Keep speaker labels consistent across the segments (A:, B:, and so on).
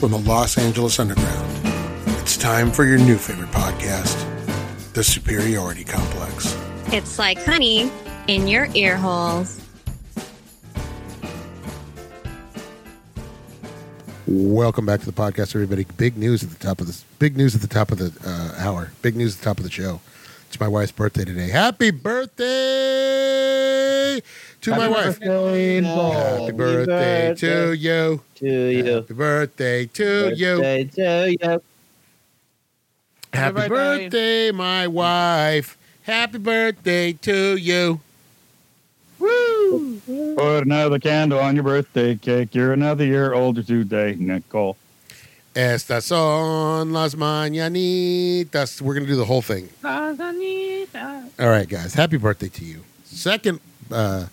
A: from the Los Angeles Underground. It's time for your new favorite podcast, The Superiority Complex.
B: It's like honey in your ear holes.
A: Welcome back to the podcast, everybody. Big news at the top of this. Big news at the top of the uh, hour. Big news at the top of the show. It's my wife's birthday today. Happy birthday to my wife.
C: birthday,
A: Happy birthday to you.
C: to you.
A: Happy birthday to you.
C: Birthday to you.
A: Happy birthday. my wife. Happy birthday to you.
D: Put another candle on your birthday cake. You're another year older today, Nicole.
A: Estas son las mañanitas. We're going to do the whole thing. All right, guys. Happy birthday to you. Second, uh,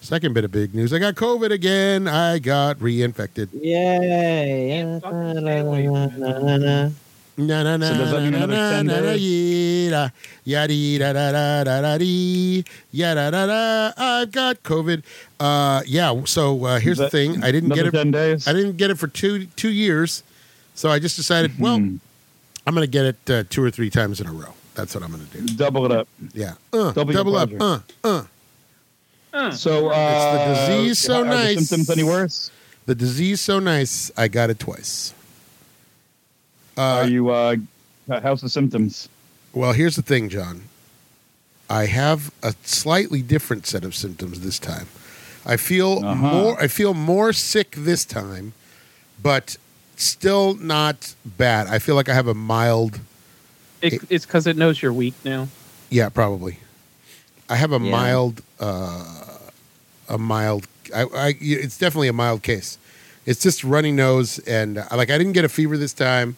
A: second bit of big news. I got COVID again. I got reinfected.
C: Yay.
A: Na na na
D: So does
A: na
D: that mean
A: na
D: another
A: na
D: 10
A: na na
D: days?
A: yada yada da da da da da dee, yada da da. I've got COVID. Uh, yeah. So uh, here's the
D: That-
A: thing. I didn't get
D: Another
A: it.
D: ten days.
A: I didn't get it for two two years, so I just decided. Well,
D: Hmm.
A: I'm going to get it uh, two or three times in a row. That's what I'm going to do.
D: double it up.
A: Yeah. Uh, double
D: Double your
A: up. Uh,
D: pleasure.
A: uh.
D: So
E: Mm.
D: uh,
A: It's the disease so
D: are the
A: nice.
D: symptoms any worse?
A: The disease so nice. I got it twice.
D: are
A: Uh,
D: you? Uh, how's the symptoms?
A: well, here's the thing, John. I have a slightly different set of symptoms this time. I feel
D: Uh-huh.
A: more. I feel more sick this time, but still not bad. I feel like I have a mild.
E: It, it's because it knows you're weak now.
A: Yeah, probably. I have a
C: Yeah.
A: mild, uh, a mild. I, I, it's definitely a mild case. It's just runny nose, and uh, like I didn't get a fever this time.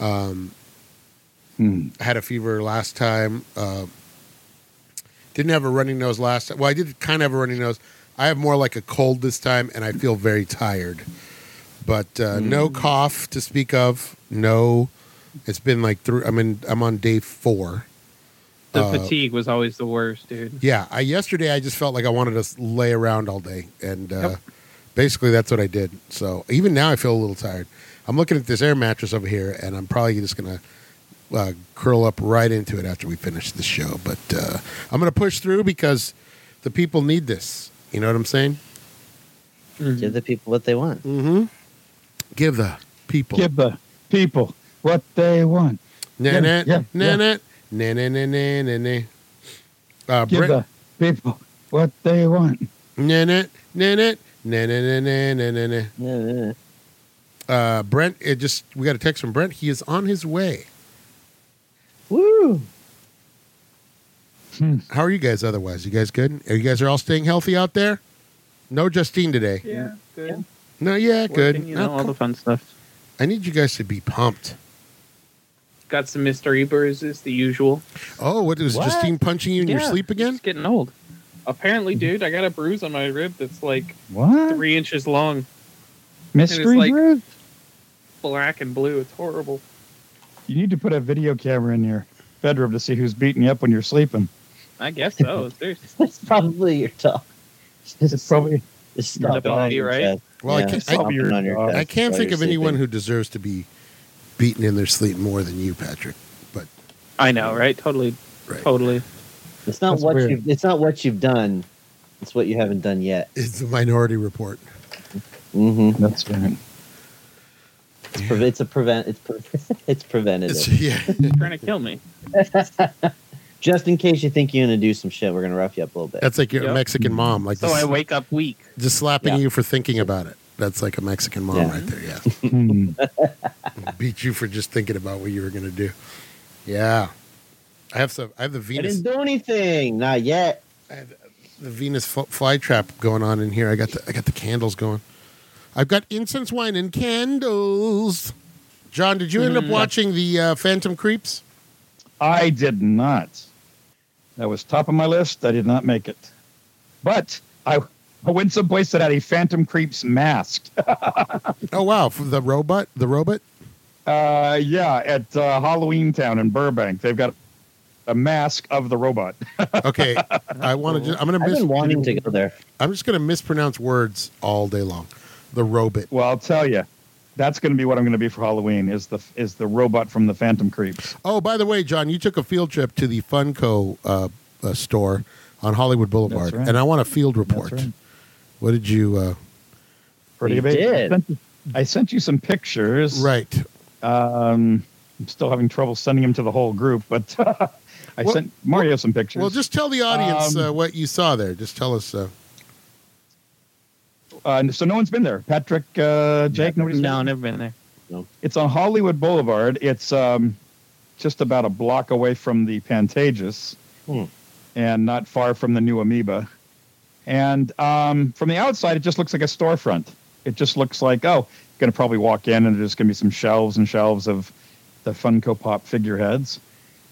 A: Um,
D: Hmm.
A: I had a fever last time. Uh, didn't have a runny nose last time. Well, I did kind of have a runny nose. I have more like a cold this time, and I feel very tired. But uh, no cough to speak of. No, it's been like three. I mean, I'm on day four.
E: The
A: Uh,
E: fatigue was always the worst, dude.
A: Yeah, I yesterday I just felt like I wanted to s- lay around all day, and uh,
E: Yep.
A: basically that's what I did. So even now I feel a little tired. I'm looking at this air mattress over here, and I'm probably just gonna uh, curl up right into it after we finish the show. But uh, I'm gonna push through because the people need this. You know what I'm saying?
C: Give the people what they want.
A: Mm-hmm. Give the people.
D: Give the people what they want.
A: Na na
D: yeah,
A: na na na na na na na. Uh,
D: Give
A: Brent-
D: the people what they want.
A: na na na na na na na na na na.
C: Yeah.
A: uh, Brent, it just we got a text from Brent. He is on his way.
C: Woo.
D: Hmm.
A: How are you guys? Otherwise, you guys good? Are you guys are all staying healthy out there? No Justine today.
E: Yeah, good.
A: No, yeah, good.
E: You
A: No,
E: know, all
A: cool.
E: the fun stuff.
A: I need you guys to be pumped.
E: Got some mystery bruises, the usual.
A: Oh, what was
C: What?
A: Justine punching you in your
E: Yeah,
A: sleep again? Mm-hmm.
E: It's getting old. Apparently, dude, I got a bruise on my rib that's like
D: What
E: three inches long,
D: mystery
E: like-
D: group?
E: black and blue. It's horrible.
D: You need to put a video camera in your bedroom to see who's beating you up when you're sleeping.
E: I guess so. There's
C: That's probably your top.
D: It's probably
C: It's
E: Your
C: stomping on
E: ability,
C: your
E: right?
C: chest.
A: Well,
C: Yeah,
A: I
C: stomping
A: can't.
D: Stop your
C: on your
D: dog.
A: I,
C: chest
A: I can't
C: while
A: think
C: you're
A: of anyone
C: sleeping.
A: who deserves to be beaten in their sleep more than you, Patrick. But
E: I know, right? Totally,
A: right,
E: totally.
C: It's not
D: That's
C: what
D: weird.
C: you've. It's not what you've done. It's what you haven't done yet.
A: it's the Minority Report.
C: hmm
D: that's right.
C: It's, pre- it's a prevent. It's pre- it's preventative.
A: It's, yeah,
E: Trying to kill me.
C: Just in case you think you're gonna do some shit, we're gonna rough you up a little bit.
A: that's like your
E: Yep.
A: Mexican mom, like
E: So
A: just,
E: I wake up weak.
A: just slapping
C: Yeah.
A: you for thinking about it. That's like a Mexican mom
C: Yeah.
A: right there. Yeah.
D: Hmm.
A: beat you for just thinking about what you were gonna do. Yeah, I have some. I have the
C: I
A: Venus.
C: didn't do anything. Not yet.
A: I have the Venus fl- flytrap going on in here. I got the. I got the candles going. I've got incense, wine, and candles. John, did you end up
E: Mm.
A: watching the uh, Phantom Creeps?
D: I did not. That was top of my list. I did not make it. But I, I went someplace that had a Phantom Creeps mask.
A: Oh wow, for the robot, the robot.
D: Uh, yeah, at uh, Halloween Town in Burbank. They've got a mask of the robot.
A: Okay, I want to. I'm gonna.
C: I've
A: Mis-
C: been wanting to go there.
A: I'm just gonna mispronounce words all day long. The robot,
D: Well, I'll tell you, that's going to be what I'm going to be for Halloween is the is the robot from the Phantom Creeps.
A: Oh, by the way, John, you took a field trip to the Funko uh, uh, store on Hollywood Boulevard,
D: right.
A: and I want a field report.
D: right.
A: What did you? Uh,
D: Pretty
C: You
D: amazing.
C: did.
D: I sent, you- I sent you some pictures.
A: right.
D: Um, I'm still having trouble sending them to the whole group, but I
A: Well-
D: sent Mario some pictures.
A: Well, just tell the audience
D: Um,
A: uh, what you saw there. Just tell us. Uh,
D: uh, so no one's been there. Patrick, uh, Jake, nobody's
F: No,
D: been there?
F: never been there.
D: It's on Hollywood Boulevard. It's um, just about a block away from the Pantages
C: Hmm.
D: and not far from the new Amoeba. And um, from the outside, it just looks like a storefront. It just looks like, oh, going to probably walk in and there's going to be some shelves and shelves of the Funko Pop figureheads.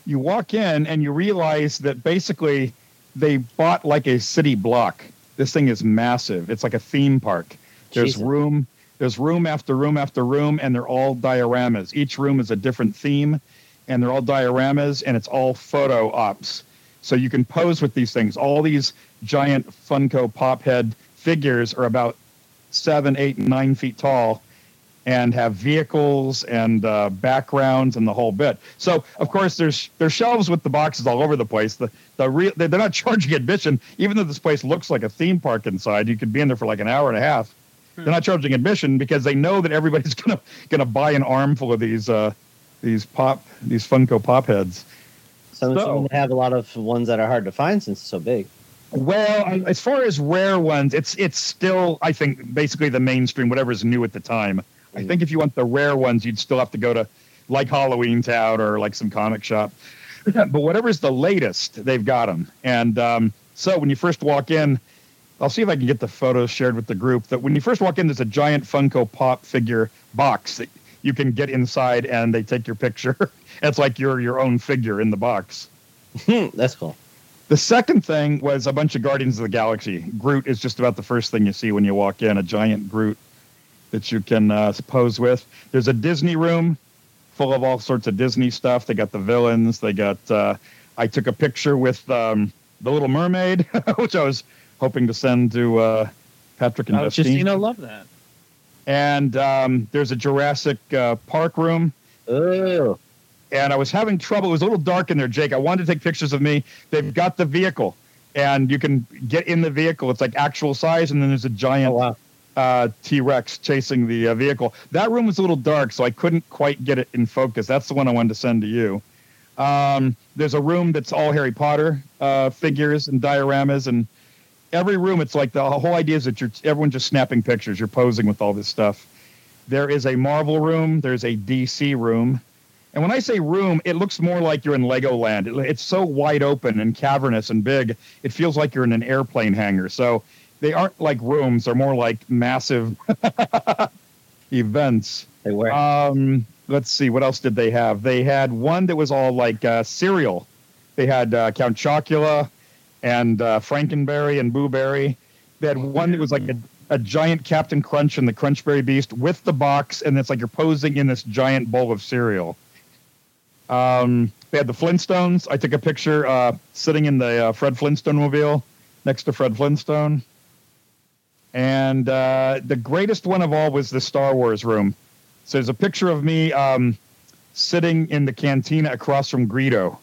D: You walk in and you realize that basically they bought like a city block. This thing is massive. It's like a theme park. There's
C: Jesus.
D: room, there's room after room after room, and they're all dioramas. Each room is a different theme, and they're all dioramas, and it's all photo ops. So you can pose with these things. All these giant Funko Pop head figures are about seven, eight, nine feet tall and have vehicles and uh, backgrounds and the whole bit. So of course there's there's shelves with the boxes all over the place. The the real they're not charging admission, even though this place looks like a theme park inside. You could be in there for like an hour and a half. They're not charging admission because they know that everybody's gonna gonna buy an armful of these uh, these pop these Funko Pop heads.
C: Some,
D: So-
C: some have a lot of ones that are hard to find since it's so big.
D: Well, I- as far as rare ones, it's it's still I think basically the mainstream, whatever's new at the time. I think if you want the rare ones, you'd still have to go to like Halloween Town or like some comic shop. but whatever's the latest, they've got them. And um, so when you first walk in, I'll see if I can get the photos shared with the group. That when you first walk in, there's a giant Funko Pop figure box that you can get inside, and they take your picture. it's like you're your own figure in the box.
C: Hmm, That's cool.
D: The second thing was a bunch of Guardians of the Galaxy. Groot is just about the first thing you see when you walk in, a giant Groot that you can uh, pose with. There's a Disney room full of all sorts of Disney stuff. They got the villains. They got. Uh, I took a picture with um, the Little Mermaid, which I was hoping to send to uh, Patrick and
E: Oh,
D: Justine.
E: Justino loved that.
D: And um, there's a Jurassic uh, Park room
C: Oh,
D: and I was having trouble. It was a little dark in there, Jake. I wanted to take pictures of me. They've got the vehicle, and you can get in the vehicle. It's like actual size, and then there's a
C: oh
D: giant
C: wow.
D: uh, T Rex chasing the uh, vehicle. That room was a little dark, so I couldn't quite get it in focus. That's the one I wanted to send to you. Um, there's a room that's all Harry Potter uh, figures and dioramas, and every room it's like the whole idea is that you're everyone's just snapping pictures. You're posing with all this stuff. There is a Marvel room. There's a DC room. And when I say room, it looks more like you're in Legoland. It- it's so wide open and cavernous and big, it feels like you're in an airplane hangar. So they aren't like rooms; they're more like massive events.
C: They were.
D: Um, let's see, what else did they have? They had one that was all like uh, cereal. They had uh, Count Chocula and uh, Frankenberry and Booberry. They had one that was like a, a giant Captain Crunch and the Crunchberry Beast with the box, and it's like you're posing in this giant bowl of cereal. Um, they had the Flintstones. I took a picture uh, sitting in the uh, Fred Flintstone mobile next to Fred Flintstone. And uh, the greatest one of all was the Star Wars room. So there's a picture of me um, sitting in the cantina across from Greedo.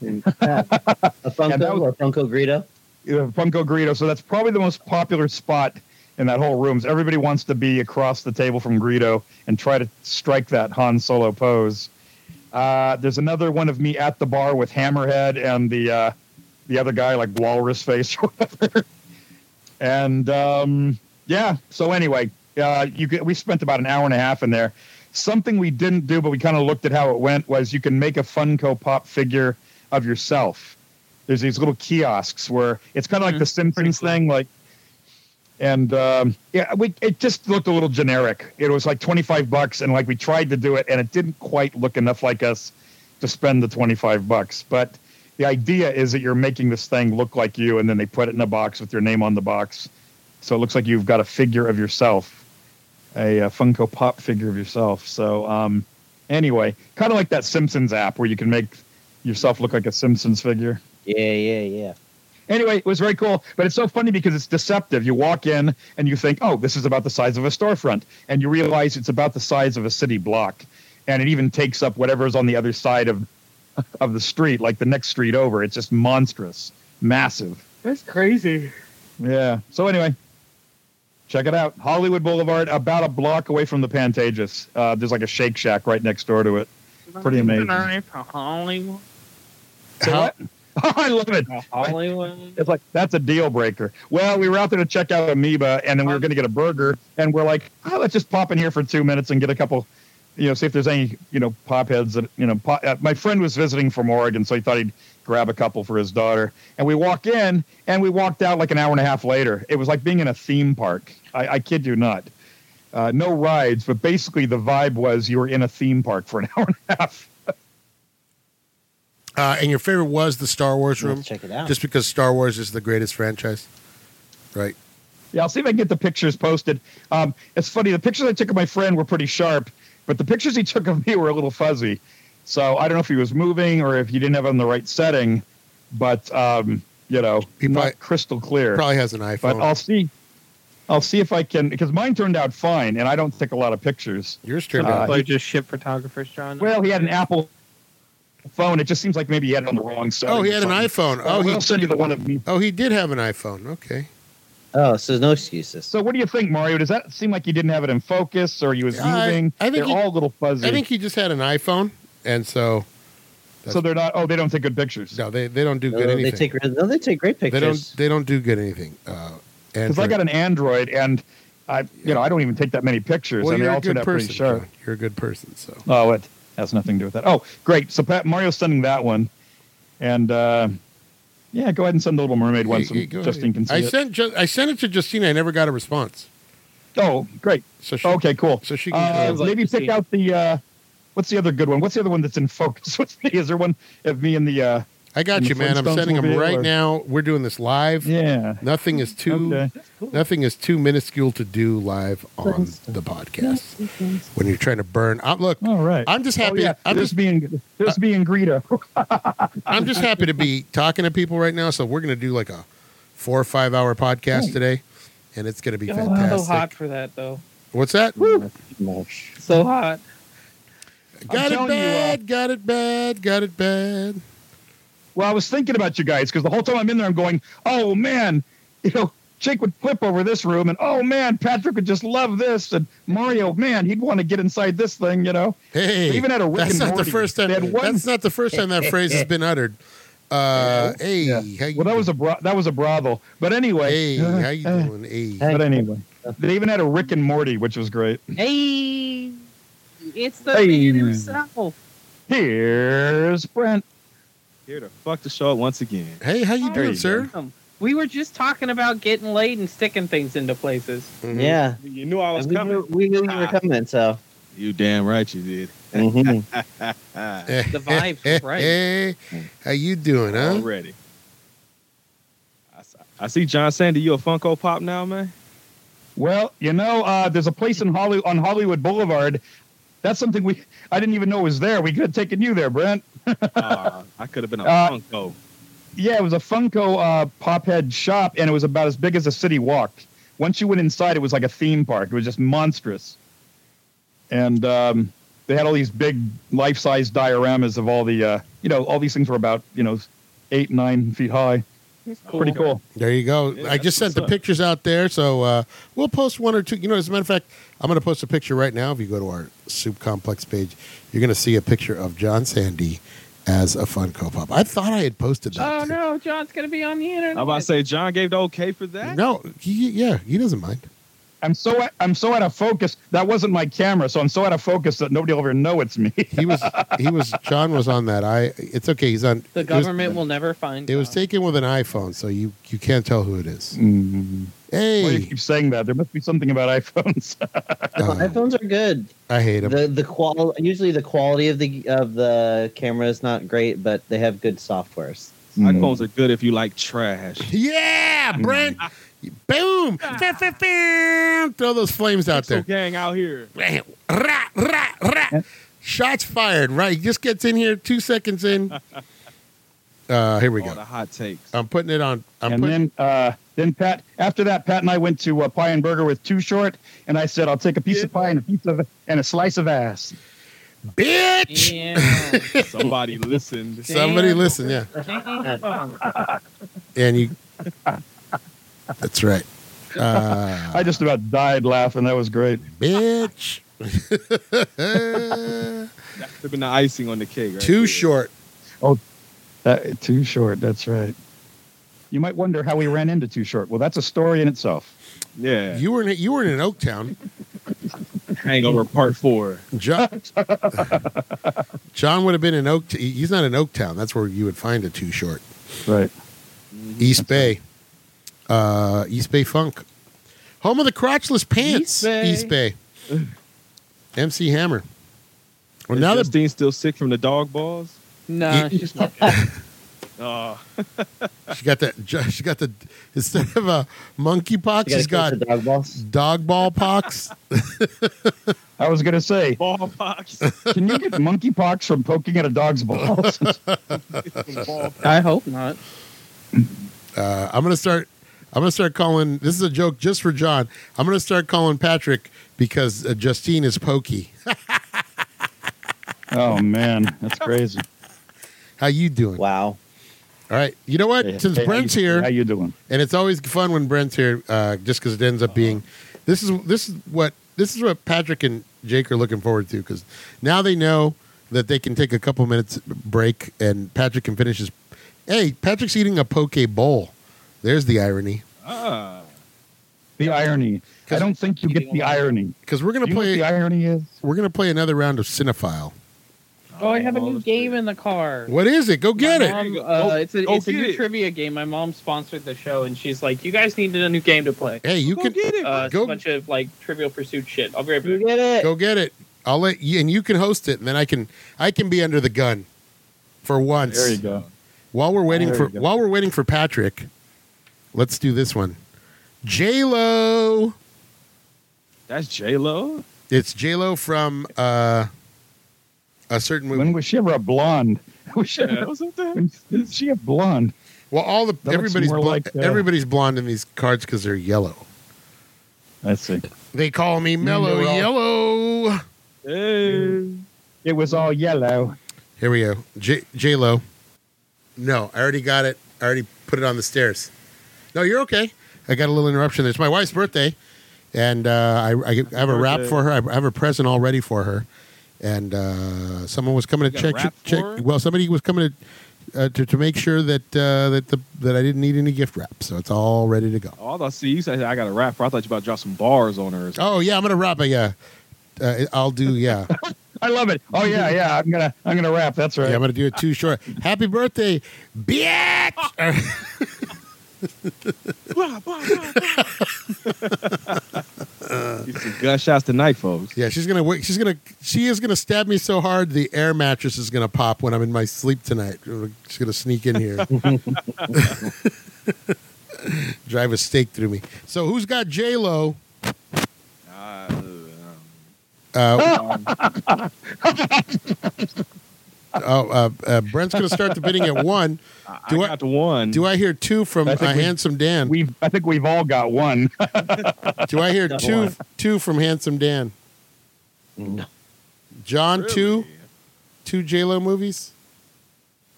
C: a Funko
D: and that was-
C: or Funko Greedo?
D: You know, Funko Greedo. So that's probably the most popular spot in that whole room. So everybody wants to be across the table from Greedo and try to strike that Han Solo pose. Uh, there's another one of me at the bar with Hammerhead and the uh, the other guy, like Walrus Face or whatever. And um, yeah, so anyway, uh, you get, we spent about an hour and a half in there. Something we didn't do, but we kind of looked at how it went, was you can make a Funko Pop figure of yourself. There's these little kiosks where it's kind of like
E: Mhm.
D: the Simpsons
E: cool.
D: thing, like. And um, yeah, we it just looked a little generic. It was like twenty five bucks, and like we tried to do it, and it didn't quite look enough like us to spend the 25 bucks but the idea is that you're making this thing look like you and then they put it in a box with your name on the box so it looks like you've got a figure of yourself a, uh funko pop figure of yourself so um, anyway kind of like that simpsons app where you can make yourself look like a simpsons figure
C: Yeah, yeah, yeah.
D: Anyway, it was very cool, but it's so funny because it's deceptive. You walk in and you think, "Oh, this is about the size of a storefront," and you realize it's about the size of a city block, and it even takes up whatever's on the other side of of the street, like the next street over. It's just monstrous, massive.
E: That's crazy.
D: Yeah. So anyway, check it out. Hollywood Boulevard, about a block away from the Pantages. Uh, there's like a Shake Shack right next door to it. Pretty amazing.
E: Hollywood.
D: So
A: How-
D: what? I love it.
E: Hollywood.
D: It's like that's a deal breaker. Well, we were out there to check out Amoeba, and then we were going to get a burger, and we're like, oh, let's just pop in here for two minutes and get a couple, you know, see if there's any, you know, pop heads that, you know, pop, uh, my friend was visiting from Oregon, so he thought he'd grab a couple for his daughter. And we walk in, and we walked out like an hour and a half later. It was like being in a theme park. I, I kid you not. Uh, no rides, but basically the vibe was you were in a theme park for an hour and a half.
A: Uh, and your favorite was the Star Wars room,
C: Let's check it out.
A: just because Star Wars is the greatest franchise, right?
D: Yeah, I'll see if I can get the pictures posted. Um, it's funny. The pictures I took of my friend were pretty sharp, but the pictures he took of me were a little fuzzy. So I don't know if he was moving or if he didn't have it on the right setting, but um, you know,
A: He
D: not
A: probably-
D: crystal clear.
A: Probably has an iPhone.
D: but I'll see. I'll see if I can because mine turned out fine, and I don't take a lot of pictures.
A: Yours
E: Some
A: turned out.
D: Uh,
E: people are just ship photographers, John.
D: Well, he had an Apple phone. It just seems like maybe he had it on the wrong setting.
A: Oh, he
D: or
A: had an
D: something.
A: iPhone. Oh,
D: I'll
A: he
D: send you the one of me.
A: oh he did have an iPhone. Okay.
C: Oh, so there's no excuses.
D: So what do you think, Mario? Does that seem like you didn't have it in focus or you was
A: Yeah, I-
D: moving?
A: I think
D: they're
A: he-
D: all a little fuzzy.
A: I think he just had an iPhone, and so
D: so they're not oh, they don't take good pictures.
A: no, they, they don't do
C: No,
A: good
C: they
A: anything.
C: take re- no, they take great
A: they
C: pictures.
A: don't they don't do good anything. Uh,
D: Because I
A: Android-
D: got an Android and I you know, I don't even take that many pictures.
A: well,
D: I mean
A: you're
D: I'll
A: a
D: turn
A: good
D: out
A: person.
D: pretty sharp.
A: John. You're a good person. So
D: Oh, it has nothing to do with that. Oh, great. So Pat Mario's sending that one. And uh yeah, go ahead and send the Little Mermaid one so
A: Hey, hey, go
D: Justin
A: ahead.
D: can see
A: I
D: it.
A: sent ju- I sent it to Justina. I never got a response.
D: oh, great.
A: So she,
D: Okay, cool.
A: so she
D: Uh,
A: can.
E: Sounds like
D: maybe
E: you
D: pick
E: see.
D: out the uh what's the other good one? What's the other one that's in focus? What's the, is there one of me and the uh
A: I
D: in
A: got
D: the
A: you, man. I'm
D: Flintstones
A: sending them
D: movie
A: right
D: or-
A: now. We're doing this live.
D: yeah.
A: Nothing is too
D: Okay.
A: nothing is too minuscule to do live on the podcast when you're trying to burn. i look,
D: All right.
A: I'm just happy.
D: Oh, yeah.
A: I'm
D: there's
A: just Uh,
D: me and there's me and Greta.
A: I'm just happy to be talking to people right now. So we're gonna do like a four or five hour podcast today, and it's gonna be
E: Oh,
A: fantastic.
E: so hot for that though.
A: What's that?
E: So hot.
A: Got it
D: telling you, uh,
A: bad. got it bad. Got it bad.
D: Well, I was thinking about you guys because the whole time I'm in there, I'm going, oh man, you know, Jake would flip over this room, and oh man, Patrick would just love this, and Mario, man, he'd want to get inside this thing, you know.
A: Hey,
D: They even had a Rick
A: that's
D: and
A: not the
D: Morty.
A: first time.
D: They had one-
A: That's not the first time that phrase has been uttered. Uh, hey,
D: Yeah.
A: how you
D: Well, that was a bro- that was a brothel, but anyway,
A: hey, how you doing? Hey,
D: but anyway, they even had a Rick and Morty, which was great.
E: Hey, it's the
D: Hey.
E: man himself.
D: Here's Brent.
F: Here to fuck the show once again.
A: hey, how you
F: There
A: doing,
F: you
A: sir?
E: We were just talking about getting laid and sticking things into places.
A: Mhm.
C: Mm-hmm. yeah,
F: You knew I was
C: And we knew,
F: coming.
C: we knew you were
A: Ah.
C: coming. So
F: You damn right you did.
C: mhm.
F: Ah,
E: The vibe's right.
A: Mm-hmm. Hey, how you doing, huh?
F: Already. I s- I see John Sandy. You a Funko Pop now, man?
D: Well, you know, uh, there's a place in Holly on Hollywood Boulevard. That's something we I didn't even know was there. We could have taken you there, Brent.
F: Aw, Ah, I could have been a
D: Uh,
F: Funko.
D: Yeah, it was a Funko uh, Pophead shop, and it was about as big as a city walk. Once you went inside, it was like a theme park. It was just monstrous, and um, they had all these big life-size dioramas of all the, uh, you know, all these things were about, you know, eight, nine feet high. Pretty cool.
A: There you go.
F: Yeah,
A: I just
F: that's
A: sent
F: what's
A: the
F: up.
A: pictures out there, so uh, we'll post one or two. You know, as a matter of fact, I'm going to post a picture right now. If you go to our Soup Complex page, you're going to see a picture of John Sandy as a Funko Pop. I thought I had posted that.
E: Oh
A: too.
E: no, John's gonna be on the internet.
F: I'm about to say John gave the okay for that.
A: No, he, yeah, he doesn't mind.
D: I'm so I'm so out of focus. That wasn't my camera, so I'm so out of focus that nobody will ever know it's me.
A: He was, he was. John was on that. I. It's okay. He's on.
E: the
A: it was-
E: government will never find.
A: It was
E: John.
A: taken with an iPhone, so you you can't tell who it is.
D: Why do you
A: Hey,
D: keep saying that? There must be something about iPhones.
A: uh,
C: iPhones are good.
A: I hate him.
C: The the qual usually the quality of the of the camera is not great, but they have good softwares.
F: iPhones are good if you like trash.
A: Yeah, Brent. Boom! Fa- fa- fa- Throw those flames out there.
F: Pixel gang out here.
A: Rah, rah, rah. Shots fired. Right, he just gets in here two seconds in. Uh, here we
F: All the
A: go. Oh.
F: hot takes.
A: I'm putting it on. I'm
D: and
A: putting,
D: then uh, then Pat after that Pat and I went to uh, Pie and Burger with Too Short, and I said I'll take a piece of pie and a piece of and a slice of ass.
A: bitch.
E: Yeah.
F: Somebody listened.
A: Somebody listen, yeah. And you. That's right. Uh,
D: I just about died laughing. That was great.
A: bitch.
F: That could have been the icing on the cake. Right
A: Too
F: there.
A: short.
D: That, too short. That's right. You might wonder how we ran into Too Short. Well, that's a story in itself.
F: Yeah.
A: You were in you were in Oaktown.
F: Hangover Part Four.
A: John, John would have been in Oak. He's not in Oaktown. That's where you would find a too short.
D: Right.
A: East Bay, uh, East Bay Funk, home of the crotchless pants.
F: East Bay.
A: East Bay. MC Hammer. Well,
F: Is
A: now that
F: Justine still sick from the dog balls?
E: Nah, she's fucking.
F: Oh,
A: she got that, she got the instead of a monkey pox,
C: You gotta
A: she's got
C: catch the dog balls.
A: dog ball pox.
D: I was gonna say,
F: ball pox.
D: can you get monkeypox from poking at a dog's balls?
F: Ball-
E: I hope not.
A: Uh, I'm gonna start. I'm gonna start calling. This is a joke just for John. I'm gonna start calling Patrick because uh, Justine is pokey.
D: oh man, that's crazy.
A: How you doing?
C: Wow.
A: All right. You know what? Since
D: Hey, how
A: Brent's
D: you-
A: here,
D: how you doing?
A: and it's always fun when Brent's here, uh, just because it ends up being this is this is what this is what Patrick and Jake are looking forward to because now they know that they can take a couple minutes break and Patrick can finish his. Hey, Patrick's eating a poke bowl. There's the irony
F: ah.
D: The irony. I
A: 'Cause-
D: don't think you get the irony.
A: because we're gonna
D: Do you know what
A: play
D: the irony is?
A: we're gonna play another round of cinephile.
E: Oh, I have a
F: All
E: new
F: the
E: game
F: shit.
E: in the car.
A: What is it? Go get
E: My
A: it.
E: mom,
F: Go-
E: uh,
F: go-
E: it's a,
F: go
E: it's a
F: get
E: new
F: it.
E: trivia game. My mom sponsored the show, and she's like, "You guys needed a new game to play."
A: Hey, you
F: Go
A: can
F: get it.
E: Uh, it's
A: Go-
E: a bunch of like Trivial Pursuit shit. I'll be right
C: You
E: back.
C: get it?
A: go get it. I'll let you, and you can host it, and then I can I can be under the gun for once.
D: There you go.
A: While we're waiting
D: There
A: for
D: you go.
A: while we're waiting for Patrick, let's do this one. J Lo,
F: That's J Lo.
A: it's J Lo from uh, a certain movie.
D: When was she ever a blonde? Was she, ever,
F: Wasn't that?
D: when, is she a blonde?
A: Well, all the
D: looks
A: everybody's
D: more
A: blo-
D: like, uh,
A: everybody's blonde in these cards because they're yellow.
D: I see.
A: They call me mellow
D: they're all-
A: yellow.
F: Hey.
D: It was all yellow.
A: Here we go. J J Lo. No, I already got it. I already put it on the stairs. No, you're okay. I got a little interruption. It's my wife's birthday, and uh, I, I have a wrap
F: birthday.
A: for her. I have a present all ready for her, and uh, someone was coming to
F: You got a
A: check.
F: wrap for
A: check.
F: her?
A: Well, somebody was coming to, uh, to to make sure that uh, that the that I didn't need any gift wrap, so it's all ready to go.
F: Oh, I thought. See, you said I got a rapper. I thought you about to drop some bars on her. or something.
A: Oh yeah, I'm gonna wrap it. Yeah, uh, I'll do. Yeah.
D: I love it. Oh yeah, yeah. I'm gonna I'm gonna rap. That's right.
A: Yeah, I'm gonna do it too short. Happy birthday, bitch!
F: Blah, blah, blah,
A: Uh,
F: blah. Get some gut shots tonight, folks.
A: yeah, she's gonna. wake- She's gonna. She is gonna stab me so hard the air mattress is gonna pop when I'm in my sleep tonight. She's gonna sneak in here, drive a stake through me. So who's got J Lo?
F: Uh,
A: Uh,
F: um,
A: oh, uh, uh, Brent's gonna start the bidding at one.
F: I,
A: Do
F: I
A: I-
F: got the one.
A: Do I hear two from
D: I
A: uh,
D: think we-
A: Handsome Dan?
D: We've I think we've all got one.
A: Do I hear two
C: one.
A: two from Handsome Dan?
C: No.
A: John
F: Really?
A: two two J Lo movies.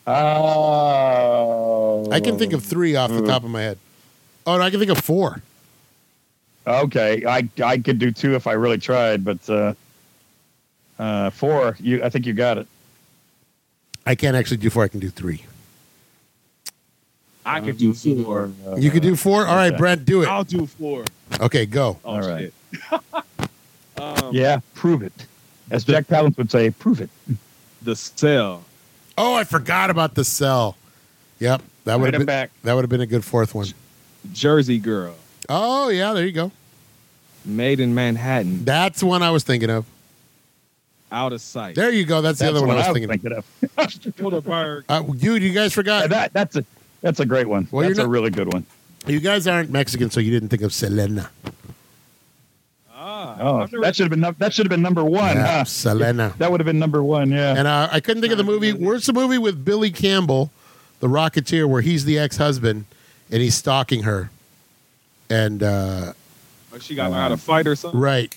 D: Oh.
A: I can think of three off
D: Uh-huh.
A: the top of my head. Oh, no, I can think of four.
D: Okay, I I could do two if I really tried, but uh, uh, four. You I think you got it.
A: I can't actually do four. I can do three.
F: I could do four.
A: You could do four. All right,
D: okay.
A: Brent, do it.
F: I'll do four.
A: Okay, go.
F: Oh,
D: All right.
F: shit. um,
D: Yeah, prove it. As Jack Palance would say, prove it.
F: The cell.
A: Oh, I forgot about the cell. Yep, that would
D: Write
A: have
D: him
A: been
D: back.
A: that would have been a good fourth one.
F: Jersey girl.
A: Oh yeah, there you go.
F: Made in Manhattan.
A: That's one I was thinking of.
F: Out of sight.
A: There you go. That's,
D: That's
A: the other one
D: what
A: I was
D: I
A: thinking. of.
D: of.
F: Bilderberg.
A: Uh, dude, you guys
D: Yeah,
A: forgot.
D: that that's a that's a great one.
A: Well, you're
D: that's a
A: not-
D: really good one.
A: you guys aren't Mexican, so you didn't think of Selena.
F: Ah,
D: Oh,
F: I've never-
D: that should have been num- that should have been number one.
A: Yeah,
D: huh?
A: Selena.
D: That would have been number one. Oh, Yeah.
A: And uh, I couldn't think of the movie. Where's the movie with Billy Campbell The Rocketeer, where he's the ex-husband and he's stalking her, and uh,
F: Like she got to learn how to fight or something.
A: right,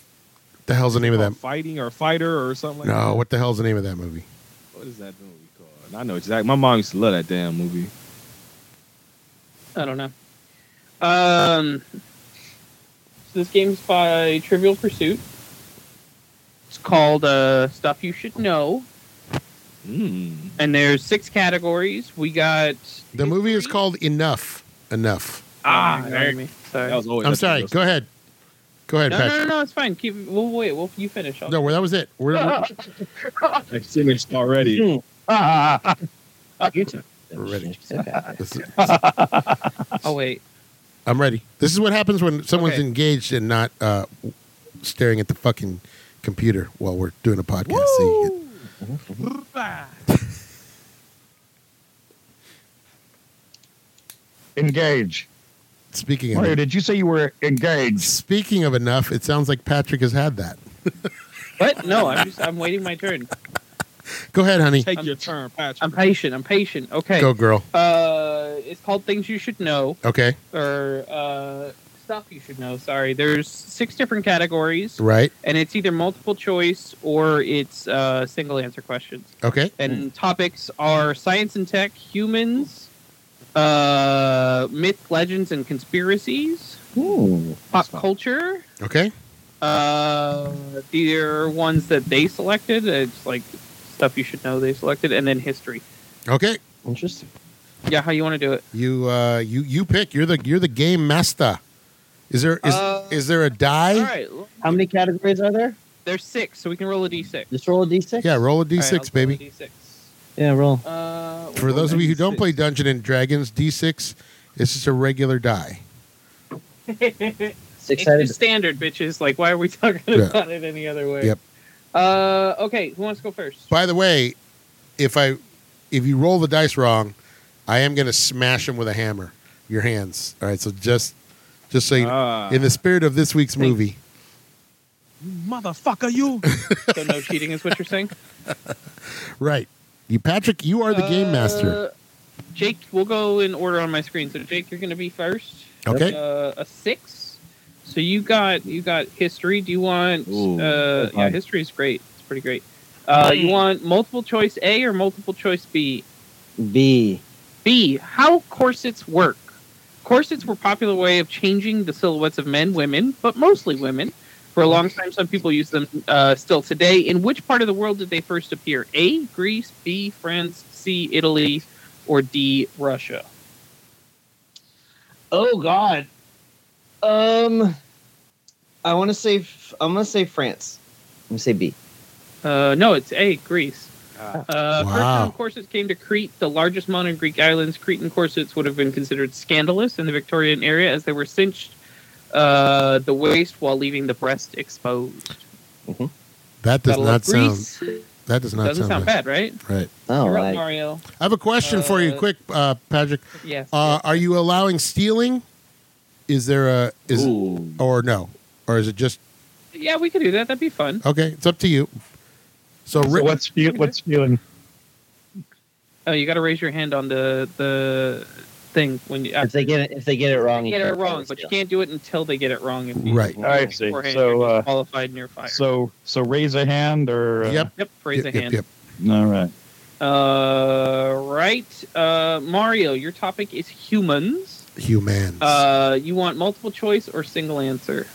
A: the hell's the name of
F: Called
A: that?
F: Fighting or fighter or something like that.
A: No, what the hell's the name of that movie?
F: What is that movie called? And I know exactly. My mom used to love that damn movie.
E: I don't know. Um, so this game's by Trivial Pursuit. It's called uh, Stuff You Should Know,
F: Mm.
E: and there's six categories. We got
A: The movie is
E: history-
A: called Enough. Enough.
E: Ah,
F: Ah,
E: there you go. Sorry.
F: That was always.
A: I'm sorry. Go ahead. Go ahead,
E: no, no, no,
A: Patrick.
E: no, it's fine. Keep. Well, wait. Well, you finish. I'll-
A: No, well, that was it. We're, we're-
F: I finished already.
D: Ah,
C: you too.
A: We're ready.
C: Okay.
A: this is-
E: Oh wait.
A: I'm ready. This is what happens when someone's
E: Okay.
A: engaged and not uh, staring at the fucking computer while we're doing a podcast. So you
D: engage.
A: get- speaking of
D: Mario, did you say you were engaged?
A: speaking of enough, it sounds like Patrick has had that.
E: What? No, I'm just. I'm waiting my turn.
A: Go ahead, honey.
F: Take
E: I'm-
F: your turn, Patrick.
E: I'm patient. I'm patient. Okay.
A: Go, girl.
E: Uh, it's called Things You Should Know
A: Okay,
E: or uh, Stuff You Should Know. Sorry. There's six different categories.
A: right.
E: and it's either multiple choice or it's uh, single answer questions.
A: Okay,
E: And topics are science and tech, humans, uh, myth, legends, and conspiracies,
C: Ooh.
E: pop culture.
A: okay.
E: Uh, there are ones that they selected. It's like stuff you should know they selected, and then history.
A: Okay,
C: Interesting.
E: Yeah, how you want to do it?
A: you uh, you you pick. You're the you're the game master. Is there is
E: Uh,
A: is there a die?
E: All right, l-
C: How many categories are there?
E: there's six, so we can roll a d6.
C: Just roll a d6.
A: Yeah, roll a
E: All
A: d6,
E: right, I'll roll a
A: baby.
E: D6.
C: Yeah, roll.
E: Uh,
A: For those of you who don't
F: D6.
A: play Dungeon and Dragons, D6 is just a regular die.
C: Six
E: It's
C: sided.
E: just standard, bitches. Like, why are we talking
A: Yeah.
E: about it any other way?
A: Yep.
E: Uh, okay, who wants to go first?
A: By the way, if I if you roll the dice wrong, I am going to smash them with a hammer. Your hands. All right, so just just so you,
F: Ah.
A: in the spirit of this week's
E: Thanks.
A: movie.
F: You motherfucker, you.
E: so no cheating is what you're saying?
A: Right. You Patrick, you are the game master.
E: Uh, Jake, we'll go in order on my screen. So Jake, you're going to be first.
A: Okay?
E: Uh, a six. So you got you got history. Do you want?
F: Ooh,
E: uh, yeah, history is great. It's pretty great. Uh, you want multiple choice A or multiple choice B?
C: B.
E: B. How corsets work. Corsets were a popular way of changing the silhouettes of men, women, but mostly women. For a long time, some people use them uh, still today. In which part of the world did they first appear? A. Greece. B. France. C. Italy. Or D. Russia.
C: Oh God. Um, I want to say f- I'm gonna say France. I'm gonna say B.
E: Uh, no, it's A. Greece. Uh, First
A: Wow.
E: time corsets came to Crete, the largest modern Greek islands. Cretan corsets would have been considered scandalous in the Victorian area as they were cinched uh, the waist while leaving the breast exposed.
A: that does
E: Gotta
A: not
E: love
A: sound
E: Greece.
A: that does not
E: Doesn't
A: sound,
E: sound
A: bad.
E: bad, right?
A: Right.
C: Oh,
E: You're up,
C: right.
E: Mario.
A: I have a question for you
E: Uh,
A: quick uh Patrick.
E: Yes.
A: Uh are you allowing stealing? Is there a is
F: Ooh.
A: or no? Or is it just
E: yeah, we could do that. That'd be fun.
A: okay, it's up to you. So,
D: So
A: Rick,
D: what's fe- what's feeling?
E: Oh, you got to raise your hand on the the thing when you
C: If they get it, if they get it wrong,
E: you
C: you
E: get it
C: can't
E: wrong,
C: really
E: but you
C: steal.
E: can't do it until they get it wrong. If you
A: Right.
D: I see.
E: beforehand,
D: So,
E: you're
D: uh,
E: qualified and you're fired.
D: So so raise a hand or uh,
A: Yep.
E: yep, raise
A: Yep,
E: a
A: yep,
E: hand.
A: yep.
D: All right.
E: Uh, right, uh, Mario. Your topic is humans.
A: humans.
E: Uh, you want multiple choice or single answer?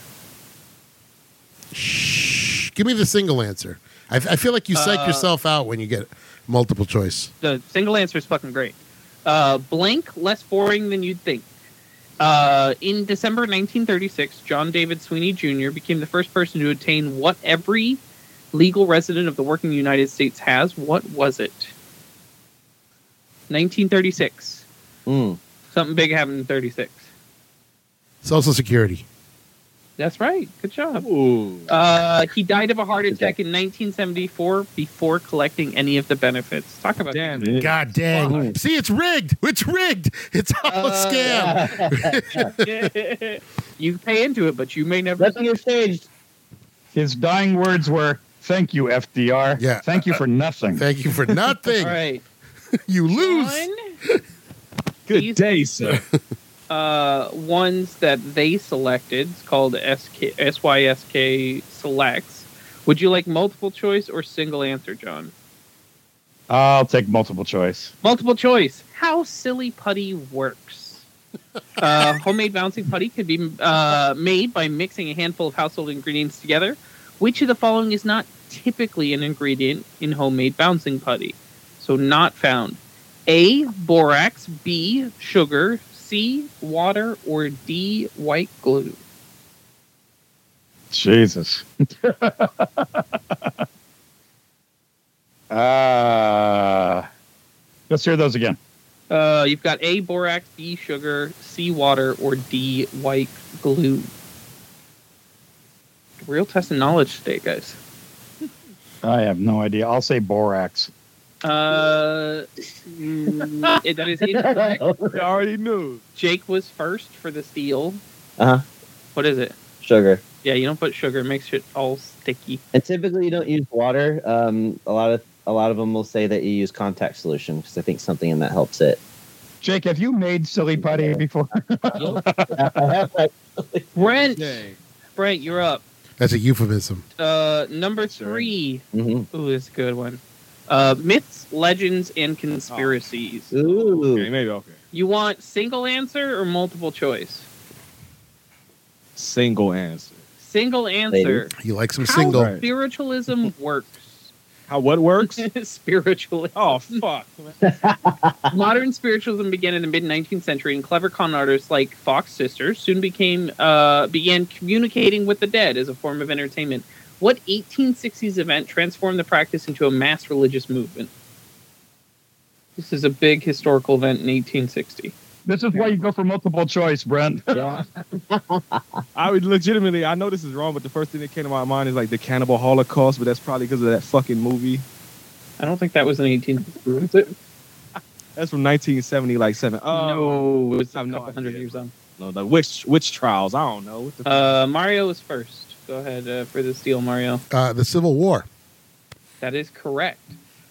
A: Shh. Give me the single answer. I, I feel like you psych
E: Uh,
A: yourself out when you get multiple choice.
E: the single answer is fucking great. Uh, blank, less boring than you'd think. Uh, in December 1936, John David Sweeney Jr. became the first person to attain what every legal resident of the working United States has. What was it? 1936.
C: Mm.
E: Something big happened in 36.
A: Social Security.
E: That's right. Good job.
F: Ooh.
E: Uh, he died of a heart attack in 1974 before collecting any of the benefits. Talk about
F: Damn it.
A: God dang. See, it's rigged. It's rigged. It's all a
E: Uh,
A: scam.
E: you pay into it, but you may never.
C: Nothing is staged.
D: His dying words were, "Thank you, FDR.
A: Yeah.
D: Thank you for nothing."
A: Thank you for nothing.
E: All right.
A: You lose.
E: One,
F: Good
E: These-
F: day, sir.
E: uh, ones that they selected. It's called SK, SYSK Selects. Would you like multiple choice or single answer, John?
D: I'll take multiple choice.
E: Multiple choice. How silly putty works. Uh, homemade bouncing putty can be uh, made by mixing a handful of household ingredients together. Which of the following is not typically an ingredient in homemade bouncing putty? So, not found. A. Borax. B. Sugar. C. Water. Or D. White glue.
D: Jesus. uh, let's hear those again.
E: Uh, you've got A. Borax. B. Sugar. C. Water. Or D. White glue. Real test of knowledge today, guys.
D: I have no idea. I'll say borax.
E: Uh, mm, it- that is incorrect.
F: I already knew.
E: Jake was first for the steal.
C: Uh huh.
E: What is it?
C: Sugar.
E: Yeah, you don't put sugar; it makes it all sticky.
C: And typically, you don't use water. Um, a lot of a lot of them will say that you use contact solution because I think something in that helps it.
D: Jake, have you made silly putty before?
E: Brent,
F: Dang.
E: Brent, you're up.
A: That's a euphemism.
E: Uh, number three.
F: Sorry.
C: hmm
E: Ooh, this is a good one. Uh, myths, legends, and conspiracies.
G: Oh.
C: Ooh.
F: Okay, maybe okay.
E: You want single answer or multiple choice?
F: Single answer.
E: Single answer.
A: You like some
E: How
A: single.
F: Right.
E: spiritualism works.
F: How what works?
E: Spiritually.
F: oh fuck.
E: Modern spiritualism began in the mid 19th century, and clever con artists like Fox Sisters soon became uh, began communicating with the dead as a form of entertainment. What 1860s event transformed the practice into a mass religious movement? This is a big historical event in 1860.
D: this is why you go for multiple choice, Brent.
C: Yeah.
F: I would legitimately. I know this is wrong, but the first thing that came to my mind is like the cannibal holocaust, but that's probably because of that fucking movie.
E: I don't think that was in 1860, was it?
F: That's from 1970, like seven. Oh
E: no, it was a
F: I've no
E: couple hundred
F: idea.
E: years on.
F: no, the witch witch trials. I don't know. What the
E: Uh, Mario was first. Go ahead uh, for the steal, Mario.
A: Uh, the Civil War.
E: That is correct.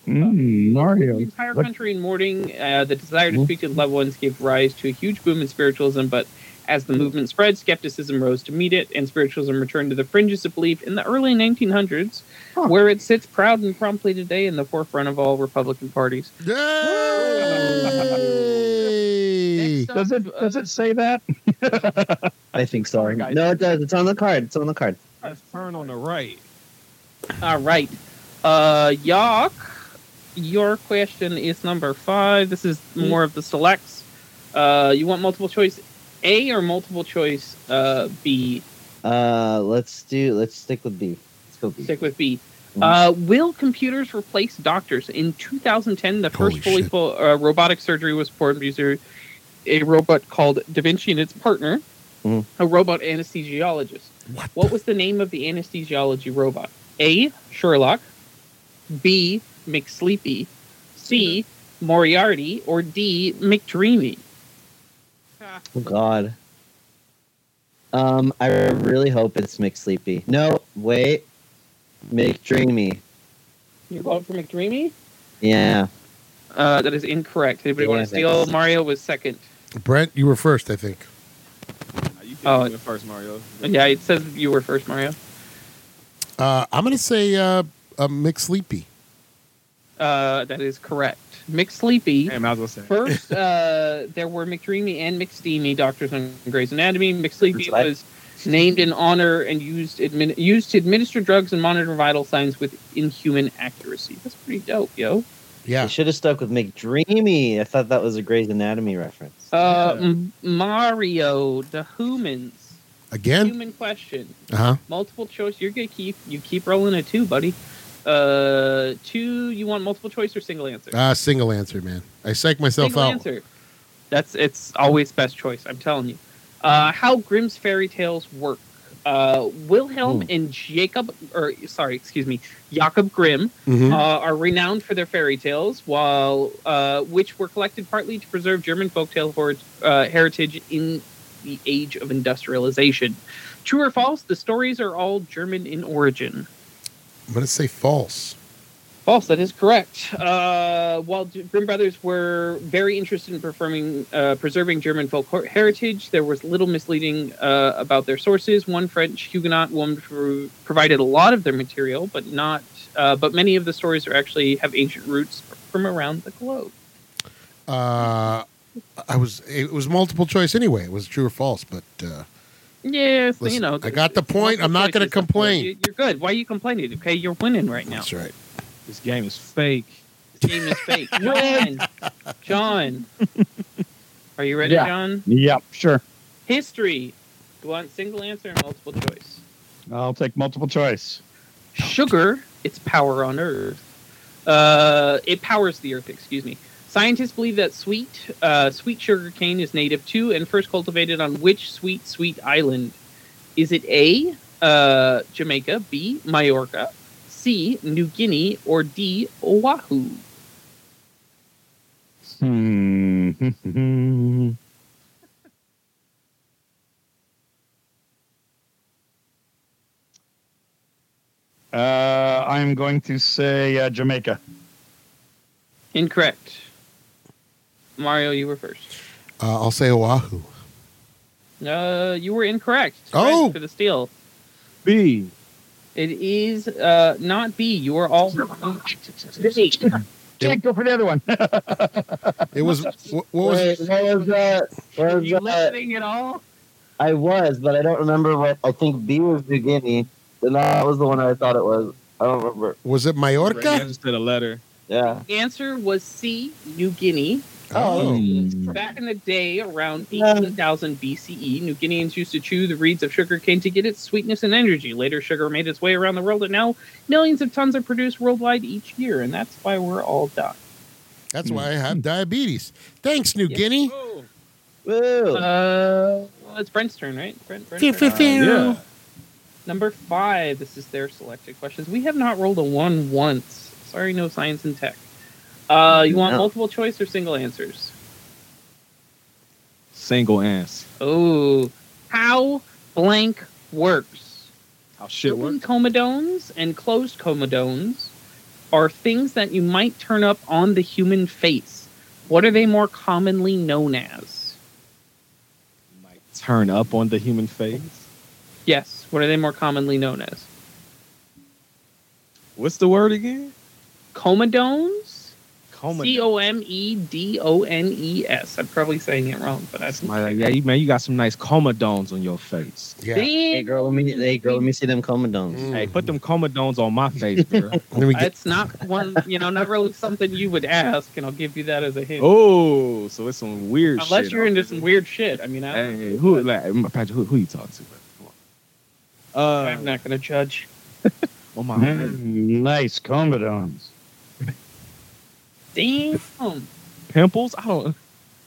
D: Mm,
E: The
D: Mario.
E: entire
D: Look-
E: country in mourning, uh, the desire to speak to loved ones gave rise to a huge boom in spiritualism, but as the movement spread, skepticism rose to meet it, and spiritualism returned to the fringes of belief in the early 1900s,
D: Huh.
E: where it sits proud and promptly today in the forefront of all Republican parties.
A: Yay!
E: Next up,
D: Does it does it say that?
C: I think so.
F: Guys.
C: No, it does. It's on the card. It's on the card.
F: Let's turn on the right.
E: All right. Uh, Yawk, your question is number five. This is more of the selects. Uh, you want multiple choice A or multiple choice uh, B?
C: Uh, let's do. Let's stick with B. Let's go B.
E: Stick with B.
C: Mhm.
E: Uh, will computers replace doctors? In 2010, the
A: Holy
E: first fully
A: shit.
E: full, uh, robotic surgery was performed using a robot called Da Vinci and its partner,
C: Mhm.
E: a robot anesthesiologist.
A: What?
E: What was the name of the anesthesiology robot? A. Sherlock, B. McSleepy, C. Moriarty, or D. McDreamy?
C: Oh God. Um, I really hope it's McSleepy. No, wait. McDreamy.
E: You vote for McDreamy?
C: Yeah.
E: Uh, that is incorrect. Anybody want
C: Yeah,
E: to steal?
C: that's-
E: Mario was second.
A: Brent, you were first, I think.
F: Nah, You
E: Oh.
F: can do it first, Mario.
E: Yeah, it says you were first, Mario.
A: Uh, I'm going to say uh, uh, McSleepy.
E: Uh, that is correct. McSleepy.
F: Damn, I was gonna say.
E: First, uh, there were McDreamy and McSteamy doctors on Grey's Anatomy. McSleepy
C: That's right.
E: was named in honor and used admin- used to administer drugs and monitor vital signs with inhuman accuracy. That's pretty dope, yo.
A: Yeah.
C: I should have stuck with McDreamy. I thought that was a Grey's Anatomy reference.
E: Uh, M- Mario, the humans.
A: Again?
E: Human question.
A: Uh huh.
E: Multiple choice. You're gonna keep you keep rolling a two, buddy. Uh, two. You want multiple choice or single answer?
A: Uh, single answer, man. I psych myself
E: Single
A: out.
E: answer. That's it's always best choice. I'm telling you. Uh, how Grimm's fairy tales work. Uh, Wilhelm
C: Ooh.
E: and Jacob, or sorry, excuse me, Jacob Grimm
A: Mhm.
E: uh, are renowned for their fairy tales, while uh, which were collected partly to preserve German folktale hor- uh, heritage in the age of industrialization. True or false? The stories are all German in origin.
A: I'm going to say false.
E: False. That is correct. Uh, while D- Grimm brothers were very interested in performing, uh, preserving German folk her- heritage, there was little misleading uh, about their sources. One French Huguenot woman pro- provided a lot of their material, but not. Uh, but many of the stories are actually have ancient roots from around the globe.
A: Uh, I was. It was multiple choice anyway. It was true or false, but uh,
E: Yeah, so, you
A: Listen,
E: know.
A: I got the point. I'm not gonna
E: Choices, of course.
A: complain.
E: You- You're good. Why are you complaining? Okay, you're winning right now.
A: that's right.
F: This game is fake.
E: The game is fake. John, John, are you ready,
D: Yeah.
E: John?
D: Yep, sure.
E: History. Do you want single answer and multiple choice?
D: I'll take multiple choice.
E: Sugar, its power on Earth. Uh, it powers the Earth. Excuse me. Scientists believe that sweet, uh, sweet sugar cane is native to and first cultivated on which sweet, sweet island? Is it A, uh, Jamaica, B, Majorca, C, New Guinea, or D, Oahu?
D: Hmm. I Uh, I'm going to say uh, Jamaica.
E: Incorrect. Mario, you were first.
A: Uh, I'll say Oahu.
E: Uh, you were incorrect. It's
A: Oh.
E: red for the steal.
F: B.
E: It is uh, not B. You are all
D: Can't go for the other one.
A: It was. wh- What
C: Wait,
A: was?
C: where was that? Where
E: Are
C: was
E: you
C: that?
E: listening at all?
C: I was, but I don't remember what. I think B was New Guinea, and that was the one I thought it was. I don't remember.
A: Was it
F: Right
A: Majorca?
F: next to the letter.
C: Yeah.
E: The answer was C, New Guinea. Um,
A: Oh,
E: Back in the day, around
C: Yeah.
E: 18,000 BCE, E, New Guineans used to chew the reeds of sugarcane to get its sweetness and energy. Later, sugar made its way around the world, and now millions of tons are produced worldwide each year, and that's why we're all done.
A: that's why I have diabetes. Thanks, New
E: Yeah.
A: Guinea.
C: Woo.
E: Uh, well, it's Brent's turn, right? Brent, Brent,
A: Phew,
E: Brent.
A: phew, phew.
F: Yeah.
E: Number five. This is their selected questions. We have not rolled a one once. Sorry, no science and tech. Uh, you want
C: No.
E: multiple choice or single answers?
F: Single ass.
E: Oh, how blank works.
F: How shit
E: Open
F: works.
E: comedones and closed comedones are things that you might turn up on the human face. What are they more commonly known as?
F: Might turn up on the human face.
E: Yes. What are they more commonly known as?
F: What's the word again?
E: Comedones?
F: Coma.
E: C O M E D O N E S. I'm probably saying it wrong, but that's
F: My- yeah, you, man, you got some nice comedones on your face.
A: Yeah.
C: Hey,
E: Big-
C: girl, let me. Hey, girl, let me see them comedones.
A: Mm.
F: Hey, put them comedones on my face, bro.
A: Let me get,
E: That's not one, you know, not really something you would ask, and I'll give you that as a hint.
F: oh, so it's some weird shit.
E: Unless you're into some weird shit. I mean, I,
F: Hey, who, like, Patrick, who, who you talking to, bro? Come on. Uh,
E: I'm not going to judge.
F: on my
A: Mm-hmm.
D: Mm, nice comedones.
E: Damn.
F: pimples? I don't.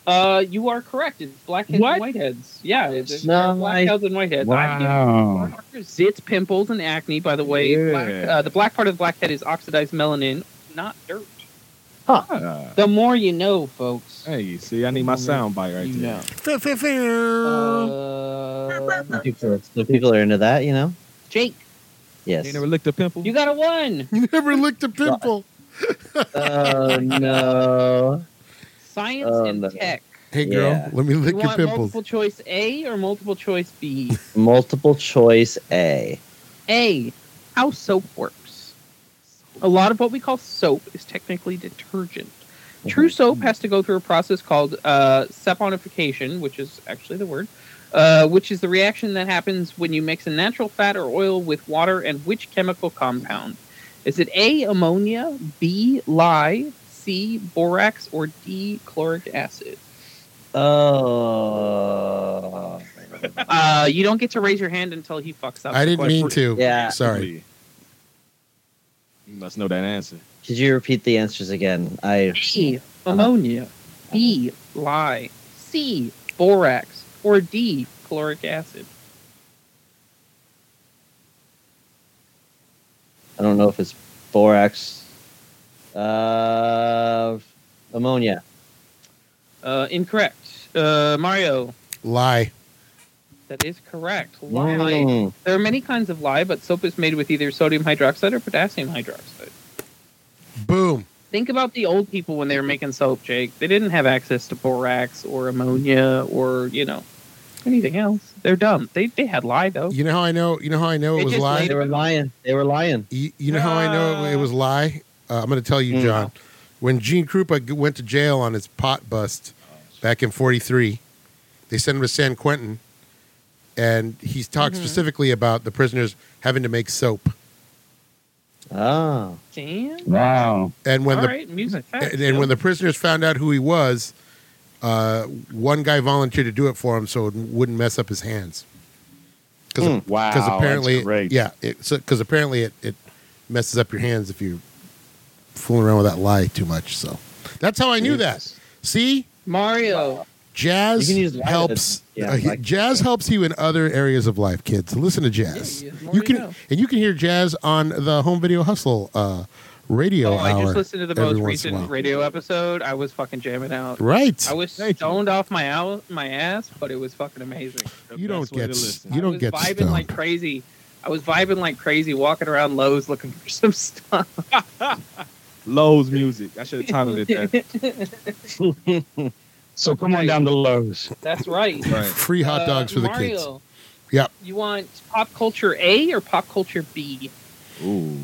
E: Uh, you are correct. It's blackheads
F: What?
E: and whiteheads. Yeah, it's
C: No,
E: blackheads and whiteheads. I've
D: Wow.
E: given zits, pimples, and acne. By the way,
F: Yeah.
E: black, uh, the black part of the blackhead is oxidized melanin, not dirt.
F: Uh,
E: The more you know, folks.
F: hey, you see, I need
A: Mm-hmm.
F: my sound bite right
E: you
F: there.
E: know.
A: Phew, phew, phew.
E: Uh,
C: The people, the people are into that, you know.
E: Jake,
F: You ain't
C: Yes.
F: never licked a pimple?
E: you got a one.
A: You never licked a pimple.
C: Oh no.
E: Science
C: Oh,
E: and
C: no.
E: tech.
A: Hey, girl,
C: Yeah.
A: let me lick
E: you
A: your
E: want
A: pimples.
E: multiple choice A or multiple choice B?
C: Multiple choice A.
E: A. How soap works. A lot of what we call soap is technically detergent. True
A: Mm-hmm.
E: soap has to go through a process called uh, saponification, which is actually the word, uh, which is the reaction that happens when you mix a natural fat or oil with water and which chemical compound? Is it A, ammonia, B, lye, C, borax, or D, chloric acid?
C: Oh.
E: Uh, you don't get to raise your hand until he fucks up.
A: I
E: the
A: didn't mean
E: question.
A: to.
C: Yeah.
A: Sorry.
F: You must know that answer.
C: Could you repeat the answers again? I.
E: A, ammonia, B, lye, C, borax, or D, chloric acid.
C: I don't know if it's borax. Uh, ammonia.
E: Uh, incorrect. Uh, Mario,
A: Lie.
E: that is correct. Lye.
C: Mm.
E: There are many kinds of lye, but soap is made with either sodium hydroxide or potassium hydroxide.
A: Boom.
E: Think about the old people when they were making soap, Jake. They didn't have access to borax or ammonia or, you know, anything else. They're dumb. They, they had lye, though.
A: You know how I know? You know how I know
E: They
A: it was
E: just
A: lie.
E: laid
C: They were lying. They were lying.
A: You, you know how I know it, it was lie? Uh, I'm going to tell you,
C: Mm.
A: John. When Gene Krupa g- went to jail on his pot bust back in 43, they sent him to San Quentin, and he talked
E: Mm-hmm.
A: specifically about the prisoners having to make soap.
C: Oh.
E: Damn.
D: Wow.
A: And when
E: All
A: the
E: right, music. facts,
A: and, and when
E: yeah.
A: the prisoners found out who he was, uh, one guy volunteered to do it for him so it wouldn't mess up his hands. Because
C: Mm.
D: Wow.
A: because apparently,
D: that's great.
A: yeah, because apparently it, it messes up your hands if you're fooling around with that lie too much. So that's how I knew that. See,
E: Mario.
A: jazz
C: You can use lie to-
A: helps.
C: yeah,
A: uh, he-
C: like-
A: jazz helps you in other areas of life, kids. Listen to jazz.
E: Yeah, the more
A: you
E: you
A: can
E: know.
A: and you can hear jazz on the Home Video Hustle uh, radio
E: Oh,
A: hour.
E: I just listened to the
A: every once
E: most
A: in a
E: recent
A: while.
E: radio episode. I was fucking jamming out.
A: Right.
E: I was
F: Thank you.
E: stoned off my owl, my ass, but it was fucking amazing.
A: you don't
F: Best way
A: get
F: to
A: s-
F: listen.
A: you
E: I
A: don't
E: was
A: get
E: vibing
A: stoned.
E: like crazy. I was vibing like crazy, walking around Lowe's looking for some stuff.
F: Lowe's music. I should have titled it that.
D: So come on down to Lowe's.
E: That's right.
F: Right.
A: Free hot
E: Uh,
A: dogs for the
E: Mario,
A: kids. Yep.
E: You want pop culture A or pop culture B?
F: Ooh.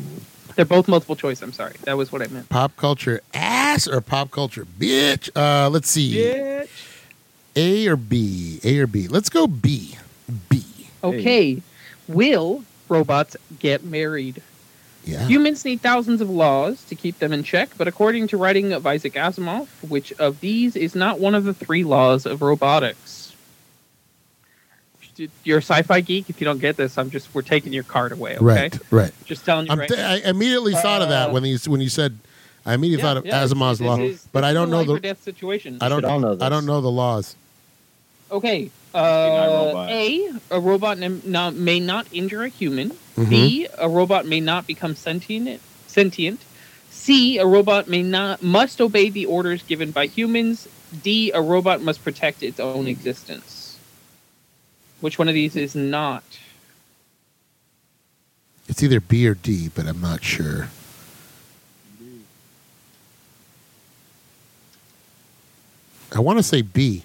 E: They're both multiple choice. I'm sorry. That was what I meant.
A: Pop culture ass or pop culture bitch? Uh, let's see.
F: Yeah.
A: A or B? A or B? Let's go B. B.
E: Okay. Will robots get married?
A: Yeah.
E: Humans need thousands of laws to keep them in check, but according to writing of Isaac Asimov, which of these is not one of the three laws of robotics? You're a sci-fi geek. If you don't get this, I'm just we're taking your card away. Okay,
A: Right. Right.
E: just telling you
A: I'm
E: right.
A: th-
E: now.
A: I immediately thought of that
E: Uh,
A: when you when you said. I immediately
E: Yeah,
A: thought of
E: yeah,
A: Asimov's
E: this
A: law,
E: is-
A: but
E: this
A: I
E: is
A: don't
E: a
A: know
E: life or
A: the
E: death situation.
A: I don't
C: should all know this.
A: I don't know the laws.
E: Okay. Uh,
F: robot.
E: a a robot nam- na- may not injure a human.
A: Mhm.
E: B a robot may not become sentient. Sentient. C a robot may not must obey the orders given by humans. D a robot must protect its own existence. Which one of these is not?
A: It's either B or D, but I'm not sure. I want to say B.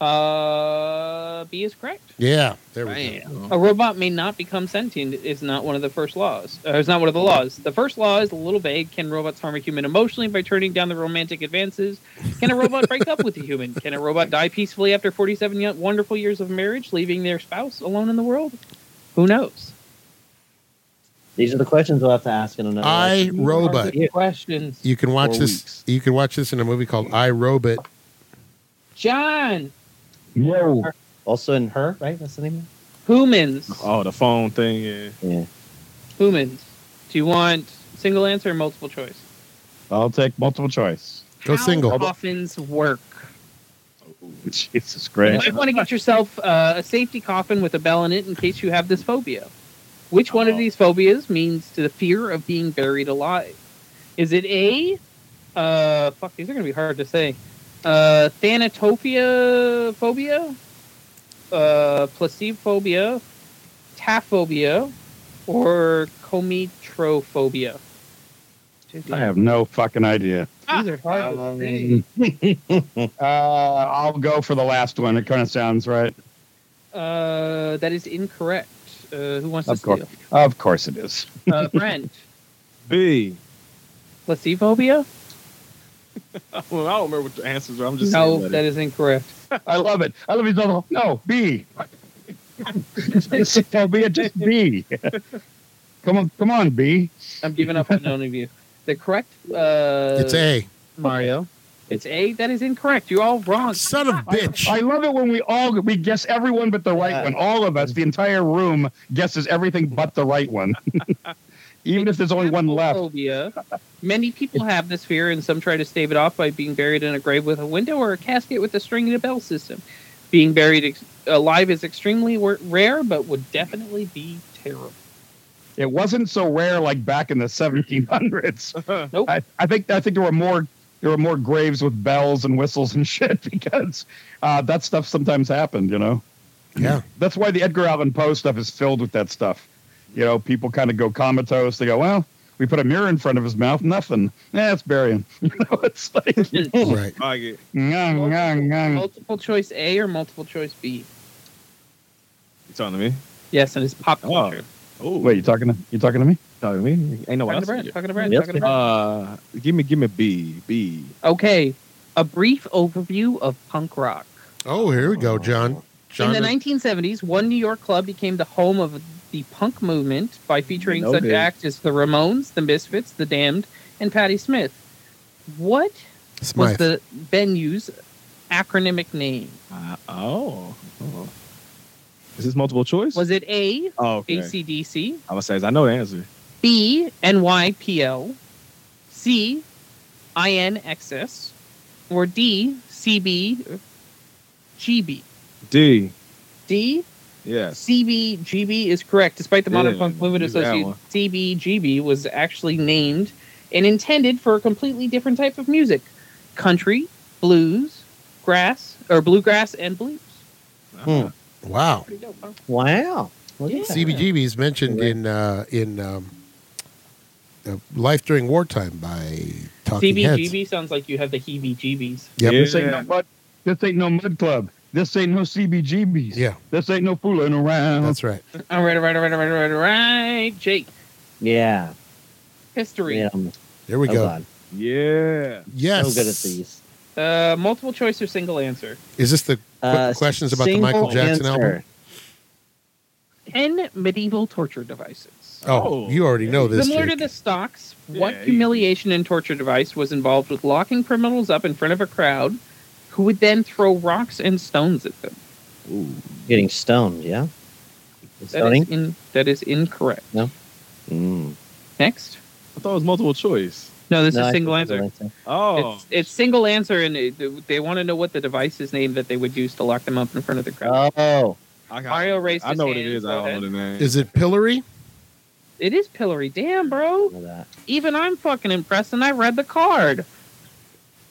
E: Uh, B is correct.
A: Yeah, there we go.
E: Bam. A robot may not become sentient is not one of the first laws. Uh, is not one of the laws. The first law is a little vague. Can robots harm a human emotionally by turning down the romantic advances? Can a robot break up with a human? Can a robot die peacefully after 47 y- wonderful years of marriage, leaving their spouse alone in the world? Who knows?
C: These are the questions we'll have to ask in another.
A: I
C: episode.
A: Robot.
E: Good Questions.
A: You can watch
F: Four
A: this.
F: weeks.
A: You can watch this in a movie called I Robot.
E: John,
D: Yo.
C: Also in her, right? That's the name.
E: humans.
F: Oh, the phone thing. Yeah.
C: Yeah.
E: Humans. Do you want single answer or multiple choice?
D: I'll take multiple choice.
A: Go
E: How
A: single.
E: Coffins work.
D: Jesus
E: You
D: Christ.
E: might want to get yourself uh, a safety coffin with a bell in it in case you have this phobia. Which one of
F: Oh.
E: these phobias means to the fear of being buried alive? Is it A? Uh, fuck, these are going to be hard to say. Uh, thanatophobia phobia, uh, placiphobia, taphobia, or cometrophobia?
D: I have no fucking idea.
E: These are hard to say.
D: Uh, I'll go for the last one. It kind of sounds right.
E: Uh, that is incorrect. Uh, who wants
D: Of
E: to
D: course. Of course it is.
E: steal? Uh, Brent,
F: B.
E: placiphobia?
F: Well, I don't remember what the answers are. I'm just
E: No,
F: saying.
E: that
F: let it-
E: is incorrect.
D: I love it. I love it. No, no B. That'll be a just B. come on, come on, B.
E: I'm giving up on none of you. The correct uh,
A: It's A.
E: Mario. It's A. That is incorrect. You're all wrong.
A: Son of bitch.
D: I love it when we all we guess everyone but the right
C: Yeah.
D: one. All of us, the entire room guesses everything but the right one. Even if there's only one left.
E: Phobia. Many people have this fear, and some try to stave it off by being buried in a grave with a window or a casket with a string and a bell system. Being buried ex- alive is extremely wa- rare, but would definitely be terrible.
D: It wasn't so rare like back in the 1700s.
E: Nope.
D: I, I think I think there were more there were more graves with bells and whistles and shit because uh, that stuff sometimes happened. You know.
A: Yeah.
D: That's why the Edgar Allan Poe stuff is filled with that stuff. You know, people kind of go comatose. They go, well, We put a mirror in front of his mouth. Nothing. That's it's burying. You know, it's like
A: right.
F: I get.
D: ngang, ngang, ngang.
E: Multiple choice A or multiple choice B?
F: You talking to me?
E: Yes, and it's pop
F: Oh.
E: culture.
F: Oh,
D: Wait, you talking to you talking to me?
F: talking to me? Ain't
E: Talking
F: no one
E: to Brad. Talking to Brad.
C: Yes,
E: Talking to Brad.
F: Uh, give me, give me B, B.
E: Okay, a brief overview of punk rock.
A: Oh, here we go, John. John.
E: In the 1970s, one New York club became the home of the punk movement by featuring
F: No
E: such
F: big.
E: acts as the Ramones, the Misfits, the Damned, and Patti Smith. What was
A: Smythe.
E: the venue's acronymic name?
F: Uh, oh. oh. Is this multiple choice?
E: Was it A,
F: Oh, okay.
E: ACDC,
F: I'm gonna say I know the answer.
E: B, NYPL, C, INXS, or D, CB, GB?
F: D.
E: D,
F: Yes.
E: CBGB is correct, despite the modern
F: Yeah,
E: punk movement
F: use that
E: association.
F: one.
E: CBGB was actually named and intended for a completely different type of music: country, blues, grass or bluegrass and blues.
A: Hmm.
F: Ah,
A: Wow.
E: Pretty dope, huh?
C: Wow. Look at
E: Yeah.
C: that.
A: CBGB is mentioned in uh, in um, uh, Life During Wartime by Talking Heads.
E: CBGB sounds like you have the heebie-jeebies.
A: Yep.
F: Yeah.
D: This ain't no mud. This ain't no mud club. This ain't no CBGBs.
A: Yeah,
D: This ain't no fooling around.
A: that's right.
E: All right, all right, all right, all right, all right, all right. Jake,
C: Yeah.
E: history.
C: yeah.
A: There we
C: Hold
A: go.
C: on.
F: Yeah.
A: Yes.
C: So good at these.
E: Uh, multiple choice or single answer.
A: Is this the
C: Uh,
A: questions about the
C: single
A: Michael Jackson
C: answer.
A: album?
E: Ten medieval torture devices.
A: Oh,
F: Oh.
A: you already know this.
E: Similar to
A: Jake.
E: the stocks, what
F: Yeah, you-
E: humiliation and torture device was involved with locking criminals up in front of a crowd who would then throw rocks and stones at them?
F: Ooh.
C: Getting stoned, yeah?
E: That
C: Stoning?
E: is, in, that is incorrect.
C: Mm.
E: Next.
F: I thought it was multiple choice.
E: No, this
C: No, I
E: is
C: think
E: single
C: that's
E: answer.
C: the right
F: Oh.
E: It's, it's single answer, and it, they want to know what the device is named that they would use to lock them up in front of the crowd.
C: answer. Oh,
F: I, got-
E: Mario raised
F: I
E: his
F: know what it
E: hand,
F: is.
E: go
F: I don't
E: ahead.
F: know the name.
A: Is it Pillory?
E: It is pillory. Damn, bro.
C: look at that.
E: Even I'm fucking impressed, and I read the card.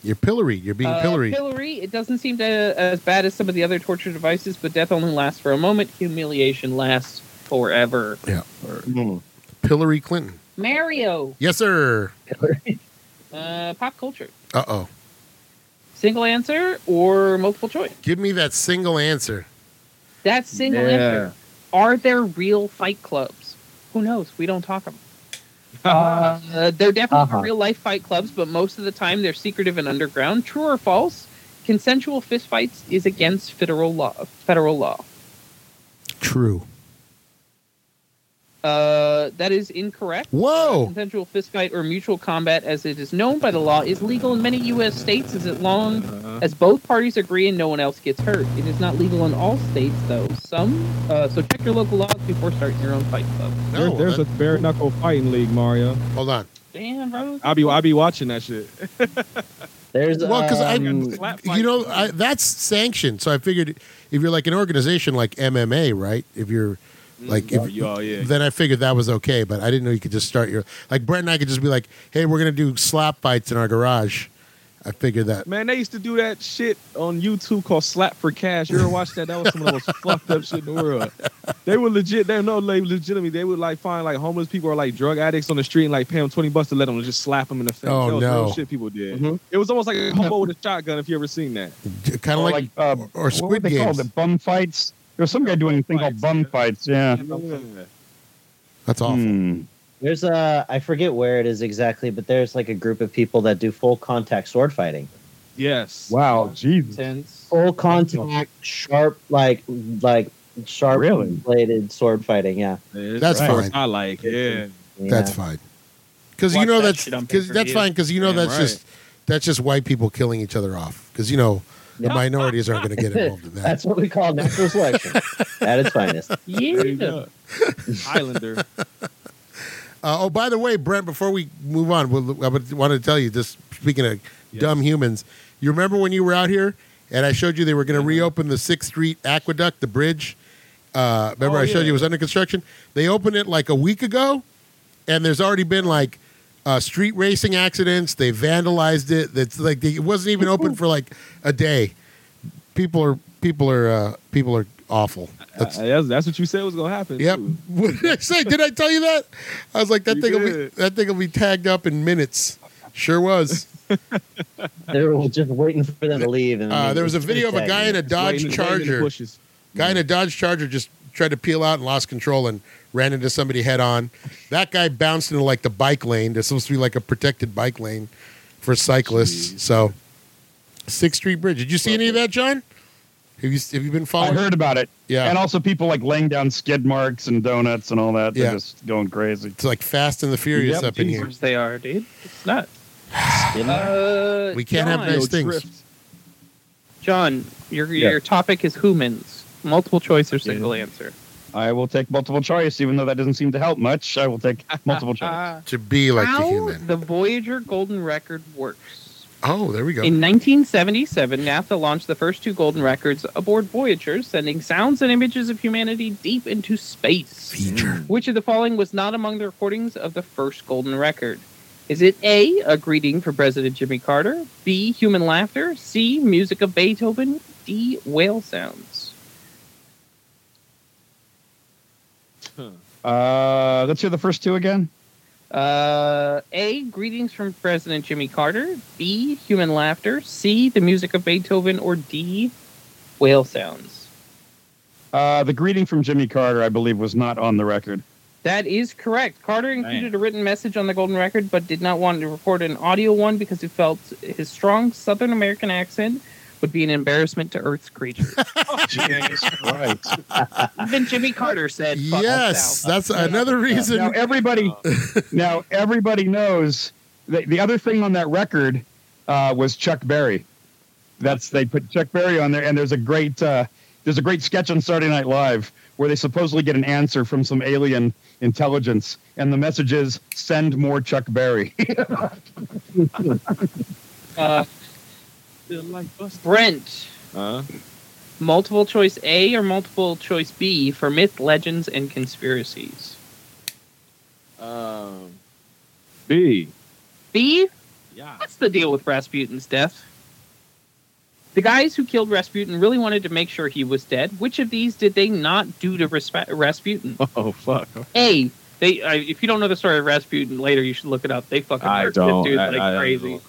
A: You're pilloried. You're being
E: Uh,
A: pilloried.
E: It doesn't seem to, as bad as some of the other torture devices, but death only lasts for a moment. Humiliation lasts forever.
C: Mm.
A: Pillary Clinton.
E: Mario,
A: Yes, sir.
E: uh, pop culture.
A: Uh oh.
E: Single answer or multiple choice?
A: Give me that single answer.
E: That's single answer. Are there real fight clubs? Who knows? We don't talk about. Uh, there definitely
C: Uh-huh.
E: are real life fight clubs, but most of the time they're secretive and underground. True or false? Consensual fistfights is against federal law. Federal law.
A: True.
E: Uh, that is incorrect.
A: Whoa.
E: Consensual fistfight or mutual combat, as it is known by the law, is legal in many U.S. states as it long
F: Uh-huh.
E: as both parties agree and no one else gets hurt. It is not legal in all states, though. Some, uh, so check your local laws before starting your own fight club.
A: No,
F: There- there's
A: that-
F: a bare knuckle fighting league, Mario.
A: hold on.
E: Damn, bro.
F: I'll be I'll be watching that shit.
C: There's
A: Well, because
C: um,
F: Slap
A: I, you
F: fight.
A: know, I, that's sanctioned. So I figured if you're like an organization like MMA, right? If you're Like, if-
F: oh, you- oh, yeah.
A: then I figured that was okay, but I didn't know you could just start your like Brett and I could just be like, hey, we're gonna do slap fights in our garage. I figured that.
F: Man, they used to do that shit on YouTube called Slap for Cash. You ever watch that? That was some of the most fucked up shit in the world. They would legit, they know they legitimately, they would like find like homeless people or like drug addicts on the street and like pay them 20 bucks to let them just slap them in the face.
A: Oh,
F: that was
A: no.
F: real shit people did.
A: Mm-hmm.
C: Mhm.
F: It was almost like a combo with a shotgun if you ever seen that.
A: Kind of
D: Or
A: like,
D: like, uh,
A: or- or,
D: what were
A: Squid
D: they called?
A: Games.
D: The bum fights. There was some guy doing a thing called bum fights. Yeah.
A: That's awful.
D: Hmm.
C: there's a I forget where it is exactly, but there's like a group of people that do full contact sword fighting.
F: Yes.
D: Wow. Jesus.
E: Sense.
F: Oh,
C: Full contact, sharp, like like sharp
D: Really?
C: bladed sword fighting. Yeah,
A: That's
F: right.
A: fine.
F: I like, yeah.
C: yeah.
A: That's fine. Because you
E: Watch
A: know
E: that
A: that's
E: shit on
A: because
E: pay-per-view.
A: that's fine because you know
F: Damn
A: that's
F: right.
A: just that's just white people killing each other off because you know the
C: Yeah.
A: minorities aren't going to get involved in that.
C: That's what we call natural selection at its finest.
F: There you
E: Yeah.
F: go. Highlander.
A: Uh, oh, by the way, Brent, before we move on, we'll, I would- wanted to tell you just speaking of
F: Yes.
A: dumb humans, you remember when you were out here and I showed you they were going to
F: Uh-huh.
A: reopen the Sixth Street Aqueduct, the bridge? Uh, remember,
F: Oh,
A: I showed
F: yeah.
A: you it was under construction? They opened it like a week ago, and there's already been like uh, street racing accidents. They vandalized it. That's like they, it wasn't even open for like a day. People are people are uh, people are awful. That's,
F: Uh, that's, that's what you said was gonna happen.
A: yep.
F: too.
A: What did I say? Did I tell you that? I was like, that
F: You
A: thing will be
F: did.
A: that thing will be tagged up in minutes. Sure was.
C: They were just waiting for them to leave. And
A: Uh, there was a video of a guy in a
F: Waiting- waiting
A: Dodge
F: in the
A: Charger.
F: bushes.
A: Guy in a Dodge Charger just tried to peel out and lost control and ran into somebody head on. That guy bounced into like the bike lane. There's supposed to be like a protected bike lane for cyclists.
F: Jeez.
A: So, Sixth Street Bridge. Did you see any of that, John? Have you have you been
D: I
A: following?
D: heard about it.
A: yeah.
D: And also people like laying down skid marks and donuts and all that. They're
A: Yeah.
D: just going crazy.
A: It's like Fast and the Furious
F: Yep,
A: up in here.
E: Jesus, they are, dude. It's nuts.
C: Uh,
A: We can't have
E: John,
A: nice
F: Yo,
A: things.
F: Drift.
E: John, your
D: Yeah.
E: your topic is humans. Multiple choice or
F: Yeah.
E: single answer.
D: I will take multiple choice, even though that doesn't seem to help much. I will take multiple choice.
E: Ah.
A: To be like
E: How
A: the human.
E: the Voyager Golden Record works.
A: Oh, there we go.
E: In 1977, NASA launched the first two golden records aboard Voyager, sending sounds and images of humanity deep into space.
A: Feature.
E: Which of the following was not among the recordings of the first golden record? Is it A, a greeting for President Jimmy Carter, B, human laughter, C, music of Beethoven, D, whale sounds?
D: Uh, let's hear the first two again.
E: Uh, A, greetings from President Jimmy Carter, B, human laughter, C, the music of Beethoven, or D, whale sounds?
D: Uh, the greeting from Jimmy Carter, I believe, was not on the record.
E: That is correct. Carter included a written message on the golden record, but did not want to record an audio one because he felt his strong Southern American accent would be an embarrassment to Earth's creatures.
D: Jesus Christ.
E: Even Jimmy Carter said, "Fuck
A: Yes,
E: South."
A: that's another reason.
D: Now everybody, now everybody knows. The, the other thing on that record uh, was Chuck Berry. That's they put Chuck Berry on there, and there's a great uh, there's a great sketch on Saturday Night Live where they supposedly get an answer from some alien intelligence, and the message is send more Chuck Berry.
E: Uh,
F: Still like bus-
E: Brent,
F: Uh,
E: multiple choice A or multiple choice B for myth, legends, and conspiracies.
F: um, B.
E: B.
F: Yeah.
E: What's the deal with Rasputin's death? The guys who killed Rasputin really wanted to make sure he was dead. Which of these did they not do to respe- Rasputin?
F: Oh fuck.
E: A. They, I, if you don't know the story of Rasputin, later you should look it up. They fucking
F: I
E: murdered
F: don't.
E: this dude
F: I-
E: like
F: I- I
E: crazy.
F: don't.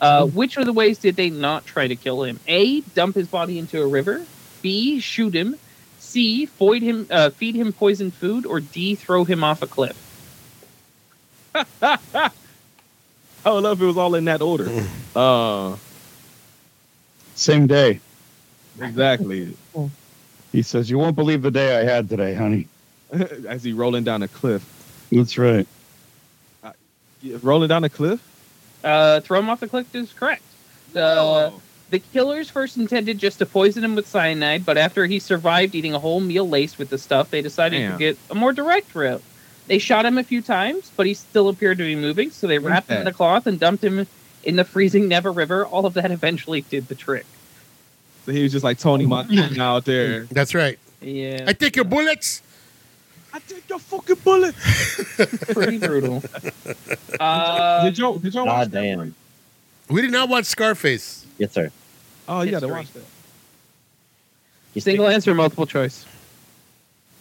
E: Uh, which of the ways did they not try to kill him? A. Dump his body into a river. B. Shoot him. C. Foid him, uh, feed him poisoned food, or D. Throw him off a cliff.
F: I would love if it was all in that order.
A: Mm.
F: uh,
D: Same day,
F: exactly.
D: he says, "You won't believe the day I had today, honey."
F: As he rolling down a cliff.
D: That's right.
F: Yeah, rolling down a cliff.
E: Uh, throw him off the cliff is correct. Uh,
F: Oh.
E: The killers first intended just to poison him with cyanide, but after he survived eating a whole meal laced with the stuff, they decided
F: Damn.
E: to get a more direct route. They shot him a few times, but he still appeared to be moving, so they wrapped him in
F: Okay.
E: a cloth and dumped him in the freezing Never River. All of that eventually did the trick.
F: So he was just like Tony Montana out there.
A: That's right.
E: Yeah,
A: I take your bullets.
F: I take your fucking bullet.
E: pretty brutal. Uh,
F: did y'all? Did y'all watch
C: God
F: that?
C: damn.
A: We did not watch Scarface.
C: Yes, sir.
F: Oh, you got to
E: History.
F: watch that.
C: You
E: single answer, multiple choice.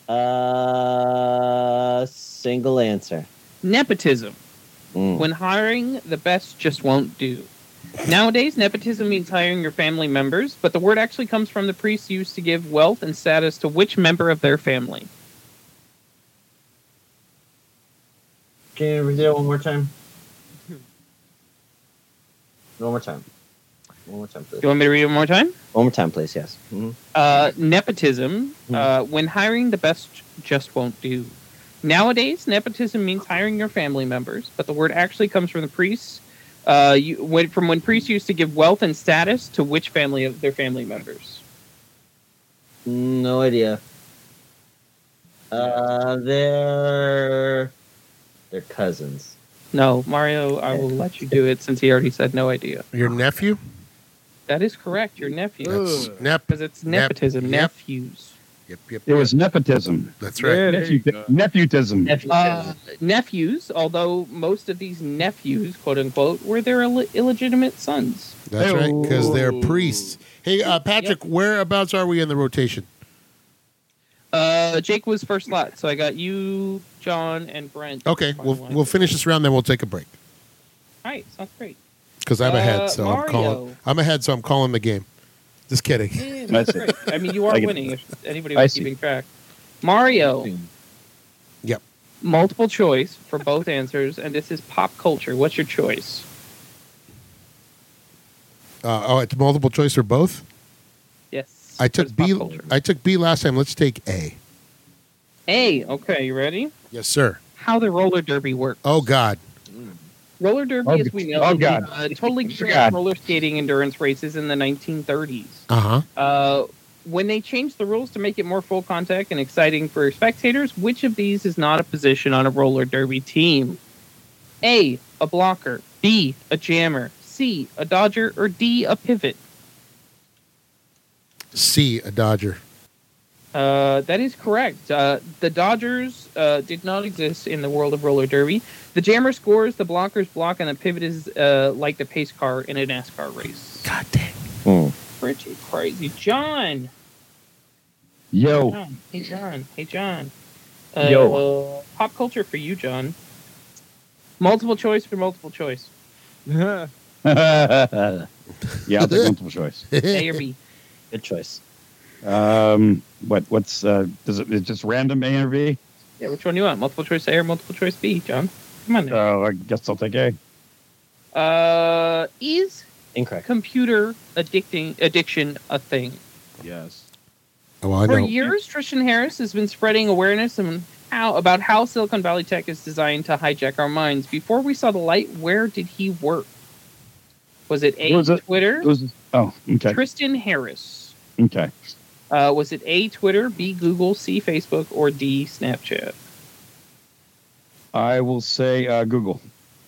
C: Uh, single answer.
E: Nepotism.
C: Mm.
E: when hiring the best just won't do. Nowadays, nepotism means hiring your family members, but the word actually comes from the priests used to give wealth and status to which member of their family.
C: Can you read it one more time? One more time. One more time, please.
E: You want me to read it one more time?
C: One more time, please. Yes. Mhm.
E: Uh, nepotism, uh, when hiring the best just won't do. Nowadays, nepotism means hiring your family members, but the word actually comes from the priests. Uh, you, when, from when priests used to give wealth and status to which family of their family members?
G: Mm-hmm.
C: No idea. Uh, they're they're cousins.
E: No, Mario, I will let you do it since he already said no idea.
A: Your nephew?
E: That is correct. Your nephew.
A: That's
F: Ugh.
A: nep.
E: Because it's
A: Nep-
E: nepotism.
A: yep.
E: nephews.
A: Yep, yep,
D: It
A: yep.
D: was nepotism.
A: That's right.
F: Yeah, there you
D: Nephew,
F: go.
D: nepotism.
C: Nephew.
E: Uh, nephews, although most of these nephews, quote unquote, were their Ill- illegitimate sons.
A: That's right, because they're priests. Hey, uh, Patrick,
E: Yep.
A: whereabouts are we in the rotation?
E: uh, Jake was first lot, so I got you, John, and Brent.
A: Okay, we'll
E: Final line.
A: we'll finish this round, then we'll take a break
E: All right, sounds great.
A: because I'm
E: Uh,
A: ahead. So I'm
E: Mario.
A: calling. I'm ahead, so I'm calling the game. Just kidding.
E: Yeah,
D: I
E: that's
D: see.
E: great. I mean, you are
D: I get
E: winning if anybody
D: I
E: was
D: see.
E: keeping track. Mario.
A: Yep.
E: Multiple choice for both answers, and this is pop culture. What's your choice?
A: Uh, oh, it's multiple choice for both.
E: Yes.
A: I
E: what
A: took
E: is pop
A: B.
E: culture?
A: I took B last time. Let's take A.
E: A. Okay, you ready?
A: Yes, sir.
E: How the roller derby works.
A: Oh God.
E: Roller derby,
D: Oh,
E: as we know,
D: oh,
E: is,
D: God.
E: Uh, totally came
D: God.
E: from roller skating endurance races in the 1930s.
A: Uh huh.
E: Uh, when they changed the rules to make it more full contact and exciting for spectators, which of these is not a position on a roller derby team? A. A blocker. B. A jammer. C. A dodger. Or D. A pivot.
A: C. A Dodger.
E: Uh, that is correct. Uh, the Dodgers uh, did not exist in the world of roller derby. The jammer scores, the blockers block, and the pivot is uh, like the pace car in a NASCAR race.
A: God dang.
E: Pretty crazy. John!
D: Yo,
E: John. Hey, John. Hey, John. Uh,
D: Yo.
E: Pop culture for you, John. Multiple choice for multiple choice.
F: Huh.
D: yeah, I'll take multiple choice.
E: A or B.
G: Good choice.
D: Um, what? What's? Uh, does it? It's just random A or V?
E: Yeah, which one do you want? Multiple choice A or multiple choice B, John? Come on now.
D: Oh, I guess I'll take A.
E: Uh, is
G: Incorrect.
E: computer addicting addiction a thing?
F: Yes.
A: Oh, well, I
E: For
A: know.
E: years, Tristan Harris has been spreading awareness and how about how Silicon Valley tech is designed to hijack our minds. Before we saw the light, where did he work? Was it A
D: Was it-
E: Twitter?
D: It was- oh, okay,
E: Tristan Harris.
D: okay.
E: Uh, was it A Twitter, B Google, C Facebook, or D Snapchat?
D: I will say uh, Google.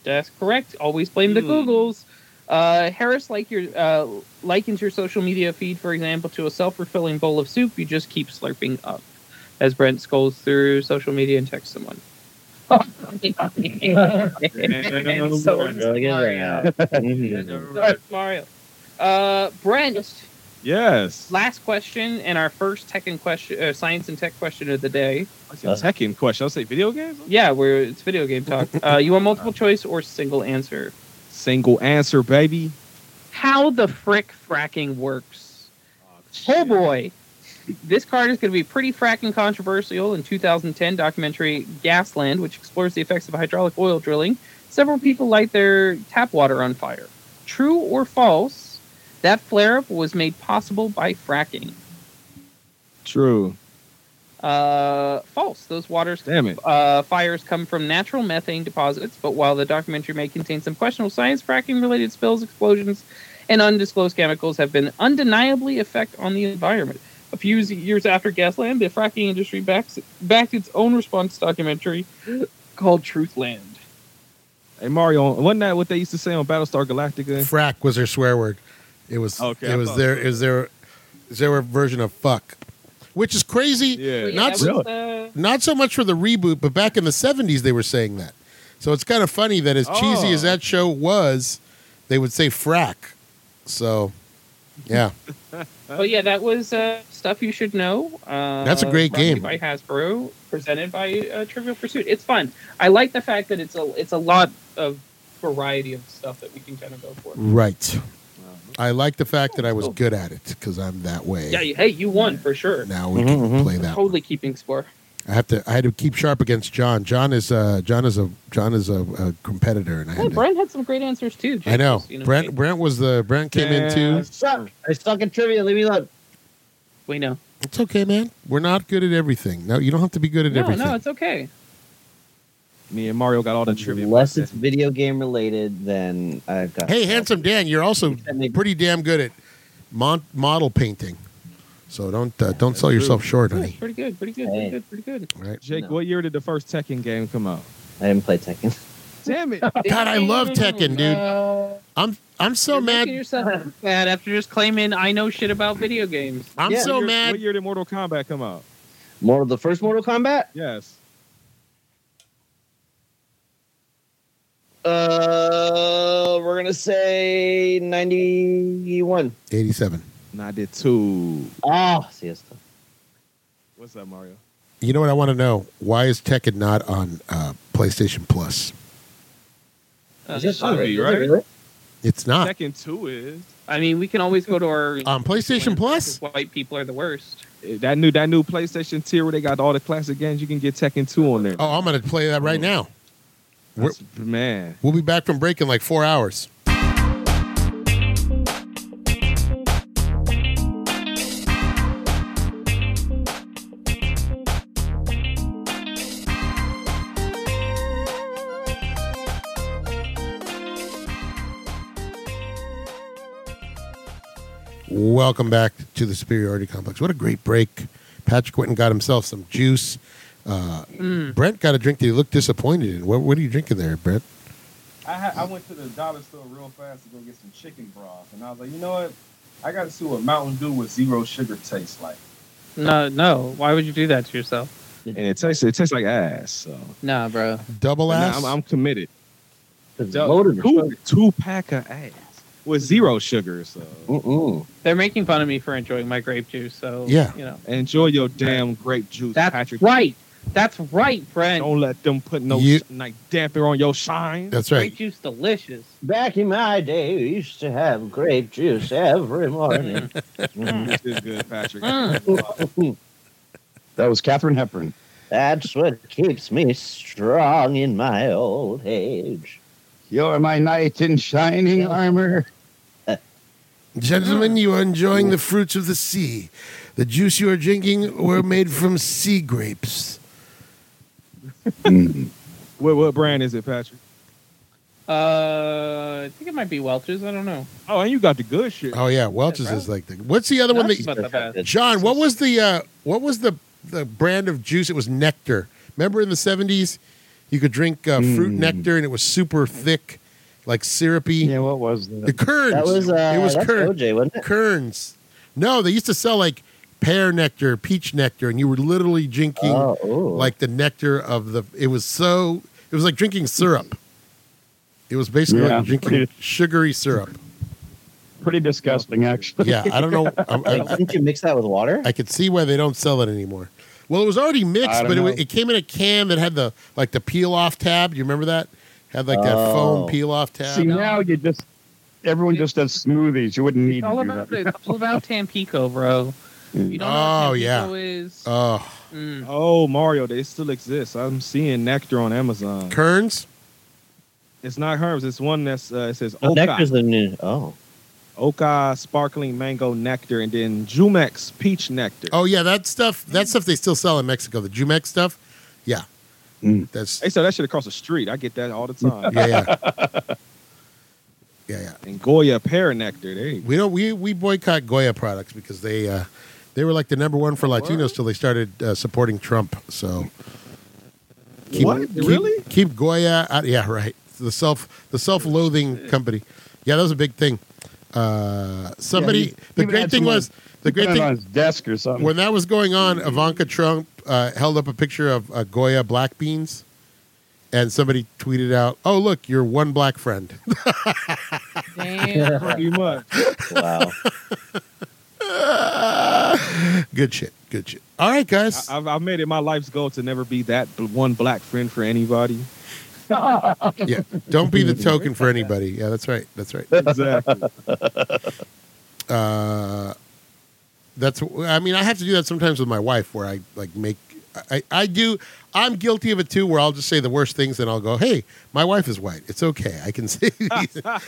E: That's correct. Always blame the
F: Hmm.
E: Googles. Uh, Harris like your uh, likens your social media feed, for example, to a self-refilling bowl of soup you just keep slurping up as Brent scrolls through social media and texts someone. And so it's Mario. So it's Mario. Uh, Brent,
F: Yes.
E: last question and our first tech and question, uh, science and tech question of the day.
G: Uh,
F: Second question. I'll say video games?
E: Yeah, we're it's video game talk. Uh, you want multiple choice or single answer?
F: Single answer, baby.
E: How the frick fracking works? Oh boy, this card is going to be pretty fracking controversial. In 2010 documentary Gasland, which explores the effects of hydraulic oil drilling, several people light their tap water on fire. True or false? That flare up was made possible by fracking.
F: True.
E: Uh, false. Those waters
F: Damn it.
E: uh, fires come from natural methane deposits, but while the documentary may contain some questionable science, fracking related spills, explosions, and undisclosed chemicals have been undeniably effect on the environment. A few years after Gasland, the fracking industry backs, backed its own response documentary called Truthland.
F: Hey Mario, wasn't that what they used to say on Battlestar Galactica?
A: Frack was her swear word. It was.
F: Okay,
A: It
F: I
A: was
F: thought
A: their.
F: so.
A: Is there? Is there a version of fuck? Which is crazy.
F: Yeah.
A: Not
E: that
A: so-
E: was, uh,
A: Not so much for the reboot, but back in the '70s they were saying that. So it's kind of funny that as cheesy
F: Oh.
A: as that show was, they would say frack. So, yeah.
E: but yeah, that was uh, stuff you should know. Uh,
A: That's a great
E: Fracking
A: game.
E: by Hasbro, presented by uh, Trivial Pursuit. It's fun. I like the fact that it's a it's a lot of variety of stuff that we can kind of go for.
A: Right. I like the fact that I was good at it because I'm that way.
E: Yeah, you- hey, you won for sure.
A: Now we can play that. one.
E: Totally keeping score.
A: I have to. I had to keep sharp against John. John is. Uh, John is a. John is a, a competitor, and I
E: Hey,
A: had. To,
E: Brent had some great answers too.
A: I know.
E: just, you
A: Brent. Brent was the. Brent came in
G: I
A: too.
G: suck. I suck at trivia. Leave me alone.
E: We know.
A: It's okay, man. We're not good at everything. No, you don't have to be good at
E: No,
A: everything.
E: no, it's okay.
F: Me and Mario got all the trivia.
G: Unless it's video game related, then I've got.
A: hey, handsome Dan, you're also
G: Can they-
A: pretty damn good at mon- model painting. So don't uh, don't sell
F: true.
A: yourself short,
E: Good,
A: honey.
E: pretty good, pretty good,
G: Hey.
E: pretty good, pretty good.
A: All right.
F: Jake,
G: No.
F: what year did the first Tekken game come out?
G: I didn't play Tekken.
F: Damn it.
A: Oh, God, I love Tekken, dude.
E: Uh,
A: I'm I'm so
E: you're
A: mad.
E: making yourself look bad after just claiming I know shit about video games.
A: I'm
G: Yeah,
A: so
F: What year-
A: mad.
F: What year did Mortal Kombat come out?
G: Mortal, the first Mortal Kombat.
F: Yes.
G: Uh, we're gonna say ninety-one.
A: 87.
F: No, I did two.
G: Ah, siesta.
F: What's up, Mario?
A: You know what I want to know? Why is Tekken not on uh, PlayStation Plus?
E: Uh,
F: it should be, right?
A: It's not
F: Second two is
E: I mean, we can always go to our
A: on PlayStation Plus.
E: White people are the worst.
F: Eh, that new that new PlayStation tier where they got all the classic games. You can get Tekken two on there.
A: Oh, I'm going to play that
E: Mm.
A: right now.
F: That's- man.
A: We'll be back from break in like four hours. Welcome back to the Superiority Complex. What a great break. Patrick went and got himself some juice. Uh,
E: Mm.
A: Brent got a drink that he looked disappointed in. What, what are you drinking there, Brent?
F: I, ha- I went to the dollar store real fast to go get some chicken broth, and I was like, you know what? I got to see what Mountain Dew with zero sugar tastes like.
E: No, no. Why would you do that to yourself?
F: And it tastes it tastes like ass. So
E: Nah, bro.
A: Double
F: But now
A: ass.
F: I'm, I'm committed.
G: Loaded.
F: Two, two pack of ass with zero sugar. So
G: Mm-mm.
E: They're making fun of me for enjoying my grape juice. So
A: Yeah.
E: you know
F: enjoy your damn grape juice,
E: that's
F: Patrick.
E: right. That's right, Brent.
F: Don't let them put no
A: You-
F: sh- like damper on your shine.
A: That's
E: Grape
A: right.
E: juice, delicious.
G: Back in my day, we used to have grape juice every morning.
F: This is good, Patrick.
E: Mm.
D: That was Catherine Hepburn.
G: That's what keeps me strong in my old age.
D: You're my knight in shining armor.
F: ah.
A: Gentlemen, you are enjoying the fruits of the sea. The juice you are drinking were made from sea grapes.
F: What what brand is it, Patrick?
E: Uh, I think it might be Welch's. I don't know.
F: Oh, and you got the good shit.
A: Oh yeah, Welch's is like the. What's the other one
E: That's
A: that?
E: about the best.
A: John, what was the uh, what was the the brand of juice? It was nectar. Remember in the seventies, you could drink uh,
G: Hmm.
A: fruit
D: Mm.
A: nectar and it was super thick, like syrupy.
D: Yeah, what was
A: The
D: that?
A: Kerns.
G: That was uh,
A: it was
G: that's
A: Kerns.
G: OJ, wasn't it?
A: Kerns. No, they used to sell like pear nectar, peach nectar, and you were literally drinking
G: Oh, ooh.
A: like the nectar of the. It was so. It was like drinking syrup. It was basically
D: Yeah.
A: like drinking
D: Pretty-
A: sugary syrup.
D: Pretty disgusting, actually.
A: Yeah, I don't know.
G: Like,
A: I, I,
G: didn't you mix that with water?
A: uh, I could see why they don't sell it anymore. Well, it was already
D: I
A: mixed,
D: don't
A: but it, wa-
D: know.
A: it came in a can that had the like the peel off tab. Do you remember that? Had like that
G: Oh.
A: foam peel off tab.
D: See, now you just everyone just does smoothies. You wouldn't need
E: It's all
D: to do
E: about
D: that.
E: it's all about Tampico, bro. You don't
A: Oh,
E: know what
A: yeah.
E: Tampico is.
A: oh,
E: Mm.
F: Oh, Mario, they still exist. I'm seeing Nectar on Amazon.
A: Kerns.
F: It's not Herms. It's one that's uh, it says
G: Oh, nectar's
F: Oka,
G: the new. Oh,
F: Oka sparkling mango nectar, and then Jumex peach nectar.
A: Oh yeah, that stuff. That stuff they still sell in Mexico. The Jumex stuff. Yeah,
D: Mm.
A: that's
F: they sell that shit across the street. I get that all the time.
A: yeah, yeah, yeah, yeah.
F: And Goya pear nectar. There you go.
A: We don't. We we boycott Goya products because they uh, they were like the number one for Latinos till they started uh, supporting Trump. So keep,
F: What?
A: keep-
F: Really?
A: Keep Goya out. Yeah, right. The self the self loathing company. Yeah, that was a big thing. Uh, somebody.
D: Yeah, he-
A: the
D: he
A: great
D: had
A: thing
D: someone-
A: was the
D: Put
A: great
D: it
A: thing
D: on his desk or something.
A: when that was going on, Ivanka Trump uh, held up a picture of uh, Goya black beans, and somebody tweeted out, "Oh look, your one black friend."
E: Damn.
F: Pretty much.
G: wow.
A: good shit. Good shit. All right, guys.
F: I, I've, I've made it my life's goal to never be that bl- one black friend for anybody.
A: yeah, don't be the token for anybody. Yeah, that's right. That's right.
F: Exactly.
A: Uh, that's. I mean, I have to do that sometimes with my wife, where I like make. I, I do. I'm guilty of it too, where I'll just say the worst things, and I'll go, "Hey, my wife is white. It's okay. I can say." These.
E: no,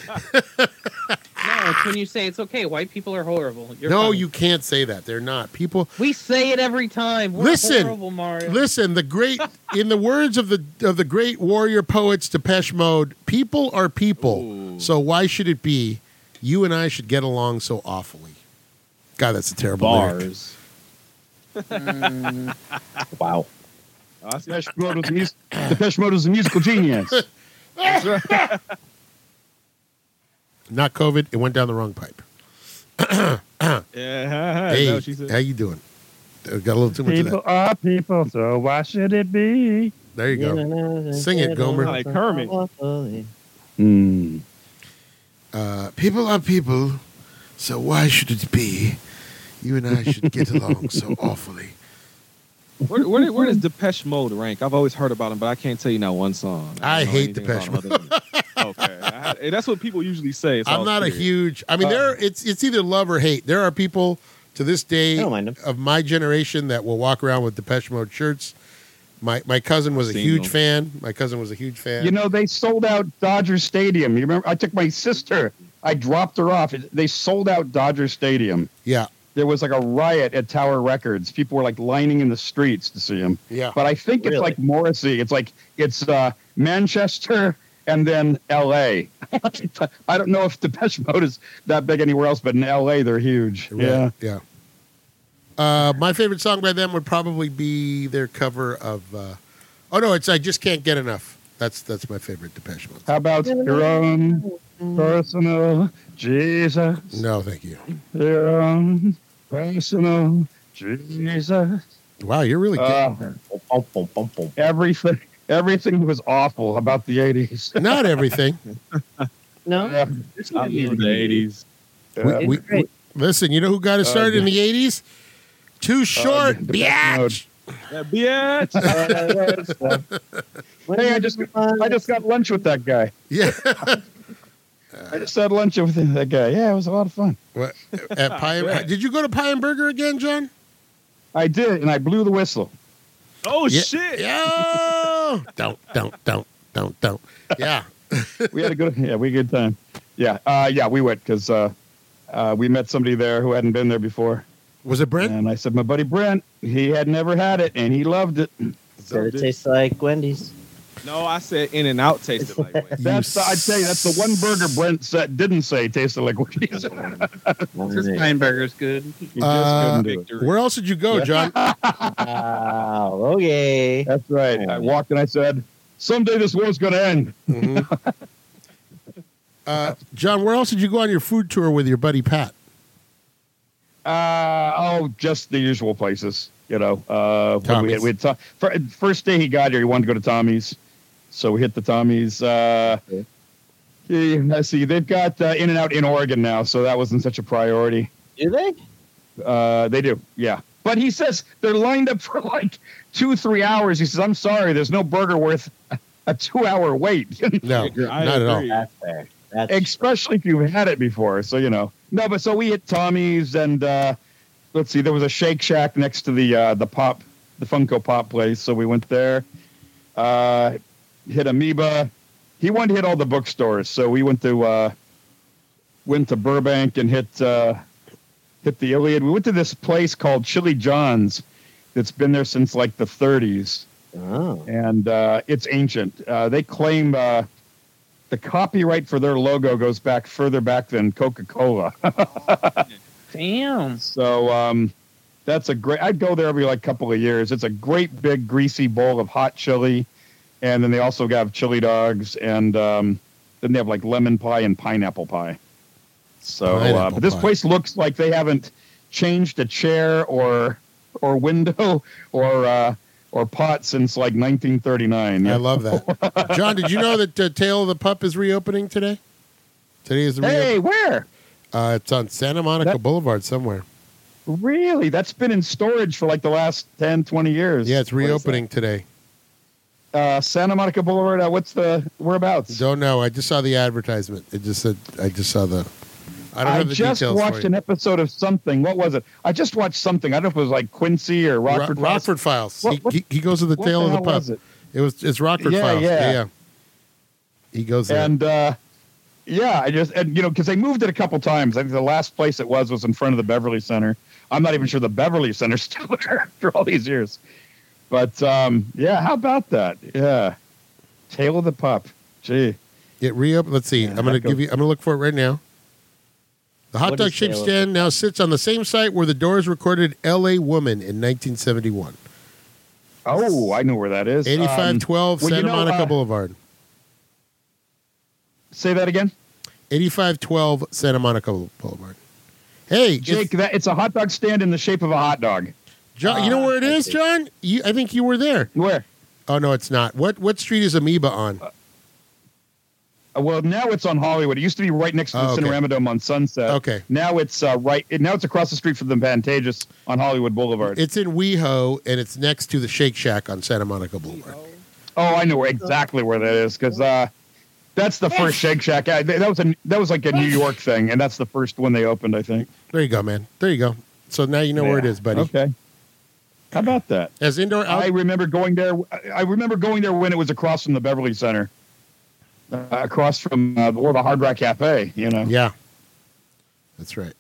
E: it's when you say it's okay. White people are horrible. You're
A: no,
E: fine.
A: you can't say that. They're not people.
E: We say it every time. We're
A: Listen.
E: horrible, Mario.
A: Listen, the great in the words of the of the great warrior poets Depeche Mode, people are people.
F: Ooh.
A: So why should it be you and I should get along so awfully? God, that's a terrible lyric.
F: Bars.
E: Mm.
G: Wow.
F: Oh, I see-
D: Depeche Mode was a mus- Depeche Mode was a musical genius.
A: Not COVID, it went down the wrong pipe.
F: Yeah, is that
A: Hey,
F: what she said?
A: how you doing? Uh, Got a little too much of
D: people
A: that.
D: are people, so why should it be?
A: There you go. Sing it, Gomer.
F: Like Kermit.
D: Hmm.
A: Uh, people are people, so why should it be you and I should get along so awfully?
F: Where, where, where does Depeche Mode rank? I've always heard about them, but I can't tell you not one song. don't
A: I
F: know
A: hate
F: anything about
A: Depeche
F: 'em other than- okay, I- and that's what people usually say. so I
A: I'm
F: was
A: not a
F: curious.
A: huge. I mean, there
F: Um,
A: are, it's it's either love or hate. There are people to this day
F: Oh
G: I don't mind 'em.
A: of my generation that will walk around with Depeche Mode shirts. My my cousin was a
F: Seen
A: huge
F: them.
A: fan. My cousin was a huge fan.
D: You know, they sold out Dodger Stadium. You remember? I took my sister. I dropped her off. It- They sold out Dodger Stadium.
A: yeah,
D: There was like a riot at Tower Records. People were like lining in the streets to see him.
A: yeah.
D: But I think
G: Really?
D: it's like Morrissey. It's like it's uh, Manchester and then L.A. I don't know if Depeche Mode is that big anywhere else, but in L.A. they're huge. Yeah.
A: Right, yeah. Uh, my favorite song by them would probably be their cover of. Uh, oh no, it's I just can't get enough. That's that's my favorite Depeche Mode.
D: How about your own personal Jesus?
A: No, thank you.
D: Your own personal Jesus.
A: Wow, you're really good.
D: Uh,
G: Bum, bum, bum, bum.
D: everything, everything was awful about the '80s.
A: Not everything.
G: No,
D: Yeah.
F: I'm in the eighties.
D: Yeah.
A: we, we,
G: great.
A: we- listen, you know who got us
D: Uh,
A: started in the '80s? Too short,
D: the Depeche Mode.
A: biatch.
F: Yeah, bitch.
D: Hey, I just I just got lunch with that guy.
A: Yeah,
D: I just had lunch with that guy. Yeah, it was a lot of fun.
A: What, at Pie.
F: Yeah.
A: Did you go to Pie and Burger again, John?
D: I did, and I blew the whistle.
F: Oh
A: Yeah.
F: shit!
A: Yeah. don't, don't, don't, don't, don't. Yeah.
D: We had a good yeah, we had a good time. Yeah, uh, yeah, we went because uh, uh, we met somebody there who hadn't been there before,
A: Was it Brent?
D: and I said my buddy Brent, he had never had it, and he loved it.
G: Did it taste like Wendy's?
F: No, I said in and out tasted like Wendy's.
A: You
D: That's the, I'd say that's the one burger Brent said, didn't say tasted like what he said.
E: This
G: Wow.
E: Pine Burger's good.
D: He just
A: Uh,
D: couldn't do it.
F: Victory.
A: Where else did you go, John?
G: Okay.
D: That's right. I walked and I said, someday this war's going to end.
A: Mhm. Uh, John, where else did you go on your food tour with your buddy Pat?
D: Uh, oh, just the usual places, you know. Uh, when we
A: Tommy's.
D: had, we had to, fir- first day he got here, he wanted to go to Tommy's, so we hit the Tommy's. Uh,
G: Okay.
D: yeah, let's see, they've got uh, In and Out in Oregon now, so that wasn't such a priority.
G: Do they?
D: Uh, they do, yeah. But he says they're lined up for like two, three hours. He says, "I'm sorry, there's no burger worth a two-hour wait."
A: No,
F: I
A: not at all.
F: agree.
G: That's fair. That's
D: especially if you've had it before. So you know, no, but so we hit Tommy's and uh, let's see, there was a Shake Shack next to the uh, the pop, the Funko Pop place. So we went there, uh, hit Amoeba. He wanted to hit all the bookstores, so we went to uh, went to Burbank and hit uh, hit the Iliad. We went to this place called Chili John's that's been there since like the 30s
G: Oh.
D: and uh, it's ancient. Uh, they claim uh, the copyright for their logo goes back further back than Coca Cola.
E: Damn.
D: so um, that's a great. I'd go there every like couple of years. It's a great big greasy bowl of hot chili, and then they also have chili dogs, and um, then they have like lemon pie and pineapple pie. So, uh,
A: Pineapple
D: but this
A: pie.
D: place looks like they haven't changed a chair or or window or uh, or pot since like 1939.
A: I love that. John, did you know that uh, Tail of the Pup is reopening today? Today is the
D: Hey,
A: reopening.
D: where?
A: Uh, it's on Santa Monica
D: That-
A: Boulevard somewhere.
D: Really? That's been in storage for like the last 10, 20 years.
A: Yeah, it's
D: What is
A: reopening today.
D: that? Uh, Santa Monica Boulevard. Uh, what's the whereabouts?
A: Don't know. I just saw the advertisement. It just said. I just saw the. I don't have the
D: just
A: details.
D: watched
A: for
D: an
A: you.
D: episode of something. What was it? I just watched something. I don't know if it was like Quincy or
A: Ro-
D: Rockford. Files.
A: Rockford Files.
D: What-
A: He-
D: what-
A: he, he goes to the
D: What
A: tail of the
D: hell
A: pup.
D: was it?
A: It was it's Rockford
D: Yeah,
A: Files.
D: yeah.
A: He goes there.
D: And uh, yeah, I just and you know because they moved it a couple times. I think the last place it was was in front of the Beverly Center. I'm not even sure the Beverly Center's still there after all these years. But um, yeah, how about that? Yeah, Tail of the Pup. Gee,
A: it reopened. Let's see.
D: Yeah,
A: I'm gonna
D: that goes-
A: give you. I'm gonna look for it right now. The hot
G: What
A: dog
G: is
A: shaped
G: Tail of
A: stand now sits on the same site where the Doors recorded "L.A. Woman" in
D: Um,
A: 1971.
D: oh, I know where that is. Um,
A: 8512
D: well, you
A: Santa
D: know,
A: Monica
D: uh,
A: Boulevard.
D: Say that again,
A: 8512 Santa Monica Boulevard. Hey,
D: Jake.
A: it's-
D: That it's a hot dog stand in the shape of a hot dog.
A: John, you
D: uh,
A: know where it is, John? You, I think you were there.
D: Where?
A: Oh no, it's not. What what street is Amoeba on?
D: Uh, Well, now it's on Hollywood. It used to be right next to the
A: Oh, okay.
D: Cinerama Dome on Sunset.
A: Okay.
D: Now it's uh, right. It, now it's across the street from the Pantages on Hollywood Boulevard.
A: It's in WeHo, and it's next to the Shake Shack on Santa Monica Boulevard.
D: oh, I know exactly where that is because uh, that's the first Shake Shack. I, that was a that was like a New York thing, and that's the first one they opened, I think.
A: There you go, man. There you go. So now you know where it is, buddy.
D: Okay. How about that?
A: As indoor,
D: I
A: out,
D: remember going there. I- I remember going there when it was across from the Beverly Center, uh, across from uh, or the Hard Rock Cafe. You know,
A: yeah, that's right.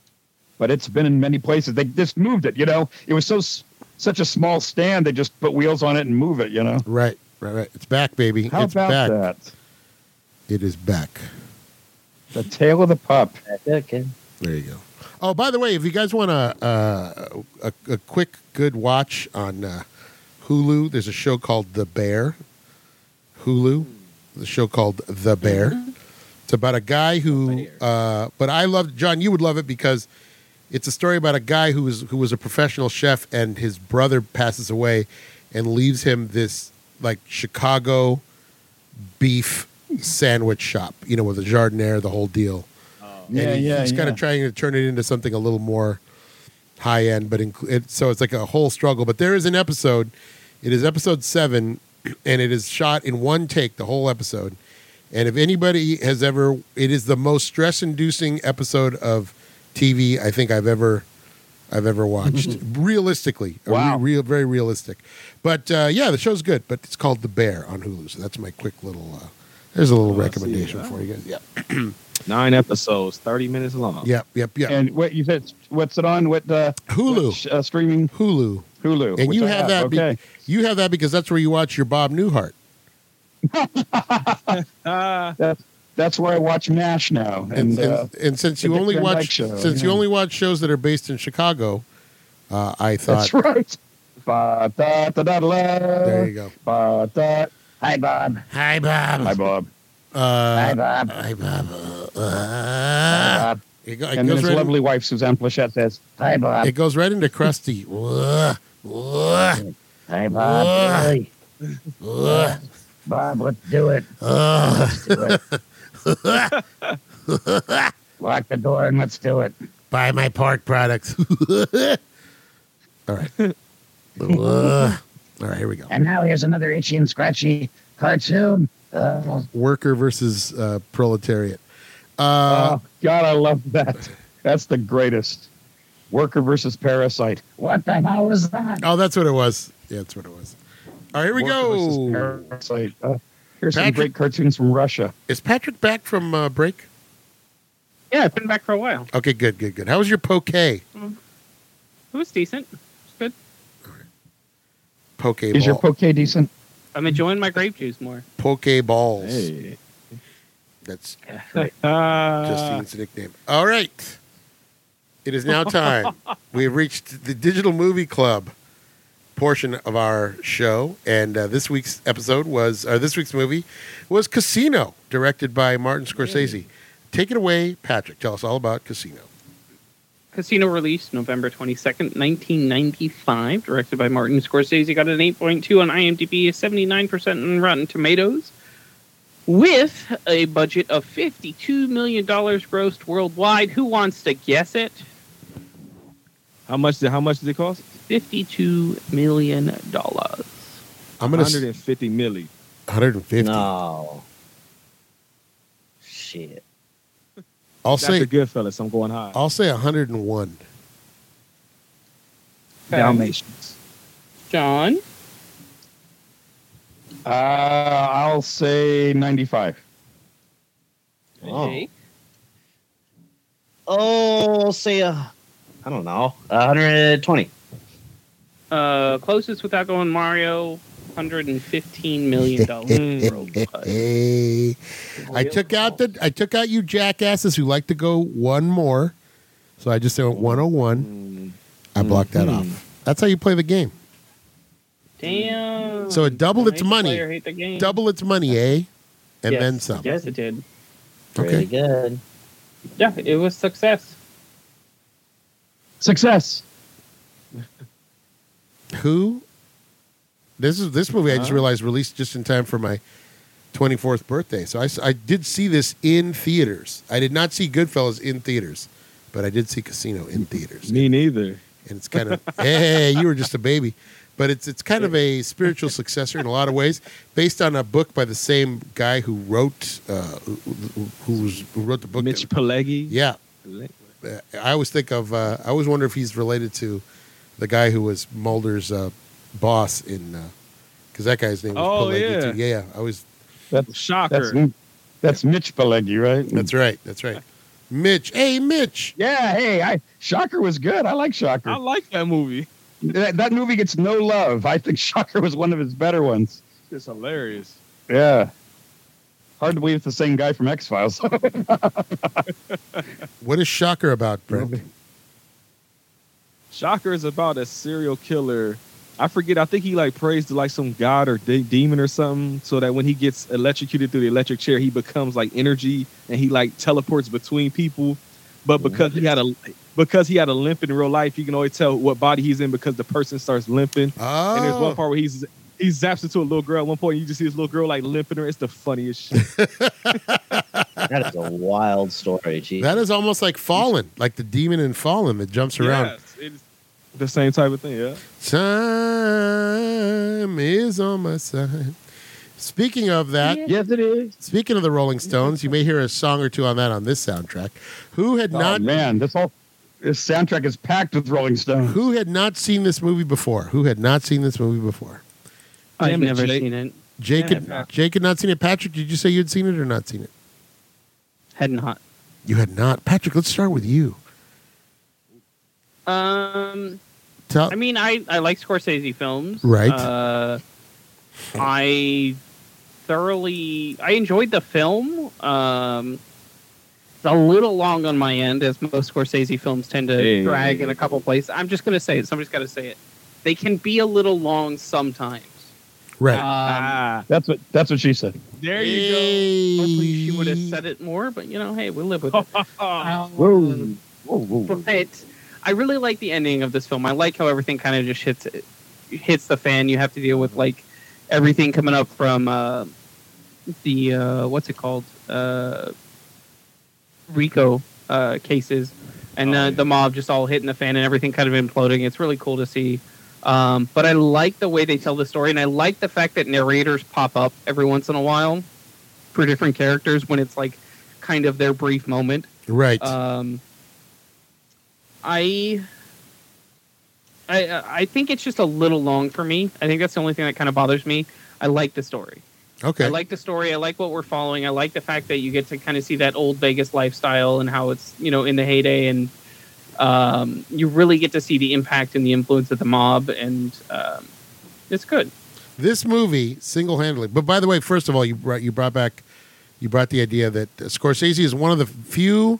D: but it's been in many places. They just moved it. You know, it was so s- such a small stand. They just put wheels on it and move it. You know,
A: Right, right, right. It's back, baby.
D: how
A: it's
D: about
A: back.
D: that?
A: It is back.
D: The tail of the pup.
G: Okay.
A: There you go. Oh, by the way, if you guys want a uh, a, a quick good watch on uh, Hulu, there's a show called The Bear. Hulu, the show called The Bear. It's about a guy who, uh, but I love John. You would love it because it's a story about a guy who was who was a professional chef, and his brother passes away, and leaves him this like Chicago beef sandwich shop. You know, with a jardiniere, the whole deal
D: Yeah,
A: Oh. and he-
D: yeah,
A: he's kind
D: yeah.
A: of trying to turn it into something a little more high end, but inclu- it, so it's like a whole struggle. But there is an episode. It is episode seven, and it is shot in one take, the whole episode. And if anybody has ever, it is the most stress inducing episode of TV I think I've ever. I've ever watched realistically, a re-
D: Wow.
A: real, very realistic, but uh, yeah, the show's good. But it's called The Bear on Hulu, so that's my quick little. Uh, there's a little
F: Oh, I see.
A: recommendation for you guys. Yeah,
F: Nine episodes, 30 minutes long.
A: yep, yep, yep.
D: And what you said? What's it on? What uh,
A: Hulu.
D: what sh- uh, streaming?
A: Hulu,
D: Hulu.
A: and
D: which
A: you
D: I
A: have, that. be-
D: Okay.
A: you have that because that's where you watch your Bob Newhart.
F: Ah,
D: that's that's where I watch Mash now.
A: And and,
D: And, uh,
A: and since
D: the
A: you
D: Dick
A: only
D: Van Dyke
A: watch
D: Show,
A: since you
D: yeah.
A: only watch shows that are based in Chicago, uh, I thought
D: that's right. Ba, da, da, da, da,
A: there you go.
D: Ba, da. Hi, Bob.
A: Hi Bob.
D: Hi, Bob. Hi,
A: Uh,
D: Bob.
A: hi Bob. Uh,
D: Bob.
A: it, go- it
D: and then
A: goes
D: his
A: right
D: lovely wife, Suzanne Plachette, says, Hi,
A: in,
D: Bob.
A: it goes right into Krusty. Uh, Ugh, ugh,
G: Hi, Bob.
A: Ugh.
G: Hey,
A: ugh,
G: Bob, let's do it.
A: ugh.
G: Do it. Lock the door and let's do it.
A: Buy my pork products. All right. Ugh. All right, here we go.
G: And now here's another itchy and scratchy cartoon. Uh,
A: worker versus uh, proletariat. Uh,
D: oh, God, I love that. That's the greatest. Worker versus parasite.
G: what the hell was that?
A: oh, that's what it was. Yeah, that's what it was. All right, here we
D: Worker
A: go.
D: versus Parasite. Uh, here's some
A: Patrick-
D: great cartoons from Russia.
A: Is Patrick back from uh, break?
E: Yeah, I've been back for a while.
A: Okay, good, good, good. How was your poke?
E: It was decent. It's good.
A: Poke
D: Is your
A: ball-
D: poke decent?
E: I'm enjoying my grape juice more.
A: poke balls.
F: hey.
A: That's
F: Ah,
D: Uh.
A: Justine's nickname. All right. It is now time. we have reached the Digital Movie Club portion of our show, and uh, this week's episode was, or this week's movie was Casino, directed by Martin Scorsese. Take it away, Patrick. Tell us all about Casino.
E: Casino released November 22nd, 1995, directed by Martin Scorsese. Got an 8.2 on IMDb, 79% on Rotten Tomatoes, with a budget of $52 million grossed worldwide. Who wants to guess it?
F: how much did how much did it cost?
E: $52 million.
A: I'm gonna s-
F: 150 milli.
A: 150.
G: No. Shit.
A: I'll
F: That's a
A: say
F: good fellas. I'm going high.
A: I'll say 101.
F: Dalmatians.
E: John?
D: Uh, I'll say 95.
G: Oh.
E: Jake?
G: Oh, I'll say, uh, I don't know, 120.
E: Uh, closest without going Mario, $115 million worldwide.
A: Hey, I took out the I took out you jackasses who like to go one more, so I just went 101.
F: Mm.
A: I blocked that
F: Mhm.
E: Mm-hmm.
A: off. That's how you play the game.
E: Damn.
A: So it doubled
E: Make
A: its
E: the
A: money.
E: player hate the game.
A: double its money, eh? And
E: Yes.
A: then some.
E: Yes, it did.
A: Okay.
G: Pretty good.
E: Yeah, it was success.
D: Success.
A: Who? This is this movie I just
F: Huh?
E: Uh-huh.
A: realized released just in time for my 24th birthday. So I, s- I did see this in theaters. I did not see Goodfellas in theaters, but I did see Casino in theaters.
F: Me neither.
A: And it's kind of, hey, you were just a baby. But it's, it's kind of a spiritual successor in a lot of ways, based on a book by the same guy who wrote uh, who, who- who, was, who wrote the book.
F: Mitch
A: that-
F: Pelegi.
A: yeah, uh, I always think of. Uh, I always wonder if he's related to the guy who was Mulder's uh, boss in, because that guy's name was
F: Oh,
A: Pelleggi,
F: yeah.
A: too. yeah, yeah. I was.
F: Shocker.
D: That's that's Mitch Pileggi, right?
A: That's right. That's right. Mitch. Hey, Mitch.
D: yeah. Hey, I Shocker was good. I like Shocker.
F: I like that movie.
D: that, that movie gets no love. I think Shocker was one of his better ones.
F: It's hilarious.
D: Yeah. Hard to believe it's the same guy from X Files.
A: What is Shocker about, Brent?
F: Shocker is about a serial killer. I forget. I think he like prays to like some god or de- demon or something, so that when he gets electrocuted through the electric chair, he becomes like energy and he like teleports between people. But because he had a because he had a limp in real life, you can always tell what body he's in because the person starts limping.
A: Oh,
F: And there's one part where he's he zaps into a little girl. At one point, you just see this little girl like limping her. It's the funniest shit.
G: That is a wild story. Gee.
A: that is almost like Fallen, like the demon in Fallen that jumps around.
F: Yes, it's the same type of thing. Yeah.
A: Time is on my side. Speaking of that,
G: yes, it is.
A: speaking of the Rolling Stones, you may hear a song or two on that on this soundtrack. Who had
D: oh,
A: not
D: man, this whole this soundtrack is packed with Rolling Stones.
A: Who had not seen this movie before? Who had not seen this movie before?
E: I've
F: Damn it,
E: never
F: Jake.
E: seen it.
A: Jake
E: Yeah,
A: had,
E: Patrick.
A: Jake had not seen it. Patrick, did you say you had seen it or not seen it?
E: Had not.
A: You had not. Patrick, let's start with you.
E: Um,
A: Tell,
E: I mean, I, I like Scorsese films.
A: Right.
E: Uh, I thoroughly I enjoyed the film. Um, it's a little long on my end, as most Scorsese films tend to
F: Hey.
E: drag in a couple places. I'm just gonna say it. Somebody's got to say it. They can be a little long sometimes.
A: right.
E: Um,
F: ah,
D: That's what that's what she said.
F: there you
E: hopefully she would have said it more, but you know, hey, we live with it.
F: go. Oh,
E: Um,
G: Whoa, whoa, whoa.
E: but I really like the ending of this film. I like how everything kind of just hits hits the fan. You have to deal with like everything coming up from uh, the uh, what's it called uh, Rico uh, cases, and
F: Oh,
E: uh,
F: yeah.
E: the mob just all hitting the fan and everything kind of imploding. It's really cool to see. Um, but I like the way they tell the story, and I like the fact that narrators pop up every once in a while for different characters when it's like kind of their brief moment.
A: right.
E: Um, I, I, I think it's just a little long for me. I think that's the only thing that kind of bothers me. I like the story.
A: okay.
E: I like the story. I like what we're following. I like the fact that you get to kind of see that old Vegas lifestyle and how it's you know in the heyday, and um, you really get to see the impact and the influence of the mob, and um, it's good.
A: this movie single handedly. But by the way, first of all, you brought you brought back you brought the idea that Scorsese is one of the few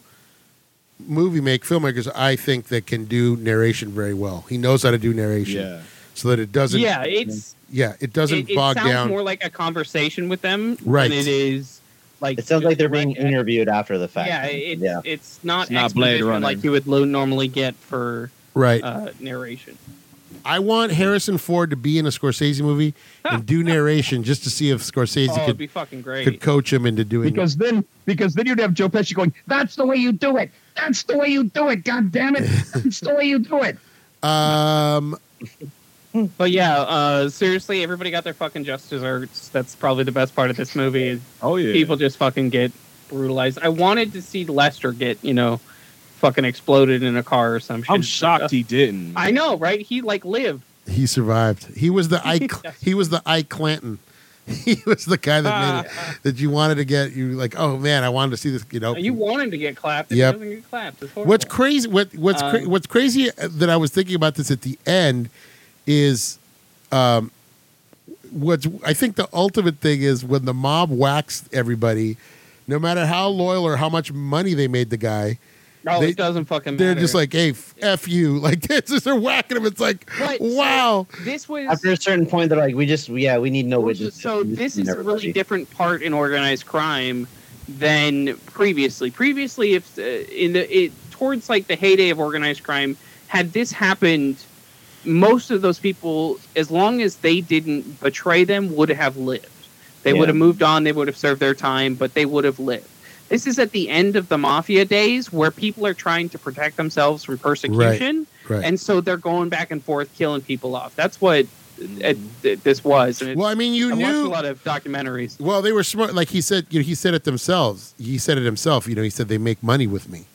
A: movie make filmmakers I think that can do narration very well. He knows how to do narration
F: Yeah.
A: so that it doesn't.
E: yeah, it's
A: yeah, it doesn't
E: it, it
A: bog
E: sounds
A: down.
E: more like a conversation with them
A: Right.
E: than it is like
G: It sounds like they're being
E: interviewed.
G: interviewed after the fact.
E: Yeah, it,
G: yeah.
E: it's not
F: It's not Blade
E: exposition
F: Runner.
E: like you would lo- normally get for
A: right.
E: uh, narration.
A: I want Harrison Ford to be in a Scorsese movie and do narration just to see if Scorsese
E: Oh, it'd
A: could,
E: be fucking
A: could
E: great.
A: coach him into doing
D: Because then because then you'd have Joe Pesci going, That's the way you do it. That's the way you do it. God damn it. That's the way you do it.
A: it. Um,
E: But yeah, uh, seriously, everybody got their fucking just desserts. That's probably the best part of this movie. Is
F: Oh yeah.
E: People just fucking get brutalized. I wanted to see Lester get you know fucking exploded in a car or some shit.
F: I'm shocked he didn't.
E: I know, right? He like lived.
A: he survived. He was the Ike.
E: Yes.
A: He was the Ike Clanton. He was the guy
E: Ah.
A: that made it that you wanted to get. You were like, oh man, I wanted to see this. You know,
E: You want him to get clapped. and
A: Yep.
E: He doesn't get clapped. It's horrible.
A: What's crazy? What what's cra-
E: Um,
A: what's crazy that I was thinking about this at the end is, um, what's I think the ultimate thing is when the mob waxed everybody, no matter how loyal or how much money they made the guy,
E: Oh,
A: they-
E: it doesn't fucking.
A: they're
E: matter.
A: just like, hey, f, F you, like this is they're whacking him. It's like,
E: Right.
A: wow,
E: this was
G: After a certain point, they're like, we just, yeah, we need no
E: Well,
G: witnesses.
E: So this is a really
G: Everybody.
E: different part in organized crime than previously. Previously, if uh, in the it towards like the heyday of organized crime, had this happened, most of those people, as long as they didn't betray them, would have lived. They
F: Yeah.
E: would have moved on. They would have served their time, but they would have lived. This is at the end of the mafia days where people are trying to protect themselves from persecution,
A: Right.
E: and so they're going back and forth killing people off. That's what uh, th- this was. And it,
A: well, I mean, you
E: I watched a
A: knew.
E: lot of documentaries.
A: Well, they were smart. Like he said, you know, he said it themselves. He said it himself. You know, he said they make money with me.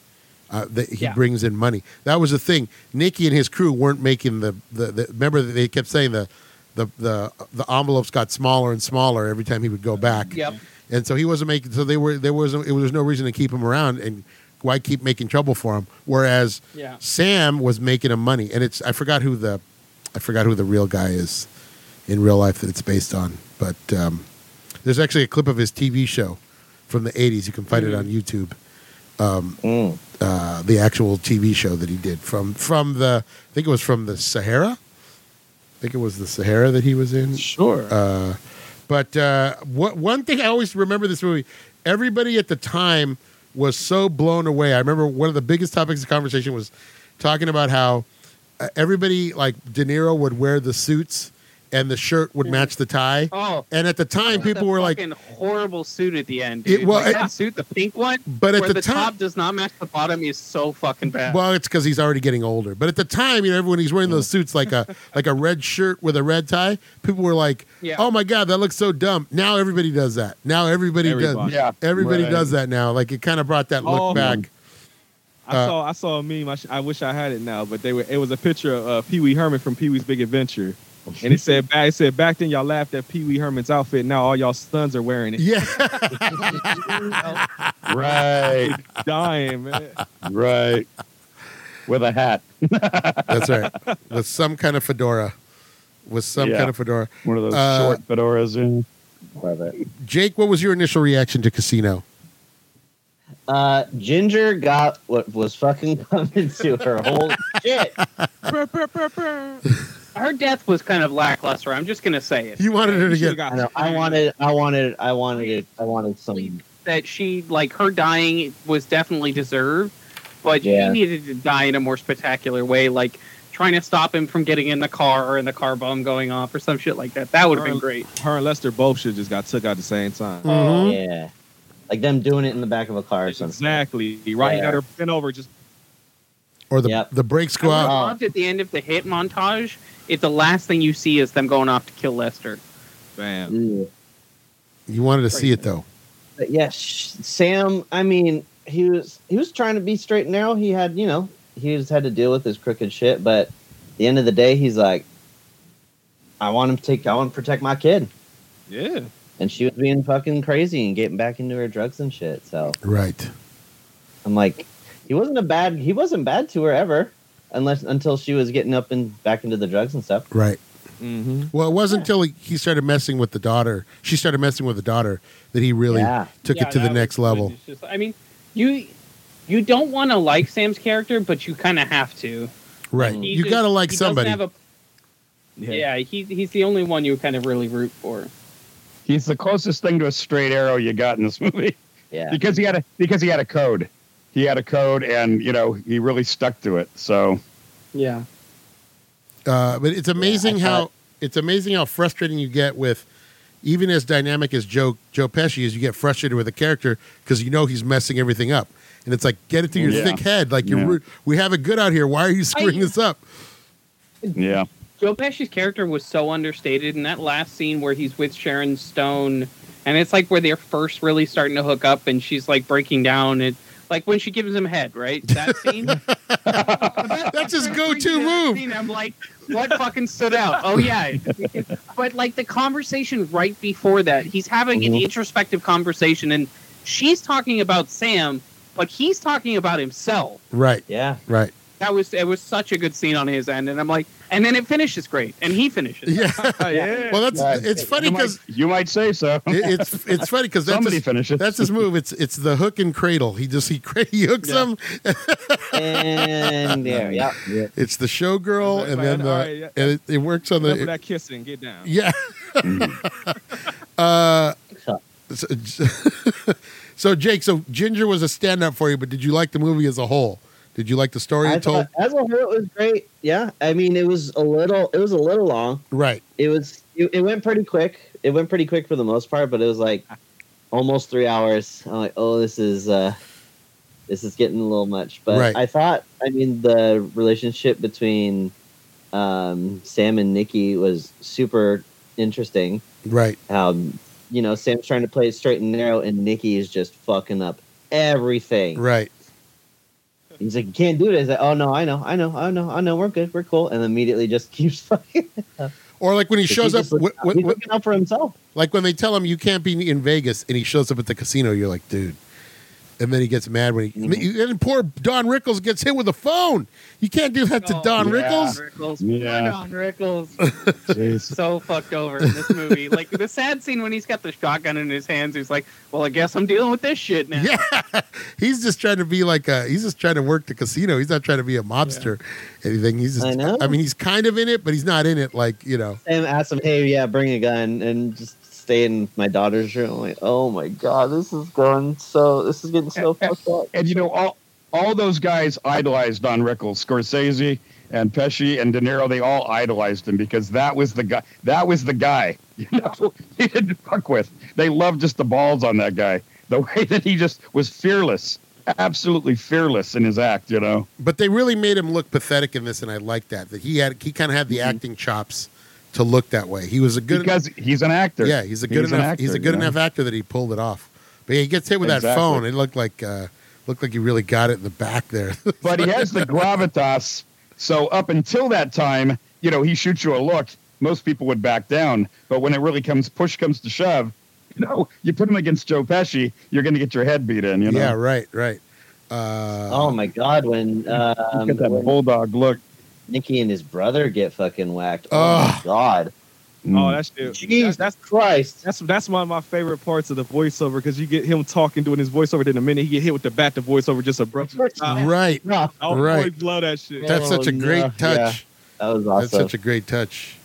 A: Uh, that he
E: Yeah.
A: brings in money. That was the thing. Nikki and his crew weren't making the, the, the remember that they kept saying the, the the the envelopes got smaller and smaller every time he would go back.
E: Yep.
A: And so he wasn't making. So they were there was it was no reason to keep him around and why keep making trouble for him. Whereas
E: Yeah.
A: Sam was making him money, and it's I forgot who the I forgot who the real guy is in real life that it's based on. But um, there's actually a clip of his TV show from the '80s. You can find it on YouTube.
G: Mm.
A: Uh, the actual TV show that he did from from the I think it was from the Sahara. I think it was the Sahara that he was in.
F: Sure.
A: Uh, but uh, what, one thing I always remember this movie, everybody at the time was so blown away. I remember one of the biggest topics of conversation was talking about how uh, everybody, like De Niro, would wear the suits and the shirt would match the tie.
E: Oh,
A: And at the time, people
E: the
A: were like,
E: fucking horrible suit at the end.
A: It-
E: Dude.
A: well,
E: Like,
A: it-
E: that suit, the pink one,
A: but at
E: where
A: the,
E: the,
A: time,
E: top does not match the bottom is so fucking Mm. bad.
A: Well, it's because he's already getting older. But at the time, you know, everyone he's wearing those suits like a like a red shirt with a red tie. People were like,
E: Yeah.
A: "Oh my god, that looks so dumb." Now everybody does that. Now everybody, does.
F: Everybody.
D: Yeah.
A: Everybody
D: Right.
A: does that now. Like it kind of brought that look
F: Oh.
A: back.
F: I saw I saw a meme. I, sh- I wish I had it now, but they were. It was a picture of uh, Pee Wee Herman from Pee Wee's Big Adventure, and it said back. It said back then y'all laughed at Pee Wee Herman's outfit. Now all y'all sons are wearing it.
A: Yeah,
D: Right.
F: Dying man.
D: right.
G: With a hat.
A: that's right. With some kind of fedora, with some
D: Yeah.
A: kind of fedora.
D: One of those
A: Uh,
D: short fedoras. In.
G: Love it.
A: Jake, what was your initial reaction to Casino?
G: Uh, Ginger got what was fucking coming to her whole shit.
E: Her death was kind of lackluster. I'm just gonna say it.
A: You wanted her to
F: Should've
A: get
G: I,
F: got-
G: know, I wanted, I wanted, I wanted it. I wanted some.
E: That she like her dying was definitely deserved, but
G: Yeah.
E: she needed to die in a more spectacular way, like trying to stop him from getting in the car or in the car bomb going off or some shit like that. That would have been great.
F: Her and Lester both should just got took out at the same time.
D: Hmm?
A: Mhm.
G: Yeah, like them doing it in the back of a car or something.
F: Exactly. Right. He
G: Yeah.
F: got her bent over. Just
A: or the
G: Yep.
A: the brakes
E: I
A: go
E: would have
A: out.
E: loved at the end of the hit montage if the last thing you see is them going off to kill Lester.
F: bam.
G: Yeah.
A: You wanted to see it though.
G: But yeah, sh- Sam. I mean, he was he was trying to be straight and narrow. He had, you know, he just had to deal with his crooked shit. But at the end of the day, he's like, I want him to take. I want to protect my kid.
F: Yeah.
G: And she was being fucking crazy and getting back into her drugs and shit. So
A: Right.
G: I'm like, he wasn't a bad. He wasn't bad to her ever, unless until she was getting up and back into the drugs and stuff.
A: Right.
F: Mm-hmm.
A: Well, it wasn't until he, he started messing with the daughter. She started messing with the daughter that he really
G: Yeah.
A: took
E: Yeah,
A: it to the
E: that was-
A: next level.
E: it's just- I mean, you you don't want to like Sam's character, but you kind of have to.
A: Right.
G: Mm.
E: He
A: You
E: just-
A: got to like
E: he doesn't
A: somebody.
E: have a- yeah, he, he's the only one you kind of really root for.
D: He's the closest thing to a straight arrow you got in this movie.
G: Yeah.
D: because he had a because he had a code he had a code and you know he really stuck to it so
E: Yeah.
A: uh, but it's amazing
G: I
A: how
G: thought-
A: it's amazing how frustrating you get with even as dynamic as Joe Joe Pesci is. You get frustrated with a character because you know he's messing everything up, and it's like get it through your
D: Yeah.
A: thick head. Like you're
D: Yeah.
A: root- we have it good out here. Why are you screwing
E: I-
A: this up?
D: yeah
E: Joe Pesci's character was so understated in that last scene where he's with Sharon Stone, and it's like where they're first really starting to hook up, and she's like breaking down. It like when she gives him head, right? That scene.
A: That's his
E: First
A: go-to
E: thing I've
A: move.
E: seen, I'm like, what fucking stood out? Oh yeah, but like the conversation right before that, he's having
A: Mm-hmm.
E: an introspective conversation, and she's talking about Sam, but he's talking about himself.
A: Right.
G: Yeah.
A: Right.
E: That was it was such a good scene on his end, and I'm like, and then it finishes great, and he finishes.
A: Yeah.
F: Oh, yeah.
A: Well, that's
D: Right.
A: it's funny
D: you might,
A: because
D: you might say so
A: it's it's funny because that's
D: somebody
A: his,
D: finish it
A: that's his move. It's it's the hook and cradle. He just he, cra- he hooks
F: Yeah.
A: him.
G: And there. Yeah. yeah.
A: It's the showgirl, and
F: Right,
A: then the,
F: alright, yeah.
A: and it, it works on
F: Remember
A: the
F: that kissing. Get down.
A: Yeah. uh, so, so, Jake, so Ginger was a stand up for you, but did you like the movie as a whole? Did you like the story
G: I
A: it told?
G: thought, as a whole, it was great. Yeah. I mean, it was a little. It was a little long.
A: Right.
G: It was it, it went pretty quick. It went pretty quick for the most part, but it was like almost three hours. I'm like, oh, this is uh, this is getting a little much. But
A: Right.
G: I thought, I mean, the relationship between um, Sam and Nikki was super interesting.
A: Right.
G: Um, you know, Sam's trying to play it straight and narrow, and Nikki is just fucking up everything.
A: Right.
G: He's like, you can't do it. He's like, oh no, I know, I know, I know, I know, we're good, we're cool, and immediately just keeps fucking.
A: Or like when he shows
G: He
A: up,
G: just looks
A: wh-
G: out.
A: wh-
G: he's
A: wh-
G: looking out for himself.
A: like when they tell him you can't be in Vegas, and he shows up at the casino, you're like, dude. And then he gets mad when he
G: Mm-hmm.
A: and then poor Don Rickles gets hit with a phone. You can't do that to
E: Oh,
A: Don
D: yeah.
A: Rickles.
E: Rickles.
D: Yeah.
E: Don Rickles. so fucked over in this movie. Like the sad scene when he's got the shotgun in his hands. He's like, "Well, I guess I'm dealing with this shit now."
A: Yeah, he's just trying to be like a. He's just trying to work the casino. He's not trying to be a mobster, anything. He's just.
G: I know.
A: mean, he's kind of in it, but he's not in it. Like you know,
G: Sam asks him, "Hey, yeah, bring a gun and just stay in my daughter's room." I'm like, oh my god, this is going so. This is getting so fucked up.
D: And you know, all all those guys idolized Don Rickles, Scorsese and Pesci and De Niro. They all idolized him because that was the guy. That was the guy. You know, he didn't fuck with. They loved just the balls on that guy. The way that he just was fearless, absolutely fearless in his act. You know.
A: but they really made him look pathetic in this, and I like that. That he had. He kind of had the acting chops to look that way. He was a good.
D: because he's an actor.
A: yeah, he's a good enough. he's a
D: actor,
A: good
D: you know?
A: enough actor that he pulled it off. But yeah, he gets hit with that
D: Exactly.
A: phone. It looked like. uh Looked like he really got it in the back there.
D: but he has the gravitas. So up until that time, you know, he shoots you a look. Most people would back down. But when it really comes, push comes to shove, you know, you put him against Joe Pesci, you're going to get your head beat in. You know,
A: Yeah, right, right. Uh,
G: oh my god, when um,
D: you get that
G: when
D: bulldog look.
G: Nikki and his brother get fucking whacked. Oh
A: Ugh.
G: my god,
D: Mm.
F: Oh, that's shit.
G: jeez,
F: That- that's
G: that's Christ.
F: that's that's one of my favorite parts of the voiceover because you get him talking doing his voiceover. Then the minute he get hit with the bat, the voiceover just abruptly. stops.
A: right.
G: No,
F: I always
A: Right.
F: love that shit.
A: That's such a
G: Oh,
A: great
G: yeah,
A: touch.
G: yeah. that was
A: That's
G: awesome.
A: such a great touch.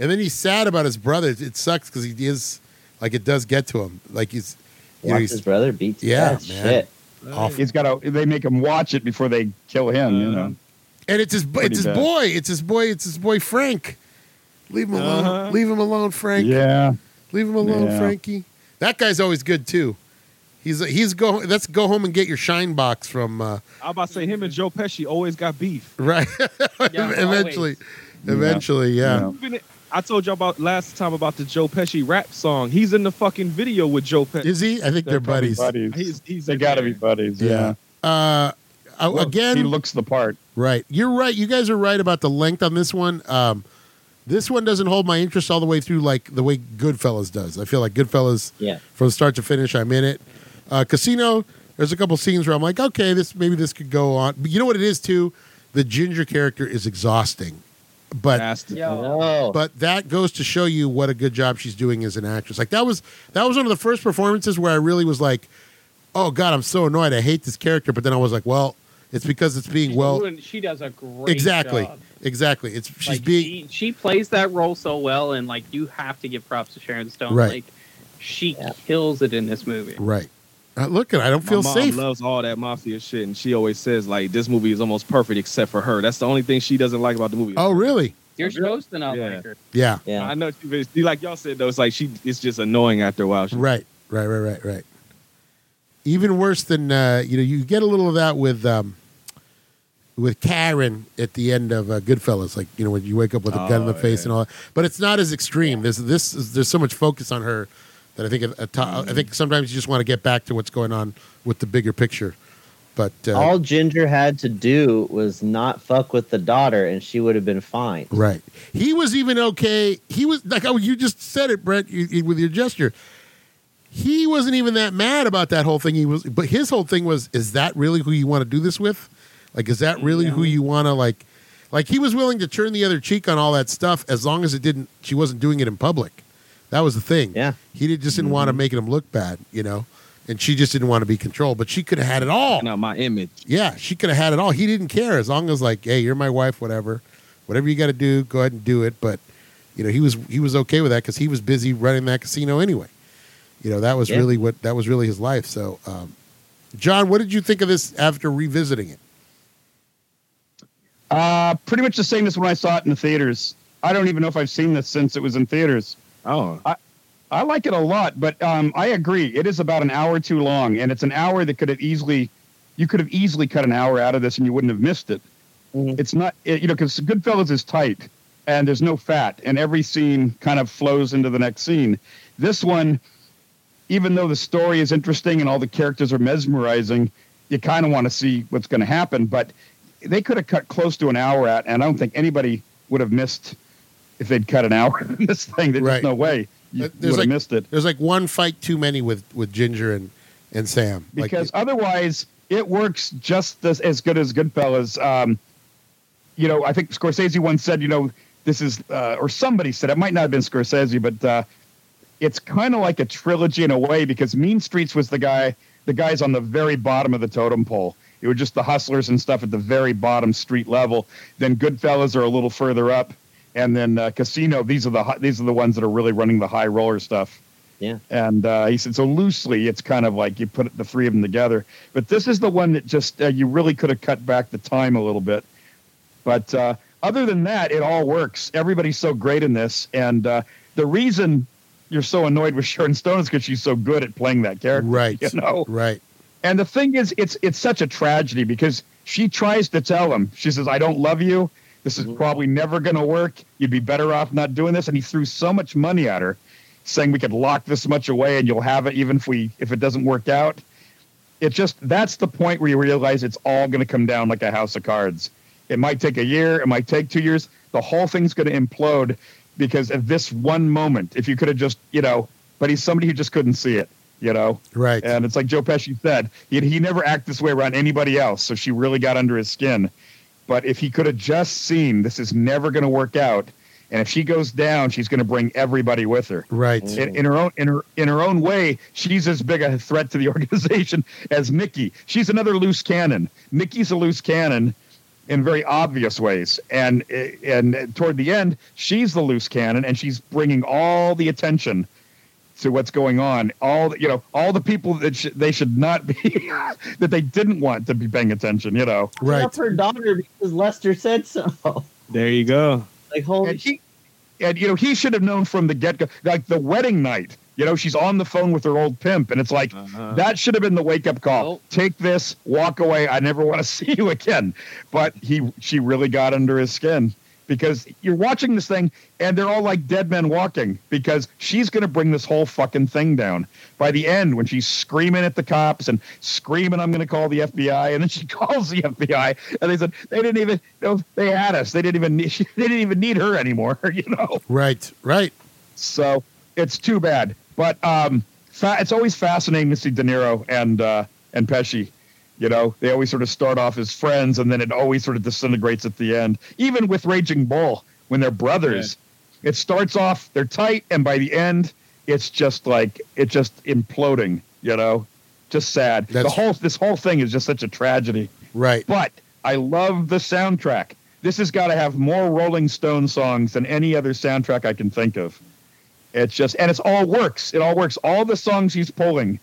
A: And then he's sad about his brother. It- It sucks because he is like it does get to him. Like he's you know,
G: Watch his
A: he's
G: brother beat.
A: Yeah,
G: Yeah,
A: man.
G: shit.
A: awful.
D: He's got to. They make him watch it before they kill him. you
A: Uh,
D: know,
A: And it's his bu-
D: Pretty
A: it's his
D: bad.
A: boy. It's his boy. It's his boy Frank. Leave him alone.
F: Uh-huh.
A: Leave him alone, Frank.
D: yeah.
A: Leave him alone,
D: Yeah.
A: Frankie. That guy's always good too. He's he's go. Let's go home and get your shine box from uh,
F: I'm about to say him and Joe Pesci always got beef.
A: right.
E: Yeah,
A: eventually,
D: Yeah.
A: eventually, yeah.
D: Yeah.
F: Even it- I told y'all about last time about the Joe Pesci rap song. He's in the fucking video with Joe Pesci.
A: Is he? I think they're
D: probably
A: buddies.
F: He's, he's
D: They
F: in
D: got to
F: there.
D: be buddies.
A: Yeah.
D: Yeah.
A: Uh, I-
D: Look,
A: again,
D: he looks the part.
A: Right. You're right. You guys are right about the length on this one. Um, this one doesn't hold my interest all the way through like the way Goodfellas does. I feel like Goodfellas
G: Yeah.
A: from start to finish, I'm in it. Uh, Casino, there's a couple scenes where I'm like, okay, this maybe this could go on. But you know what it is too? The ginger character is exhausting. But
F: Nasty.
G: No,
A: but that goes to show you what a good job she's doing as an actress. Like that was that was one of the first performances where I really was like, Oh God, I'm so annoyed. I hate this character. But then I was like, Well, it's because it's being well
E: Doing- she does a great
A: exactly
E: job.
A: exactly it's she's
E: Like,
A: being
E: she, she plays that role so well, and like you have to give props to Sharon Stone.
A: Right.
E: Like she
G: Yeah.
E: kills it in this movie.
A: right uh, look at i don't
F: My
A: feel
F: mom
A: safe
F: loves all that mafia shit, and she always says like this movie is almost perfect except for her. That's the only thing she doesn't like about the movie.
A: oh really
E: You're supposed to not
F: Yeah.
E: like her.
A: yeah
G: yeah,
F: I know. She, she- like y'all said though, it's like she. It's just annoying after a while. She,
A: right right right right right even worse than uh, you know you get a little of that with um with Karen at the end of uh, Goodfellas, like you know when you wake up with a gun in the
F: Oh,
A: face
F: yeah.
A: and all that, but it's not as extreme. There's this is, there's so much focus on her that I think at, at to- I think sometimes you just want to get back to what's going on with the bigger picture. But uh,
G: all Ginger had to do was not fuck with the daughter, and she would have been fine.
A: Right. He was even okay. He was like oh, you just said it, Brent, you, you- with your gesture. He wasn't even that mad about that whole thing. He was, but his whole thing was, is that really who you want to do this with? Like, is that really who you want to like? Like, he was willing to turn the other cheek on all that stuff as long as it didn't. She wasn't doing it in public. That was the thing.
G: Yeah.
A: He did, just didn't want to make him look bad, you know. And she just didn't want to be controlled, but she could have had it all.
F: Now my image.
A: Yeah, she could have had it all. He didn't care as long as like, hey, you're my wife, whatever, whatever you got to do, go ahead and do it. But you know, he was he was okay with that because he was busy running that casino anyway. You know, that was
G: Yeah.
A: really what that was really his life. So, um, John, what did you think of this after revisiting it?
D: Uh, pretty much the same as when I saw it in the theaters. I don't even know if I've seen this since it was in theaters.
F: Oh,
D: I like it a lot, but um, I agree. It is about an hour too long, and it's an hour that could have easily, you could have easily cut an hour out of this, and you wouldn't have missed it.
G: Mhm.
D: It's not, it, you know, because Goodfellas is tight, and there's no fat, and every scene kind of flows into the next scene. This one, even though the story is interesting and all the characters are mesmerizing, you kind of want to see what's going to happen. But they could have cut close to an hour out, and I don't think anybody would have missed if they'd cut an hour in this thing. There's
A: Right.
D: just no way.
A: Uh,
D: You would
A: there's
D: have
A: like-
D: missed it
A: There's like one fight too many with with Ginger and and Sam. Like,
D: because otherwise it works just as, as good as Goodfellas. Um, you know, I think Scorsese once said, you know, this is, uh, or somebody said, it might not have been Scorsese, but uh, it's kind of like a trilogy in a way because Mean Streets was the guy, the guys on the very bottom of the totem pole. It was just the hustlers and stuff at the very bottom street level. Then Goodfellas are a little further up, and then uh, Casino. These are the hi- these are the ones that are really running the high roller stuff.
G: Yeah.
D: And uh, he said so loosely, it's kind of like you put the three of them together. But this is the one that just uh, you really could have cut back the time a little bit. But uh, other than that, it all works. Everybody's so great in this, and uh, the reason you're so annoyed with Sharon Stone is because she's so good at playing that character.
A: Right.
D: You know.
A: right.
D: And the thing is, it's it's such a tragedy because she tries to tell him. She says, "I don't love you. This is probably never going to work. You'd be better off not doing this." And he threw so much money at her, saying, "We could lock this much away, and you'll have it, even if we if it doesn't work out." It just that's the point where you realize it's all going to come down like a house of cards. It might take a year. It might take two years. The whole thing's going to implode because of this one moment. If you could have just, you know, but he's somebody who just couldn't see it, you know.
A: Right.
D: And it's like Joe Pesci said, he, he never acted this way around anybody else. So she really got under his skin. But if he could have just seen this is never going to work out, and if she goes down, she's going to bring everybody with her.
A: Right.
D: In, in her own in her in her own way, she's as big a threat to the organization as Mickey. She's another loose cannon. Mickey's a loose cannon in very obvious ways, and and toward the end, she's the loose cannon, and she's bringing all the attention to what's going on. All you know, all the people that sh- they should not be that they didn't want to be paying attention. You know,
A: Right.
G: Up her daughter because Lester said so.
F: there you go.
G: Like holy
D: and he and you know he should have known from the get go, like the wedding night. You know, she's on the phone with her old pimp, and it's like.
F: Uh-huh.
D: That should have been the wake up call.
E: Nope.
D: Take this, walk away. I never want to see you again. But he, she really got under his skin because you're watching this thing and they're all like dead men walking because she's going to bring this whole fucking thing down by the end when she's screaming at the cops and screaming, I'm going to call the FBI. And then she calls the FBI and they said, they didn't even know they had us. They didn't even need, they didn't even need her anymore. You know?
A: Right. Right.
D: So it's too bad. But um, fa- it's always fascinating to see De Niro and uh, and Pesci. You know, they always sort of start off as friends, and then it always sort of disintegrates at the end. Even with Raging Bull, when they're brothers, it starts off they're tight, and by the end, it's just like it's just imploding. You know, just sad. the
A: That's-
D: whole this whole thing is just such a tragedy.
A: Right.
D: But I love the soundtrack. This has got to have more Rolling Stone songs than any other soundtrack I can think of. It's just, and it's all works. It all works. All the songs he's pulling,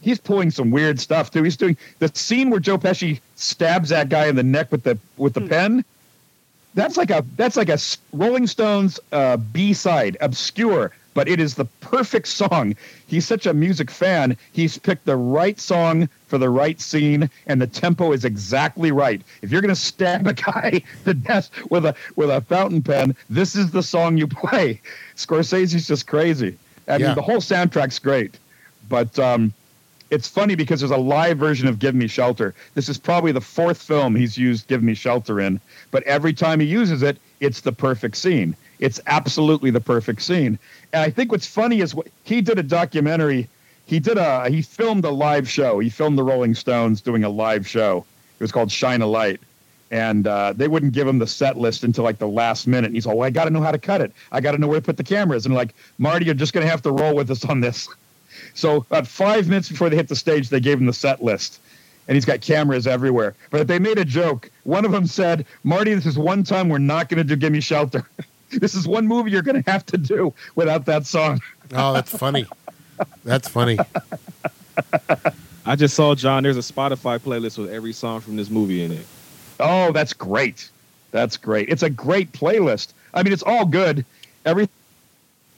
D: he's pulling some weird stuff too. He's doing the scene where Joe Pesci stabs that guy in the neck with the with the pen. That's like a that's like a s- Rolling Stones uh, B side, obscure, but it is the perfect song. He's such a music fan. He's picked the right song for the right scene, and the tempo is exactly right. If you're going to stab a guy to death with a with a fountain pen, this is the song you play. Scorsese's just crazy. I
A: Yeah.
D: mean, the whole soundtrack's great, but um, it's funny because there's a live version of Give Me Shelter. This is probably the fourth film he's used Give Me Shelter in, but every time he uses it, it's the perfect scene. It's absolutely the perfect scene. And I think what's funny is what he did a documentary. He did a he filmed a live show. He filmed the Rolling Stones doing a live show. It was called Shine a Light. And uh, they wouldn't give him the set list until like the last minute. And he's all, well, I got to know how to cut it. I got to know where to put the cameras. And like, Marty, you're just going to have to roll with us on this. So about five minutes before they hit the stage, they gave him the set list, and he's got cameras everywhere. But they made a joke. One of them said, "Marty, this is one time we're not going to do Give Me Shelter. this is one movie you're going to have to do without that song."
A: Oh, that's funny. That's funny.
F: I just saw John. There's a Spotify playlist with every song from this movie in it.
D: Oh, that's great. That's great. It's a great playlist. I mean, it's all good. Everything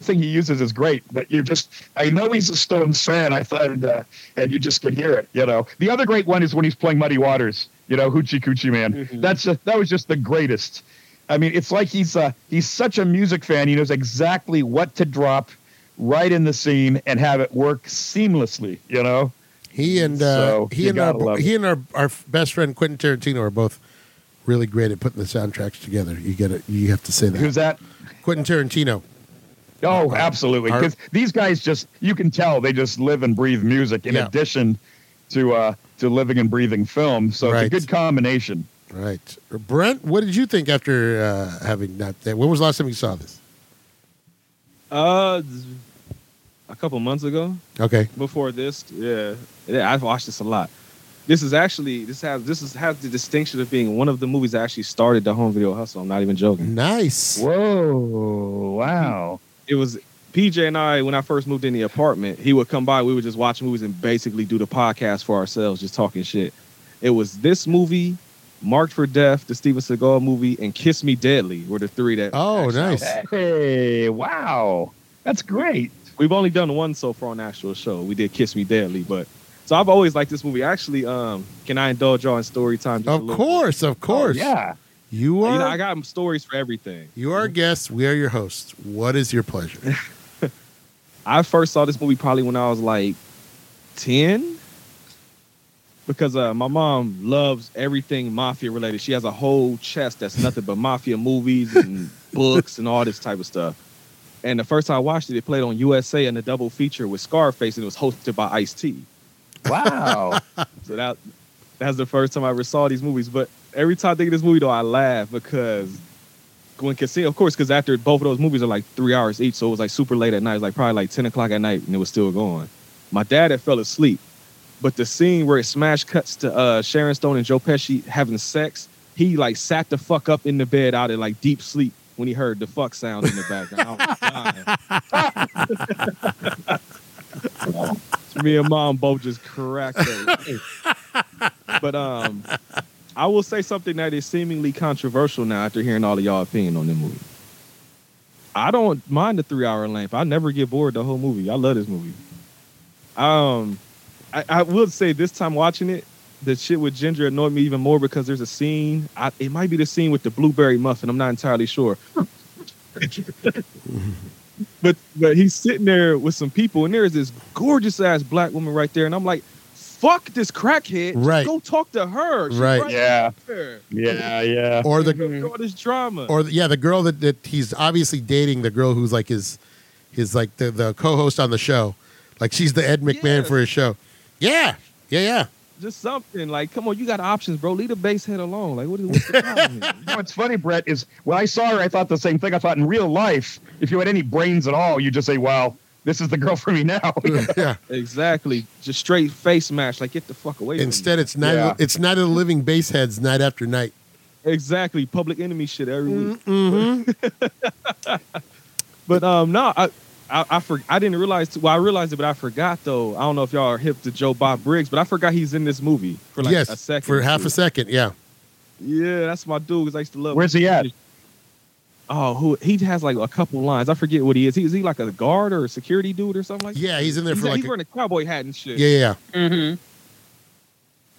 D: he uses is great, but you just, I know he's a Stones fan. I thought, uh, and you just could hear it, you know. The other great one is when he's playing Muddy Waters, you know, Hoochie Coochie Man.
E: Mhm.
D: That's just, that was just the greatest. I mean, it's like he's uh, he's such a music fan. He knows exactly what to drop right in the scene and have it work seamlessly, you know?
A: He and uh,
D: So,
A: he
D: you
A: and our
D: gotta love
A: he and our, our best friend Quentin Tarantino are both really great at putting the soundtracks together. You get it. You have to say that.
D: Who's that?
A: Quentin Tarantino.
D: Oh, absolutely.
A: Our-
D: Because these guys just, you can tell they just live and breathe music in
A: Yeah.
D: addition to, uh, to living and breathing film. So
A: Right.
D: it's a good combination.
A: Right. Brent, what did you think after uh, having not that? When was the last time you saw this?
F: Uh, a couple months ago.
A: Okay.
F: before this. Yeah, yeah, I've watched this a lot. This is actually this has this is has the distinction of being one of the movies that actually started the home video hustle. I'm not even joking.
A: Nice.
D: Whoa. Wow.
F: It was PJ and I when I first moved in the apartment. He would come by. We would just watch movies and basically do the podcast for ourselves, just talking shit. It was this movie, Marked for Death, the Steven Seagal movie, and Kiss Me Deadly were the three that.
A: Oh,
F: actually-
A: nice.
D: Hey, wow. That's great.
F: We've only done one so far on the actual show. We did Kiss Me Deadly, but so I've always liked this movie. Actually, um, can I indulge y'all in story time? just a
A: Of
F: little bit?
A: course, of course.
D: Oh, Yeah.
A: You
F: You
A: are
F: know, I got stories for everything.
A: you are guests. We are your hosts. What is your pleasure?
F: I first saw this movie probably when I was like 10 because uh, my mom loves everything mafia related. She has a whole chest that's nothing but mafia movies and books and all this type of stuff. And the first time I watched it, it played on USA in a double feature with Scarface and it was hosted by Ice T.
D: Wow.
F: So that that's the first time I ever saw these movies. But every time I think of this movie, though, I laugh because when Casino, of course, because after both of those movies are like three hours each, so it was like super late at night. It was like probably like ten o'clock at night, and it was still going. My dad had fell asleep, but the scene where it smash cuts to uh, Sharon Stone and Joe Pesci having sex, he like sat the fuck up in the bed out of like deep sleep when he heard the fuck sound in the background. I was dying. Me and mom both just cracked up. But um, I will say something that is seemingly controversial now after hearing all of y'all opinion on the movie. I don't mind the three hour length. I never get bored the whole movie. I love this movie. Um, I, I will say this time watching it, the shit with Ginger annoyed me even more because there's a scene. I, it might be the scene with the blueberry muffin. I'm not entirely sure. but but he's sitting there with some people, and there is this gorgeous ass black woman right there, and I'm like, fuck this crackhead. Just
A: Right.
F: Go talk to her. She's
A: Right.
D: Yeah.
F: there.
D: Yeah. Yeah.
A: Or the
E: Mhm.
F: All this drama.
A: or the, yeah, the girl that, that he's obviously dating, the girl who's like his his like the, the co-host on the show. Like she's the Ed McMahon
F: Yeah.
A: for his show. Yeah. Yeah, yeah.
F: just something like, come on, you got options, bro. Leave the base head alone. Like, what is what's the problem? here?
D: You know, what's funny, Brett, is when I saw her, I thought the same thing. I thought in real life, if you had any brains at all, you just say, "Wow, this is the girl for me now."
A: yeah.
F: exactly. Just straight face match. Like, get the fuck away. from
A: Instead,
F: me.
A: it's night.
D: Yeah.
A: It's night of the living bass heads, night after night.
F: exactly public enemy shit every week.
A: Mm-hmm.
F: But um, no, I. I, I, for, I didn't realize. Well, I realized it, but I forgot though. I don't know if y'all are hip to Joe Bob Briggs, but I forgot he's in this movie for like
A: yes,
F: a second.
A: for half a second. Yeah,
F: Yeah, that's my dude. Cause I used to love.
D: Where's he at?
F: Oh, who he has like a couple lines. I forget what he is. He is he like a guard or a security dude or something like? that?
A: yeah. He's in there
F: He's,
A: for like.
F: he's wearing a cowboy hat and
A: a,
F: shit.
A: yeah, yeah, yeah.
E: Mm-hmm.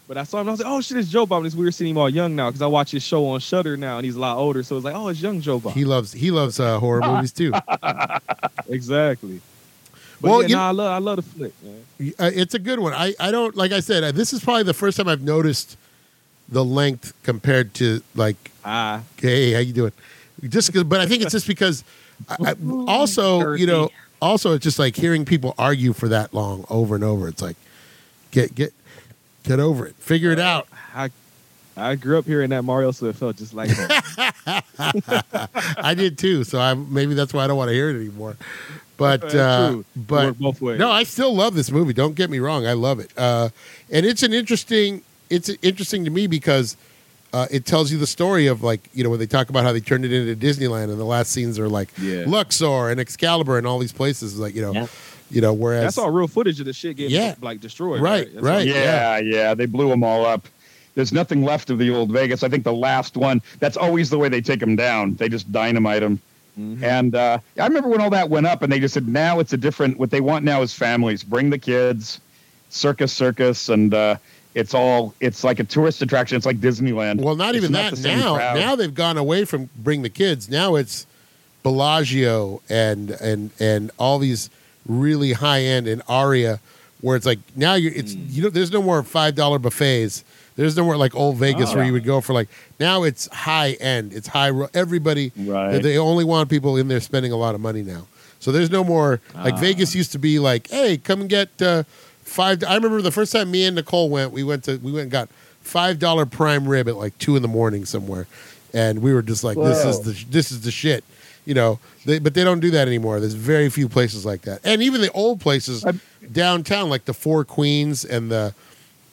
F: But I saw him and I was like, oh shit, it's Joe Bob. And it's weird seeing him all young now because I watch his show on Shudder now and he's a lot older. So it's like, oh, it's young Joe Bob.
A: He loves he loves uh, horror movies too. Uh,
F: exactly. But
A: Well,
F: yeah,
A: you-
F: nah, I love I love the flick, man.
A: it's a good one. I I don't like I said. uh, This is probably the first time I've noticed the length compared to like,
F: Ah,
A: hey, how you doing? Just 'cause- but I think it's just because. I, I, also, you know,
E: Dirty.
A: also it's just like hearing people argue for that long over and over. It's like, get get get over it. Figure it out.
F: I I grew up hearing that Mario, so it felt just like that.
A: I did too, so I maybe that's why I don't want to hear it anymore. But
F: That's
A: uh,
F: true.
A: but
F: Work both ways.
A: no, I still love this movie. Don't get me wrong, I love it. Uh, and it's an interesting it's interesting to me because uh, it tells you the story of like you know when they talk about how they turned it into Disneyland, and the last scenes are like
F: Yeah.
A: Luxor and Excalibur and all these places, like you know,
G: Yeah.
A: you know. Whereas
F: that's all real footage of the shit getting
A: Yeah.
F: like destroyed.
A: Right,
F: That's
A: right.
F: all-
D: yeah, yeah, They blew them all up. There's nothing left of the old Vegas. I think the last one. That's always the way they take them down. They just dynamite them.
A: Hmm. Mm-hmm.
D: And uh, I remember when all that went up, and they just said, now it's a different. What they want now is families. Bring the kids, circus, circus, and uh, it's all. It's like a tourist attraction. It's like Disneyland.
A: Well, not
D: It's
A: even
D: not
A: that
D: the same
A: now.
D: crowd.
A: Now they've gone away from bring the kids. Now it's Bellagio and and and all these really high end and Aria, where it's like now you it's
D: Hmm.
A: you know there's no more five dollar buffets. There's no more like old Vegas
D: Ah.
A: where you would go for like now it's high end. It's high. ro- Everybody
D: Right.
A: they only want people in there spending a lot of money now. So there's no more like
D: Ah.
A: Vegas used to be like, hey, come and get uh, five. I remember the first time me and Nicole went, we went to we went and got five dollar prime rib at like two in the morning somewhere, and we were just like, this is
G: Whoa.
A: the this is the shit, you know. They, but they don't do that anymore. There's very few places like that, and even the old places downtown, like the Four Queens and the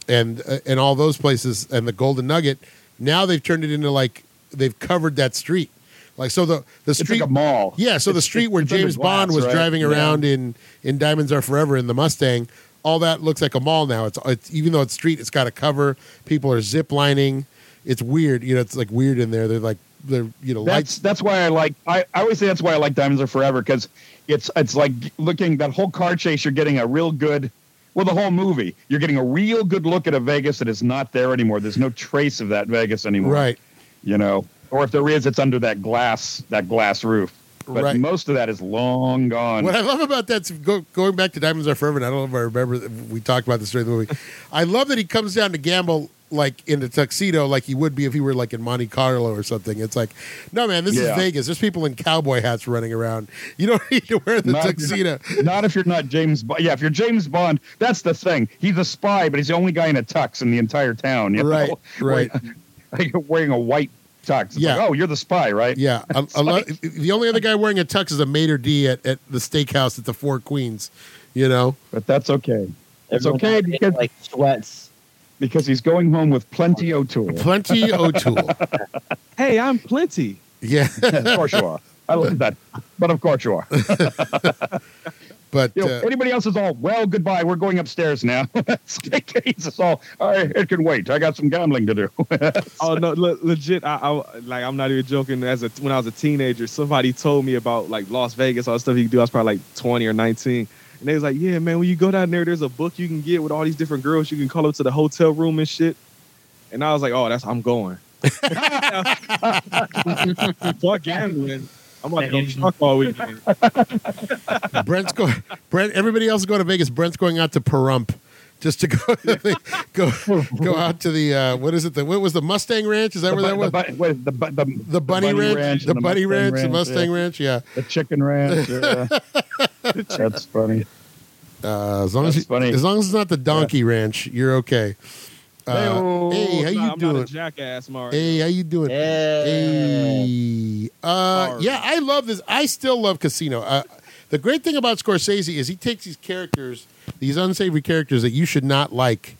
A: and uh, and all those places and the Golden Nugget. Now they've turned it into like they've covered that street, like so the the
D: It's
A: street
D: like a mall.
A: yeah, so the
D: It's-
A: street
D: it's-
A: where
D: it's under
A: James
D: glass,
A: Bond was
D: right?
A: driving
D: Yeah.
A: around in in Diamonds Are Forever in the Mustang, all that looks like a mall now. It's, it's even though it's street, it's got a cover. People are zip lining. It's weird, you know. It's like weird in there. They're like they're you know
D: That's
A: lights.
D: that's why I like. I, I always say that's why I like Diamonds Are Forever because it's it's like looking that whole car chase. You're getting a real good. Well, the whole movie, you're getting a real good look at a Vegas that is not there anymore. There's no trace of that Vegas anymore.
A: Right,
D: You know, or if there is, it's under that glass that glass roof. But
A: right.
D: most of that is long gone.
A: What I love about that's go, going back to Diamonds Are Forever, and I don't know if I remember that we talked about this during the movie. I love that he comes down to gamble like in a tuxedo, like he would be if he were like in Monte Carlo or something. It's like, no man, this
D: Yeah.
A: is Vegas. There's people in cowboy hats running around. You don't need to wear the
D: Not if
A: tuxedo.
D: you're- Not if you're not James Bond. Yeah, if you're James Bond, that's the thing. He's a spy, but he's the only guy in a tux in the entire town. You know?
A: Right, right.
D: Like, wearing a white tux. It's
A: Yeah.
D: like, oh, you're the spy, right?
A: Yeah, I, I love, the only other guy wearing a tux is a maitre d at, at the steakhouse at the Four Queens. You know,
D: But that's okay. It's
G: Everyone
D: okay
G: in,
D: because
G: like sweats.
D: because he's going home with plenty O'Toole.
A: plenty O'Toole.
F: Hey, I'm plenty.
A: Yeah,
D: of course you are. I love that. But of course you are.
A: but
D: You know,
A: uh,
D: anybody else is all, well, goodbye. We're going upstairs now. He's just all, all right, it can wait. I got some gambling to do.
F: Oh no, le- legit. I, I like I'm not even joking. As a when I was a teenager, somebody told me about like Las Vegas, all the stuff you can do. I was probably like 20 or 19, and they was like, "Yeah, man, when you go down there, there's a book you can get with all these different girls. You can call up to the hotel room and shit." And I was like, "Oh, that's I'm going." Fuck gambling. I'm about to go truck all weekend.
A: Brent's going. Brent. Everybody else is going to Vegas. Brent's going out to Pahrump just to go go go out to the uh, what is it? The what was the Mustang Ranch? Is that
D: The
A: where
D: bu-
A: that was?
D: the bu- what is- the bu- the-
A: The Bunny, Ranch, the,
D: and
A: Bunny
D: Mustang
A: Ranch, the Mustang
D: yeah.
A: Ranch. Yeah,
D: the Chicken Ranch. yeah. That's funny.
A: uh, as long as
D: That's
A: you,
D: funny.
A: as long as it's not the Donkey Ranch, you're okay. Uh, hey, how you
F: Nah, I'm not
A: doing?
F: a jackass, Mark.
A: Hey, how you doing?
G: Yeah.
A: Hey. Uh, yeah, I love this. I still love Casino. Uh, the great thing about Scorsese is he takes these characters, these unsavory characters that you should not like,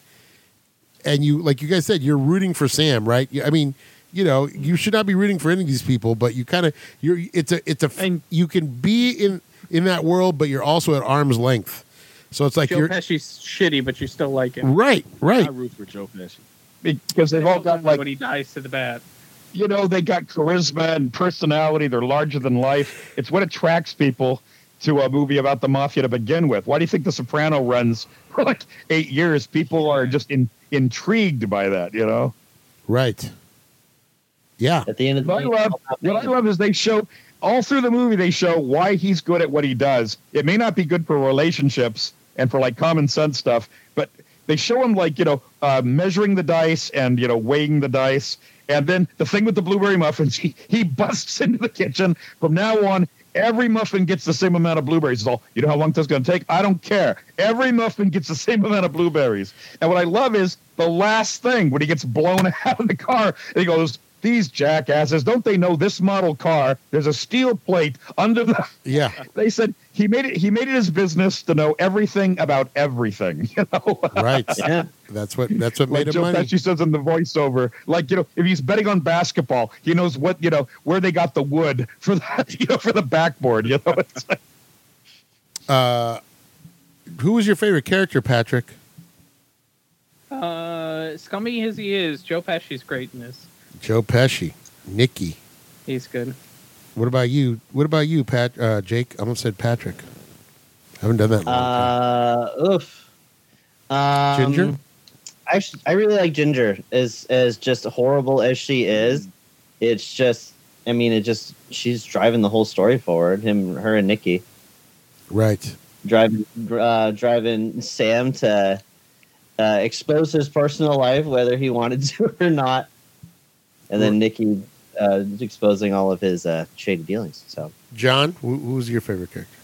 A: and you, like you guys said, you're rooting for Sam, right? You- I mean, you know, you should not be rooting for any of these people, but you kind of, you're, it's a, it's a, f-
E: And-
A: you can be in in that world, but you're also at arm's length. So it's like
E: Joe
A: you're
E: Pesci's shitty, but you still like him.
A: right,
F: I
A: right.
F: root for Joe Pesci.
D: Because they've all got like
E: when he dies to the bat.
D: you know they got charisma and personality. They're larger than life. It's what attracts people to a movie about the mafia to begin with. Why do you think The Soprano runs for like eight years? People are just in, intrigued by that. You know.
A: right. Yeah,
G: At the end of the
D: What I love, what I love is they show all through the movie. They show why he's good at what he does. It may not be good for relationships and for like common sense stuff, but they show him like you know uh, measuring the dice and you know weighing the dice, and then the thing with the blueberry muffins. He he busts into the kitchen. From now on, every muffin gets the same amount of blueberries. It's all you know how long that's going to take. I don't care. Every muffin gets the same amount of blueberries. And what I love is the last thing when he gets blown out of the car. And he goes, "These jackasses! Don't they know this model car? There's a steel plate under the."
A: yeah.
D: They said he made it. He made it his business to know everything about everything. You know.
A: Right.
G: Yeah.
A: That's what. That's what
D: Like
A: made him
D: Joe
A: money.
D: Pesci says in the voiceover, like you know, if he's betting on basketball, he knows what you know where they got the wood for the you know for the backboard. You know, it's like,
A: Uh, who was your favorite character, Patrick?
E: Uh, uh, scummy as he is, Joe Pesci's great in this.
A: Joe Pesci, Nikki.
E: He's good.
A: What about you? What about you, Pat? Uh, Jake? I almost said Patrick. I haven't done that in a long time.
G: Uh, oof. Um,
A: Ginger?
G: I sh- I really like Ginger. As as just horrible as she is, it's just. I mean, it just she's driving the whole story forward. Him, her, and Nikki
A: Right.
G: driving uh, driving Sam to uh, expose his personal life, whether he wanted to or not, and then Nikki uh, exposing all of his uh, shady dealings. So
A: John, who, who's your favorite character?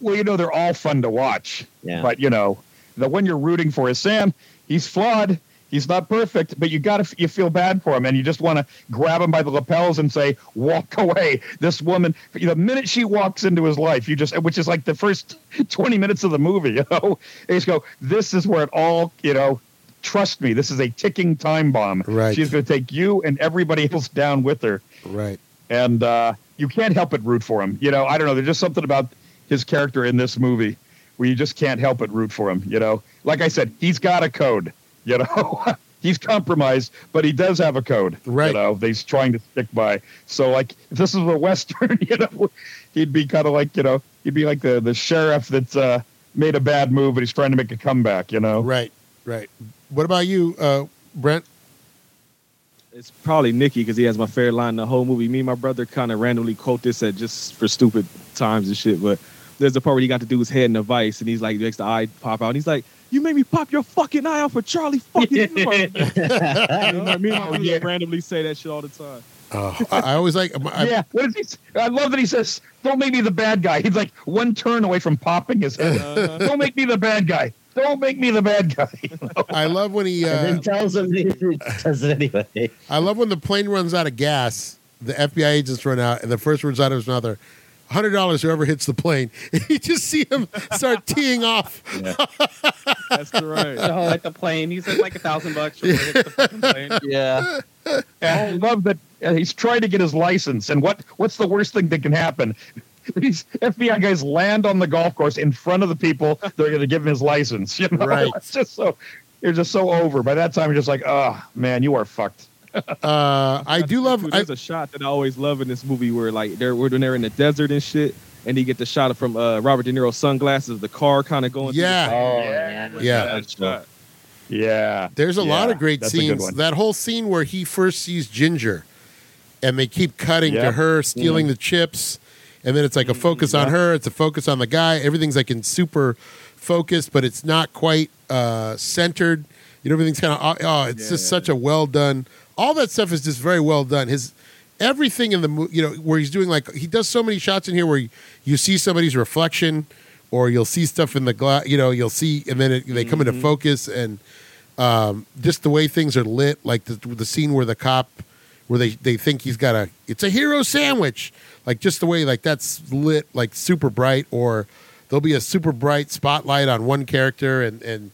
D: Well, you know, they're all fun to watch.
G: yeah,
D: But you know, the one you're rooting for is Sam. He's flawed. He's not perfect, but you got to you feel bad for him, and you just want to grab him by the lapels and say, "Walk away." This woman, the minute she walks into his life, you just, which is like the first twenty minutes of the movie, you know, you just go, "This is where it all, you know." Trust me, this is a ticking time bomb.
A: Right.
D: She's going to take you and everybody else down with her
A: Right.
D: and uh, you can't help but root for him. You know, I don't know. There's just something about his character in this movie where you just can't help but root for him. You know, like I said, he's got a code. You know, he's compromised, but he does have a code.
A: Right.
D: You know, that he's trying to stick by. So, like, if this is a western, you know, he'd be kind of like, you know, he'd be like the the sheriff that's uh, made a bad move, but he's trying to make a comeback. You know,
A: Oh. Right. Right. What about you, uh, Brent?
F: It's probably Nikki because he has my favorite line in the whole movie. Me and my brother kind of randomly quote this at just for stupid times and shit. But there's the part where he got the dude's head in the vice and he's like, makes the eye pop out. And he's like, You made me pop your fucking eye out for Charlie fucking Murphy." you know, like, Me and my brother randomly say that shit all the time.
A: Oh, I, I always like. I,
D: yeah. What is he? s- I love that he says, "Don't make me the bad guy." He's like one turn away from popping his head.
F: Uh-huh.
D: Don't make me the bad guy. Don't make me the bad guy.
A: I love when he.
G: and
A: Uh,
G: then tells him he does it anyway.
A: I love when the plane runs out of gas. The FBI agents run out, and the first words out of his mouth are, hundred dollars whoever hits the plane. And you just see him start teeing off.
F: That's correct.
E: The whole at the plane. He said like a thousand bucks. for hit the fucking plane.
D: I
G: Yeah,
D: love that uh, he's trying to get his license. And what what's the worst thing that can happen? These FBI guys land on the golf course in front of the people. They're going to give him his license. You know,
A: Right.
D: it's just so you're just so over. By that time, you're just like, oh man, you are fucked.
A: Uh, I do love.
F: Dude,
A: I,
F: there's a shot that I always love in this movie where like they're when they're in the desert and shit, and you get the shot from uh, Robert De Niro's sunglasses, of the car kind of going. through the-
A: yeah,
D: Oh
G: yeah.
A: yeah.
F: That shot.
D: yeah.
A: There's a lot
D: Yeah,
A: of great
D: that's a good
A: scenes.
D: one.
A: That whole scene where he first sees Ginger and they keep cutting to
D: Yep.
A: her stealing the chips. And then it's like a focus on her, it's a focus on the guy. Everything's like in super focused, but it's not quite uh, centered. You know, everything's kind of, oh, it's
F: Yeah,
A: just
F: yeah,
A: such a well done. All that stuff is just very well done. His everything in the movie, you know, where he's doing like, he does so many shots in here where you, you see somebody's reflection or you'll see stuff in the glass, you know, you'll see, and then it, they come
D: Mm-hmm.
A: into focus and um, just the way things are lit, like the, the scene where the cop, where they, they think he's got a, it's a hero sandwich. Like just the way like that's lit, like super bright, or there'll be a super bright spotlight on one character. And, and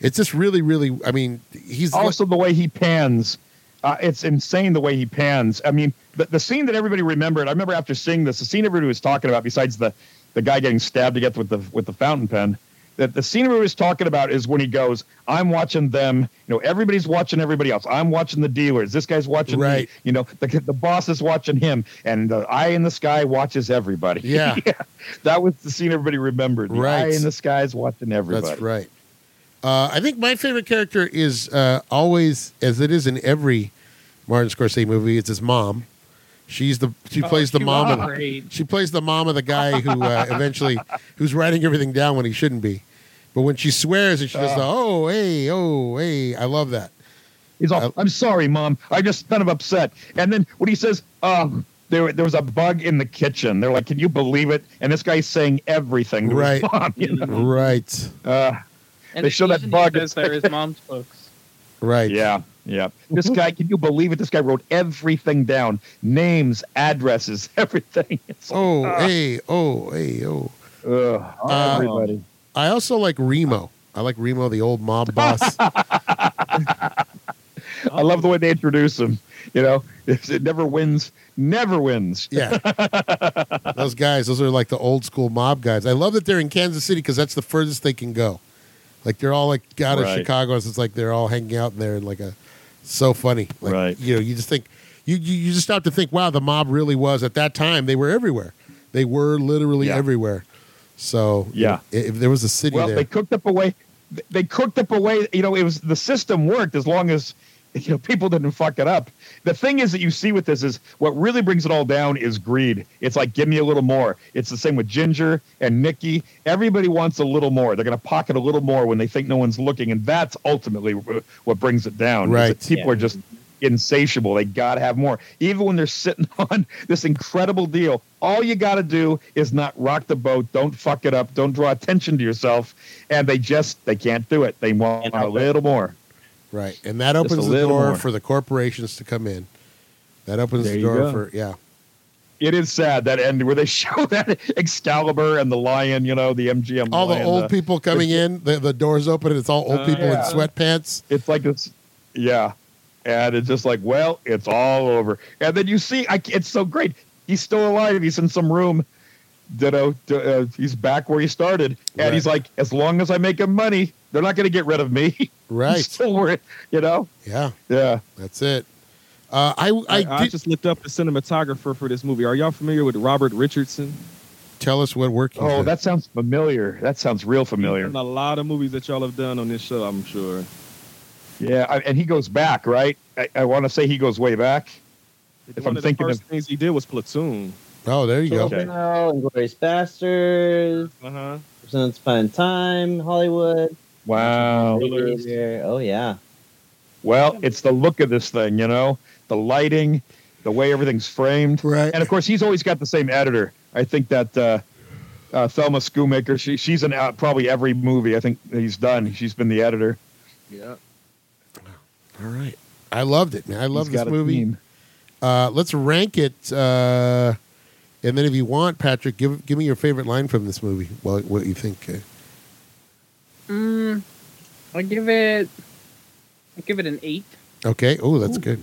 A: it's just really, really, I mean, he's
D: also the way he pans uh, it's insane the way he pans i mean the, the scene that everybody remembered i remember after seeing this the scene everybody was talking about besides the the guy getting stabbed to death with the with the fountain pen that the scene everybody was talking about is when he goes i'm watching them you know everybody's watching everybody else i'm watching the dealers this guy's watching
A: Right.
D: me you know the, the boss is watching him and the eye in the sky watches everybody
A: Yeah.
D: that was the scene everybody remembered the
A: Right.
D: eye in the sky is watching everybody
A: That's right. Uh, I think my favorite character is uh, always, as it is in every Martin Scorsese movie, it's his mom. She's the she
E: Oh,
A: plays the
E: she
A: mom
E: was
A: of
E: great.
A: she plays the mom of the guy who uh, eventually who's writing everything down when he shouldn't be. But when she swears and she does the oh hey oh hey, I love that.
D: He's
A: Uh,
D: all, I'm sorry, mom. I just kind of upset. And then when he says, um, there, there was a bug in the kitchen. They're like, can you believe it? And this guy's saying everything. to his
A: Right.
D: Mom, you know?
E: Mm-hmm.
A: Right,
D: uh,
E: And
D: They show that
E: usually
D: bug.
E: says they're his mom's books.
A: right.
D: yeah. Yeah. This guy, can you believe it? This guy wrote everything down names, addresses, everything. It's like,
A: Oh hey oh hey oh.
D: ugh,
A: Uh,
D: everybody.
A: I also like Remo. I like Remo, the old mob boss.
D: I love the way they introduce him. You know, it never wins, never wins.
A: Yeah. those guys, those are like the old school mob guys. I love that they're in Kansas City because that's the furthest they can go. Like they're all like out of
H: Right.
A: Chicago. So it's like they're all hanging out in there and like a so funny. Like,
H: Right.
A: You know, you just think you, you you just stop to think, wow, the mob really was at that time. They were everywhere. They were literally
D: Yeah.
A: everywhere. So
H: Yeah.
A: i- if there was a city
D: Well,
A: there,
D: they cooked up a way. They cooked up a way. You know, it was the system worked as long as you know people didn't fuck it up. The thing is that you see with this is what really brings it all down is greed. It's like give me a little more. It's the same with Ginger and Nikki. Everybody wants a little more. They're going to pocket a little more when they think no one's looking, and that's ultimately wh- what brings it down. is that
A: Right.
D: People are just insatiable. They got to have more. Even when they're sitting on this incredible deal, all you got to do is not rock the boat. Don't fuck it up. Don't draw attention to yourself. And they just they can't do it. They want
G: And
D: a
G: I'll-
D: little more.
A: right, and that
F: Just a
A: opens the
F: little
A: door
F: more.
A: for the corporations to come in. That opens
F: There
A: the
F: you
A: door
F: go.
A: for yeah,
D: It is sad that end where they show that Excalibur and the lion. You know the MGM.
A: all the
D: lion, uh,
A: old people coming in. The, the doors open and it's all old
F: Uh,
A: people
D: yeah.
A: in sweatpants.
D: It's like it's yeah, and it's just like well, it's all over. And then you see, I, it's so great. He's still alive. He's in some room. Ditto. d- Uh, he's back where he started, and
A: Right.
D: he's like, as long as I make him money, they're not going to get rid of me. He's
A: Right.
D: still worth, you know.
A: Yeah,
D: Yeah.
A: that's it. Uh, I I,
F: I,
A: did,
F: I just looked up the cinematographer for this movie. Are y'all familiar with Robert Richardson?
A: tell us what work. he
D: Oh,
A: did.
D: that sounds familiar. That sounds real familiar.
F: And a lot of movies that y'all have done on this show, I'm sure.
D: Yeah, I, and he goes back, right? I, I want to say he goes way back. If
F: One
D: I'm
F: of
D: thinking
F: the first things he did was Platoon.
A: oh, there you go.
D: Okay.
G: Volcano, Inglorious Bastards,
F: Uh
E: Uh-huh.
F: huh.
G: Since Fun Time, Hollywood.
D: Wow.
G: Xavier. Oh, yeah.
D: Well, it's the look of this thing, you know, the lighting, the way everything's framed,
A: Right.
D: and of course he's always got the same editor. I think that uh, uh, Thelma Schoonmaker, she, she's in uh, probably every movie I think he's done. She's been the editor.
F: Yeah.
A: All right. I loved it, man. I love
D: He's
A: this
D: got a
A: movie.
D: team.
A: Uh, let's rank it. Uh, and then if you want, Patrick, give give me your favorite line from this movie. Well, what you think? Uh,
E: Mm, I give it. I give it an eight.
A: Okay. Oh, that's good.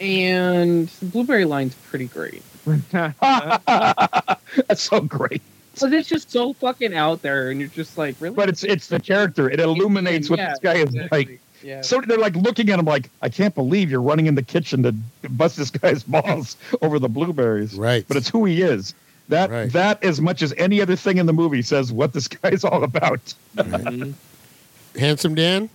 E: And the blueberry line's pretty great.
D: That's so great.
E: So it's just so fucking out there, and you're just like, really?
D: But it's it's the character. It illuminates what
E: Yeah,
D: this guy is
E: exactly.
D: like.
E: Yeah.
D: So they're like looking at him like, I can't believe you're running in the kitchen to bust this guy's balls over the blueberries.
A: Right.
D: but it's who he is. That
A: Right.
D: that as much as any other thing in the movie says what this guy's all about.
F: Mhm.
A: handsome Dan.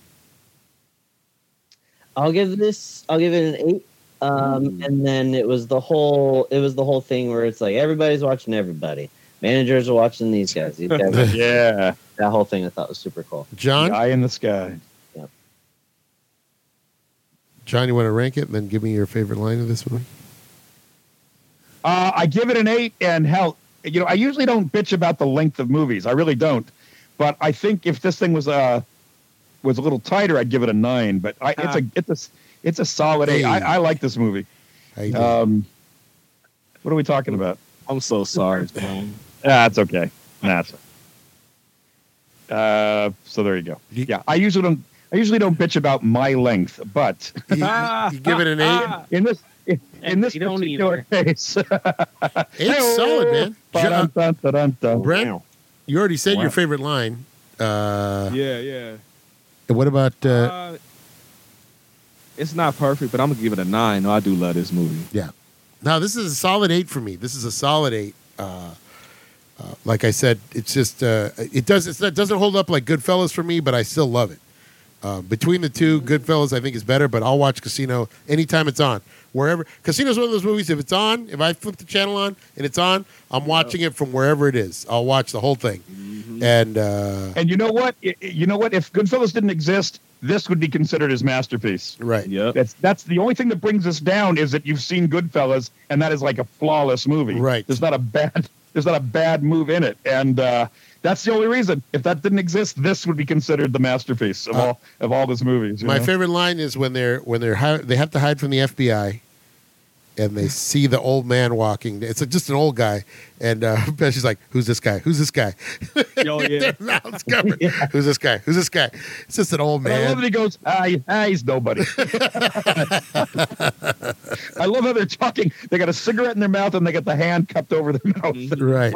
G: I'll give this. I'll give it an eight. Um, and then it was the whole. It was the whole thing where it's like everybody's watching everybody. Managers are watching these guys. These guys are-
D: Yeah,
G: that whole thing I thought was super cool.
A: John.
D: the eye in the sky.
A: John, you want to rank it? Then give me your favorite line of this movie.
D: Uh, I give it an eight, and hell, you know, I usually don't bitch about the length of movies. I really don't, but I think if this thing was uh was a little tighter, I'd give it a nine. But I, it's a it's a it's a solid eight. I, I like this movie.
A: How you doing?
D: Um, what are we talking about?
F: I'm so sorry, John.
D: Ah, it's okay. That's uh, so there you go.
A: You-
D: Yeah, I usually don't. I usually don't bitch about my length, but
A: you, you- you give it an
F: Ah,
A: eight.
D: in this in, in
E: And
D: this
E: you don't
D: particular case,
A: Eight's solid, man. John,
D: Ba-dum-dum-dum-dum.
A: Brent, you already said your
D: Wow.
A: favorite line. Uh,
F: Yeah, yeah.
A: and What about? Uh,
F: Uh, it's not perfect, but I'm gonna give it a nine. No, I do love this movie.
A: No, this is a solid eight for me. This is a solid eight. Uh, uh, like I said, it's just uh, it does it's, it doesn't hold up like Goodfellas for me, but I still love it. Uh, between the two, Goodfellas I think is better, but I'll watch Casino anytime it's on, wherever. Casino's one of those movies. If it's on, if I flip the channel on and it's on, I'm watching it from wherever it is. I'll watch the whole thing. And uh,
D: And you know what? I- I- You know what? If Goodfellas didn't exist, this would be considered his masterpiece.
A: right,
F: Yep.
D: That's that's the only thing that brings us down is that you've seen Goodfellas, and that is like a flawless movie.
A: Right.
D: There's not a bad there's not a bad move in it, and uh, that's the only reason. If that didn't exist, this would be considered the masterpiece of
A: Uh,
D: all of all his movies. you
A: My
D: know?
A: favorite line is when they're when they're hi- they have to hide from the FBI, and they see the old man walking. It's like just an old guy, and uh, she's like, "Who's this guy? Who's this guy?"
F: Oh, yeah.
A: Their mouths covered. Who's this guy? Who's this guy? It's just an old
D: And I love
A: man.
D: that he goes, ah, ah, he's nobody. I love how they're talking. They got a cigarette in their mouth and they got the hand cupped over their mouth.
F: Mhm.
A: Right.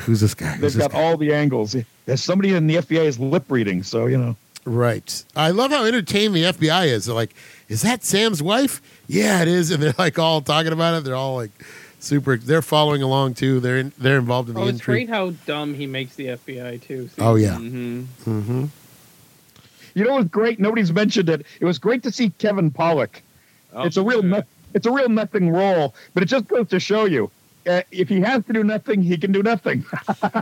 A: Who's this guy? Who's
D: They've
A: Mm-hmm. this
D: got
A: guy?
D: all the angles. There's somebody in the FBI is lip reading, so you know.
A: Right. I love how entertained the FBI is. They're like, is that Sam's wife? Yeah, it is. And they're like all talking about it. They're all like super. They're following along too. They're in, they're involved in the
E: Oh, it's
A: intrigue.
E: great how dumb he makes the FBI too.
A: Oh yeah.
F: Mm-hmm.
A: Mm-hmm.
D: You know what's great? Nobody's mentioned it. It was great to see Kevin Pollock.
F: Oh,
D: it's a real no, it's a real nothing role, but it just goes to show you uh, if he has to do nothing, he can do nothing.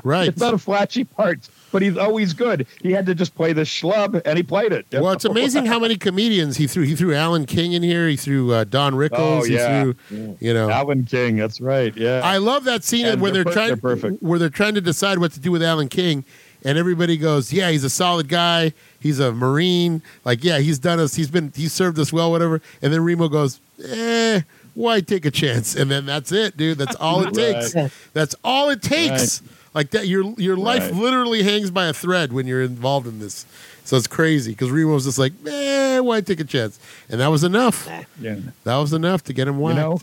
A: Right.
D: It's not a flashy part, but he's always good. He had to just play the schlub, and he played it.
A: Well, it's amazing how many comedians he threw. He threw Alan King in here. He threw uh, Don Rickles.
D: Oh, yeah.
A: He threw, you know.
D: Alan King. That's right. Yeah.
A: I love that scene
D: And
A: where they're,
D: they're per-
A: trying
D: they're perfect.
A: where they're trying to decide what to do with Alan King, and everybody goes, "Yeah, he's a solid guy. He's a Marine. Like, yeah, he's done us. He's been he served us well, whatever." And then Remo goes, "Eh, why take a chance?" And then that's it, dude. That's all it takes.
G: Right.
A: That's all it takes. Like that, your your life
D: Right.
A: literally hangs by a thread when you're involved in this. So it's crazy because Remo was just like, "Eh, why take a chance?" And that was enough.
D: yeah.
A: That was enough to get him
D: You
A: whacked.
D: know,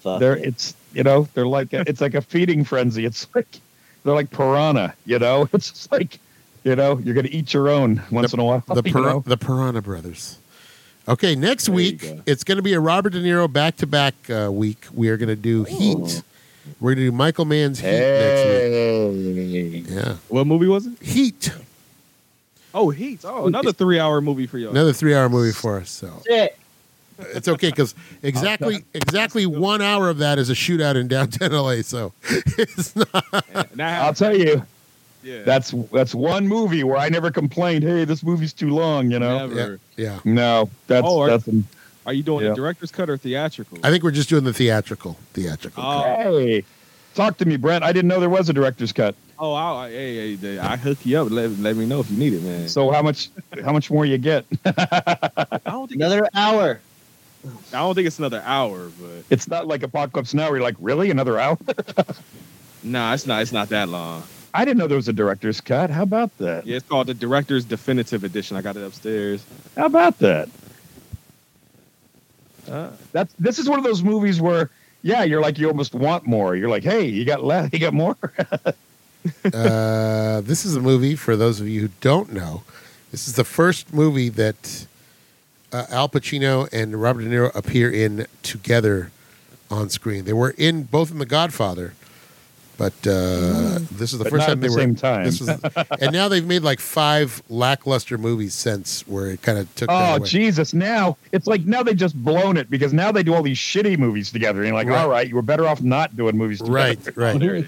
G: Fuck
D: they're
G: it.
D: it's you know they're like a, it's like a feeding frenzy. It's like they're like piranha. You know, it's just like you know you're gonna eat your own once in a while.
A: the
D: you
A: Pir-
D: know?
A: the Piranha Brothers. Okay, next
F: There you
A: week
F: go.
A: it's going to be a Robert De Niro back to back week. We are going to do Heat. We're going to do Michael Mann's Heat
D: Hey.
A: next week. Yeah,
F: What movie was it?
A: Heat.
F: Oh, Heat. Oh, another three-hour movie for y'all.
A: Another three hour movie for us. So
G: Shit.
A: it's okay because exactly exactly one hour of that is a shootout in downtown LA. So it's not
F: Now-
D: I'll tell you,
F: yeah,
D: that's that's one movie where I never complained. Hey, this movie's too long. You know.
F: never.
A: yeah.
D: No, that's
F: Oh, are-
D: that's. an-
F: Are you doing
D: Yeah.
F: a director's cut or theatrical?
A: I think we're just doing the theatrical theatrical.
F: Oh.
D: Hey, talk to me, Brent. I didn't know there was a director's cut.
F: oh, I, I, hey, hey, I hook you up. Let, let me know if you need it, man.
D: So how much how much more you get?
F: I don't think
G: Another hour.
F: I don't think it's another hour, but
D: It's not like Apocalypse Now. Where you're like, really, another hour?
F: nah, it's not. It's not that long.
D: I didn't know there was a director's cut. How about that?
F: Yeah, it's called the Director's Definitive Edition. I got it upstairs.
D: How about that?
F: Uh,
D: That's this is one of those movies where yeah, you're like you almost want more. You're like, hey, you got less, you got more.
A: Uh, this is a movie for those of you who don't know. This is the first movie that uh, Al Pacino and Robert De Niro appear in together on screen. They were in both in The Godfather, but uh, this is the
D: But
A: first
D: not
A: time
D: at
A: they
D: the
A: were.
D: same time.
A: This was, and now they've made like five lackluster movies since where it kind of took. that
D: oh
A: away.
D: Jesus! Now it's like now they just blown it because now they do all these shitty movies together. And you're like,
A: Right.
D: all right, you were better off not doing movies together.
A: Right, right.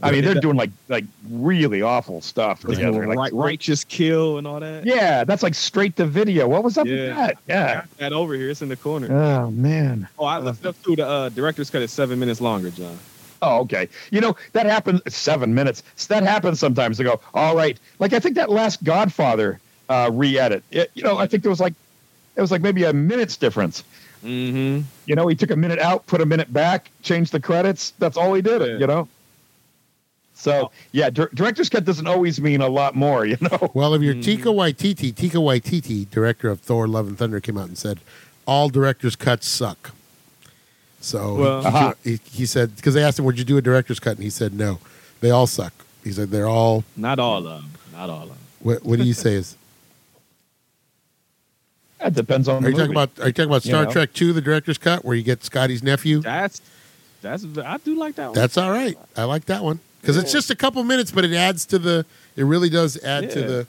D: I mean, they're doing like like really awful stuff
F: like,
D: together. Like,
F: right, righteous kill and all that.
D: Yeah, that's like straight to video. What was up
F: Yeah.
D: with that?
F: I
D: Yeah.
F: got that over here. It's in the corner.
D: Oh man.
F: Oh, I left up through the uh, director's cut. is seven minutes longer, John.
D: Oh, okay. You know, that happens seven minutes. That happens sometimes. They go, all right. Like, I think that last Godfather uh, re edit, you know, I think there was like, it was like maybe a minute's difference.
F: Mm-hmm.
D: You know, he took a minute out, put a minute back, changed the credits. That's all he did,
F: Yeah.
D: you know? So, yeah, dir- director's cut doesn't always mean a lot more, you know?
A: Well, if you're
F: Mhm.
A: Tika Waititi, Tika Waititi, director of Thor: Love and Thunder, came out and said all directors' cuts suck. So he-
F: Well-
A: he,
D: Aha.
A: he, he said because they asked him, "Would you do a director's cut?" and he said, "No, they all suck." He said, "They're all."
F: Not all of them. Not all of them.
A: What, what do you say? Is
D: That depends on
A: are
D: the
A: you talking
D: movie.
A: about are you talking about Star
D: You know.
A: Trek Two, the director's cut, where you get Scotty's nephew?
F: That's that's I do like that one.
A: That's all right. I like that one because it's just a couple minutes, but it adds to the. It really does add to
F: Yeah.
A: the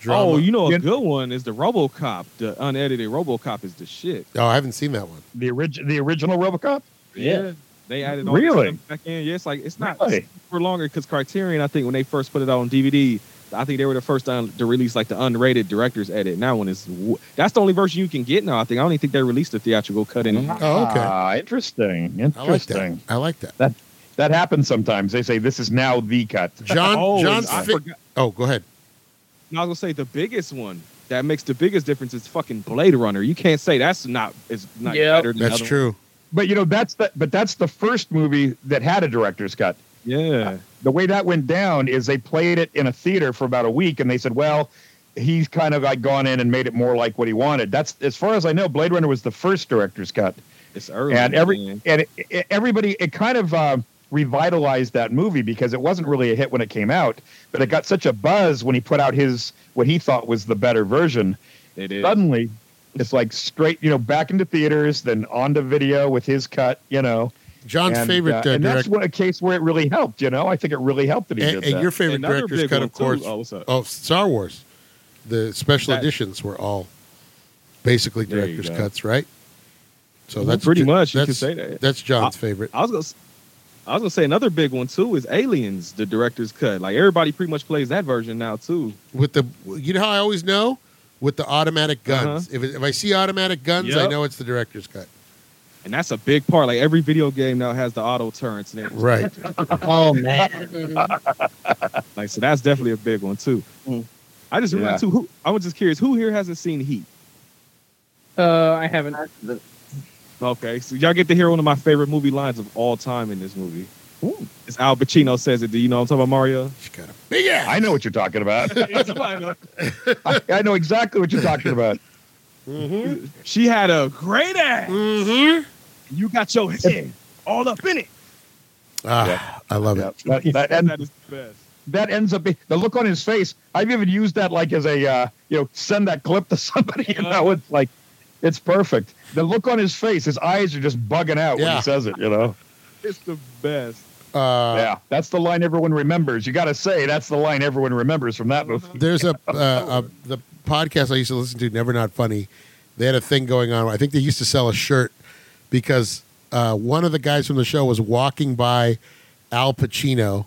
A: drama.
F: Oh, you know a
D: You-
F: good one is the RoboCop. The unedited RoboCop is the shit.
A: oh, I haven't seen that one.
D: the, orig- the original Robocop?
G: Yeah.
F: They added all
D: Really?
F: this stuff back in. Yeah, it's like it's not
D: Really?
F: for longer because Criterion. I think when they first put it out on DVD, I think they were the first to, un- to release like the unrated director's edit. And that one is w- that's the only version you can get now. I think I don't even think they released the theatrical cut anymore.
A: Oh, okay.
D: Ah, interesting.
A: I like
D: Interesting.
A: that. I like that.
D: That happens sometimes. They say this is now the cut.
A: John.
F: Oh,
A: John's
F: I
A: fi-
F: forgot.
A: oh, go ahead.
F: And I was gonna say the biggest one that makes the biggest difference is fucking Blade Runner. You can't say that's not is not
E: Yep.
F: better than the
A: That's
F: other
A: true.
D: But you know that's the but that's the first movie that had a director's cut.
F: One. Yeah,
D: The way that went down is they played it in a theater for about a week, and they said, "Well, he's kind of like gone in and made it more like what he wanted." That's as far as I know. Blade Runner was the first director's cut,
F: it's early.
D: and every
F: man.
D: and it, it- everybody it kind of um revitalized that movie because it wasn't really a hit when it came out, but it got such a buzz when he put out his what he thought was the better version.
F: They did.
D: Suddenly, it's like straight, you know, back into theaters, then onto video with his cut, you know.
A: John's
D: and,
A: favorite
D: uh,
A: uh,
D: and that's
A: director,
D: what a case where it really helped, you know. I think it really helped that he
A: and,
D: did
A: and
D: that.
A: your favorite
F: uh, Another
A: director's
F: big
A: cut,
F: one,
A: of course.
F: too. Oh, what's up?
A: Oh, Star Wars. The special
F: That-
A: editions were all basically
F: There you
A: director's
F: go.
A: cuts, right? So
F: Well,
A: that's
F: pretty
A: Ju-
F: much, you
A: That's,
F: could say Uh, that.
A: That's John's favorite.
F: I was gonna, s- I was gonna say another big one too is Aliens, the director's cut. Like everybody pretty much plays that version now too.
A: With the, you know how I always know with the automatic guns. If, it- if I see automatic guns, I
F: Uh-huh. Yep.
A: know it's the director's cut.
F: And that's a big part. Like every video game now has the auto turns and everything.
A: Right.
G: Oh man,
F: Like so, that's definitely a big one too.
G: Mm.
F: I just
D: Yeah.
F: realized too. Who I was just curious. Who here hasn't seen Heat?
E: Uh, I haven't.
F: Okay, so y'all get to hear one of my favorite movie lines of all time in this movie. It's Al Pacino says it. Do you know what I'm talking about, Mario?
A: She's got a big ass.
D: I know what you're talking about.
F: It's-
D: I, I know exactly what you're talking about.
A: Mm-hmm.
F: she had a great ass.
A: Mm-hmm.
F: You got your head all up in it.
A: Ah, I love
D: Yeah,
A: it.
D: that, that, and
F: that is the best.
D: that ends up being the look on his face. I've even used that like as a uh, you know send that clip to somebody. You know, it's like it's perfect. The look on his face, his eyes are just bugging out when
A: Yeah.
D: he says it. You know,
F: It's the best.
A: Uh,
D: yeah, that's the line everyone remembers. You got to say that's the line everyone remembers from that
F: Uh-huh.
D: movie.
A: There's a, uh, uh the podcast I used to listen to, Never Not Funny. They had a thing going on. I think they used to sell a shirt because uh, one of the guys from the show was walking by Al Pacino,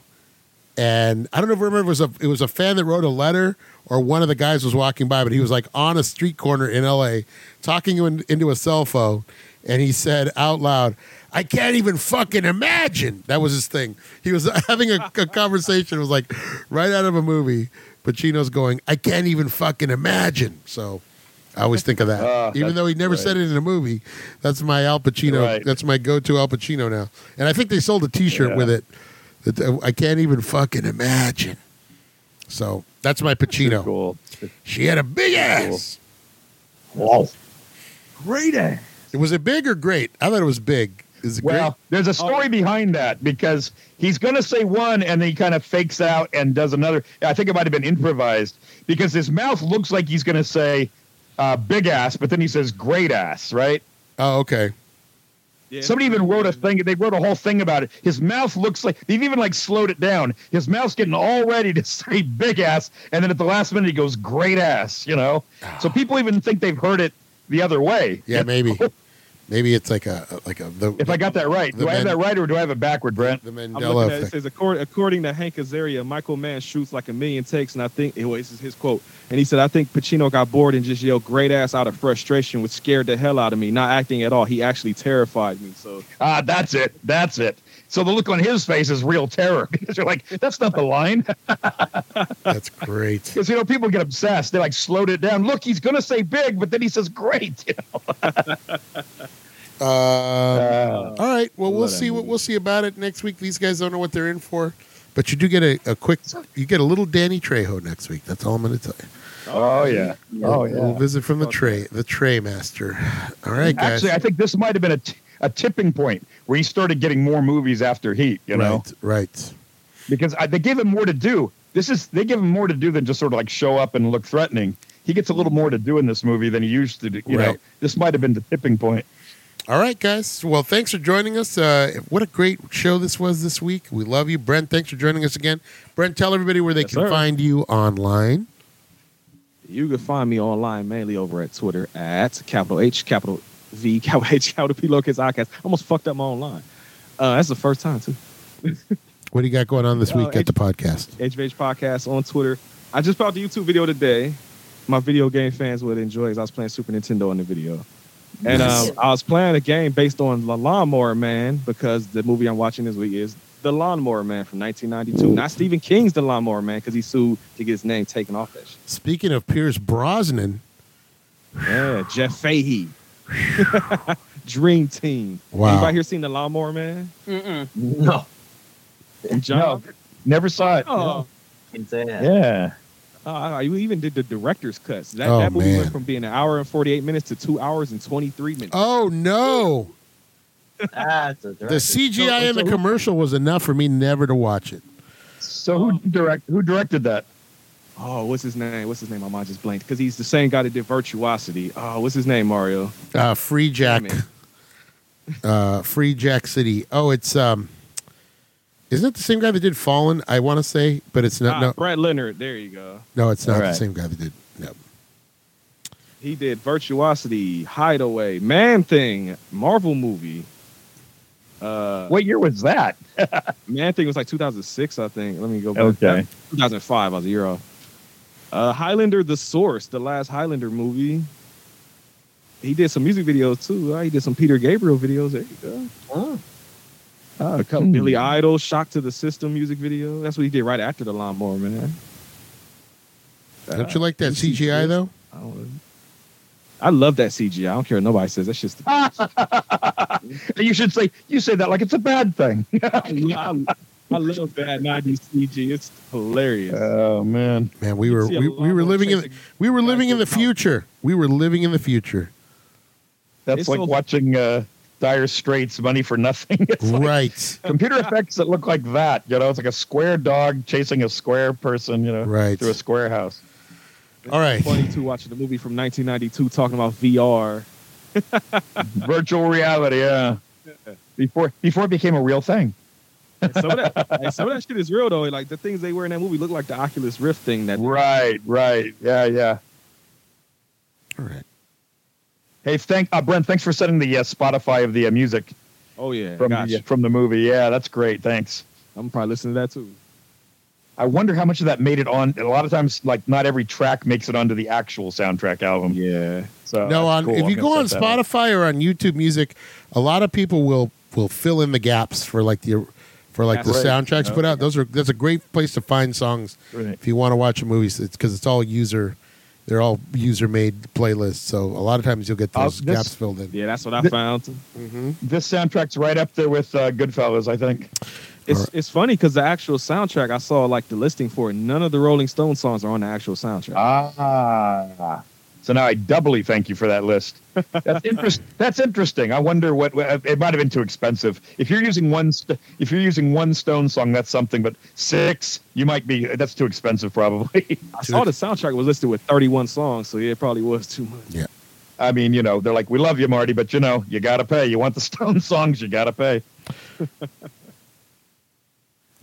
A: and I don't know if I remember it was a it was a fan that wrote a letter or one of the guys was walking by, but he was like on a street corner in L.A. talking in, into a cell phone, and he said out loud. I can't even fucking imagine. That was his thing. He was having a, a conversation. It was like right out of a movie. Pacino's going, I can't even fucking imagine. So I always think of that.
D: Ah,
A: even
D: that's
A: though he never
D: great.
A: said it in a movie, that's my Al Pacino.
D: Right.
A: That's my go-to Al Pacino now. And I think they sold a T-shirt
D: Yeah.
A: with it. That uh, I can't even fucking imagine. So that's my Pacino.
D: Cool.
A: She had a big
D: Cool.
A: ass.
D: Wow.
F: Great ass.
A: Was it big or great? I thought it was big. Is it
D: Well, there's a story behind that because he's going to say one and then he kind of fakes out and does another. I think it might have been improvised because his mouth looks like he's going to say uh, big ass, but then he says great ass, right?
A: great? Oh, okay.
F: Yeah.
D: Somebody even wrote a thing. They wrote a whole thing about it. His mouth looks like they've even like slowed it down. His mouth's getting all ready to say big ass, and then at the last minute he goes great ass. You know, so people even think they've heard it the other way.
A: Ah. Yeah, maybe. Maybe it's like a like a the,
D: If I got that right,
A: The
D: do I have
A: men-
D: that right or do I have it backward, Brent?
A: the
F: I'm
A: Mandela
F: looking at it, it
A: effect.
F: says according, according to Hank Azaria, Michael Mann shoots like a million takes, and I think well, this is his quote. And he said, "I think Pacino got bored and just yelled great ass out of frustration, which scared the hell out of me. Not acting at all, he actually terrified me." So
D: Ah, that's it. That's it. So the look on his face is real terror because you're like, that's not the line.
A: That's great.
D: Because, you know, people get obsessed. They like slowed it down. Look, he's going to say big, but then he says great. You
A: Uh,
D: know?
A: Um, all right. Well, we'll
F: love that
A: see what
F: movie.
A: we'll see about it next week. These guys don't know what they're in for, but you do get a, a quick. You get a little Danny Trejo next week. That's all I'm going to tell you.
D: oh, yeah. Oh,
A: We'll- We'll
D: yeah.
A: visit from the tray, the tray master. All right, guys.
D: Actually, I think this might have been a, t- a tipping point where he started getting more movies after Heat, you know,
A: right, right.
D: because I, they gave him more to do. This is, they give him more to do than just sort of like show up and look threatening. He gets a little more to do in this movie than he used to do. You know,
A: Right.
D: this might have been the tipping point.
A: All right, guys. Well, thanks for joining us. Uh, what a great show this was this week. We love you, Brent. Thanks for joining us again. Brent, tell everybody where they
F: Yes,
A: can
F: sir.
A: find you online.
F: you can find me online mainly over at Twitter at capital H capital V capital H capital P lowercase i cast. Almost fucked up my own line. Uh, that's the first time too.
A: What do you got going on this
F: Uh,
A: week at
F: it-
A: the podcast?
F: Edge of Age Podcast on Twitter. I just put out the YouTube video today. My video game fans would enjoy as I was playing Super Nintendo in the video. And um, I was playing a game based on The Lawnmower Man because the movie I'm watching this week is The Lawnmower Man from 1992. Not Stephen King's The Lawnmower Man because he sued to get his name taken off that shit.
A: Speaking of Pierce Brosnan,
F: Yeah, Jeff Fahey. Dream Team.
A: Wow.
F: Anybody here seen The Lawnmower Man?
E: Mm-mm.
G: no,
F: John?
D: Never saw it.
F: Oh.
G: it's a-
D: Yeah.
F: Uh, you even did the director's cuts. That,
A: Oh,
F: that movie
A: man. Uh,
F: went from being an hour and 48 minutes to two hours and 23 minutes.
A: Oh no!
G: That's a
A: The CGI in the commercial was enough for me never to watch it.
D: So who direct who directed that?
F: Oh, what's his name? What's his name? My mind just blanked because he's the same guy that did Virtuosity. Oh, what's his name, Mario?
A: Uh, Free Jack,
F: Damn it.
A: uh, Free Jack City. Oh, it's um, isn't it the same guy that did Fallen? I want to say, but it's
F: ah,
A: not. No,
F: Brad Leonard. There you go.
A: no, it's not the
G: Alright.
A: same guy that did. No,
F: He did Virtuosity, Hideaway, Man Thing, Marvel movie. Uh,
D: What year was that?
F: Man Thing was like 2006, I think. Let me go back.
D: Okay.
F: 2005. I was a year off. Uh, Highlander, The Source, the last Highlander movie. He did some music videos too. Uh, he did some Peter Gabriel videos. There you go.
G: Oh,
F: Oh, a
D: Hmm.
F: couple Billy Idol, Shock to the System music video. That's what he did right after the Lawnmower Man.
D: Uh,
A: don't you like that
F: you see
A: CGI
F: this?
A: though?
F: I don't know. I love that CG. I don't care what nobody says. That's just. I,
D: You should say you say that like it's a bad thing.
F: I- I love bad '90s CG. It's hilarious.
D: oh man.
A: Man, we were
F: see a
A: we,
F: lot
A: we were
F: more
A: living in
F: chasing
A: we were
F: guys
A: living in the
F: with problems.
A: future. We were living in the future,
D: That's
F: It's
D: like
F: so-
D: watching uh, Dire Straits Money for Nothing. It's like
A: right?
D: computer effects that look like that. You know, it's like a square dog chasing a square person, you know,
A: Right.
D: through a square house.
A: All right,
F: Funny too, watching the movie from 1992 talking about VR.
D: Virtual reality, yeah. Before before it became a real thing.
F: And some of that, and some of that shit is real though. Like the things they were in that movie look like the Oculus Rift thing. That
D: Right, right. Yeah, yeah.
A: all right.
D: Hey, thank uh, Brent. Thanks for sending the uh, Spotify of the uh, music
F: oh yeah,
D: from
F: gosh,
D: the, uh, from the movie. Yeah, that's great. Thanks.
F: I'm probably listening to that too.
D: I wonder how much of that made it on. A lot of times, like not every track makes it onto the actual soundtrack album.
F: Yeah,
D: So
A: no, on
D: uh, that's cool.
A: if
D: I'm
A: you
D: gonna
A: go on
D: set that up.
A: Spotify or on YouTube Music, a lot of people will will fill in the gaps for like the for like the
F: That's
D: right.
A: soundtracks
D: Yeah.
A: put out. Those are that's a great place to find songs
D: Right.
A: if you want to watch a movie. It's because it's all user, they're all user made playlists. So a lot of times you'll get
D: Uh,
A: those
D: this-
A: gaps filled in.
F: yeah, that's what I
D: The-
F: found.
D: This soundtrack's right up there with uh, Goodfellas, I think.
F: It's
A: Alright.
F: it's funny because the actual soundtrack I saw like the listing for it, none of the Rolling Stone songs are on the actual soundtrack.
D: Ah. So now I doubly thank you for that list. That's interest, That's interesting. I wonder what uh, it might have been too expensive. If you're using one, st- if you're using one Stone song, that's something. But six, you might be. That's too expensive, probably.
F: I saw the soundtrack was listed with 31 songs, so yeah, it probably was too much.
D: I mean, you know, they're like, we love you, Marty, but you know, you gotta pay. You want the Stone songs, you gotta pay.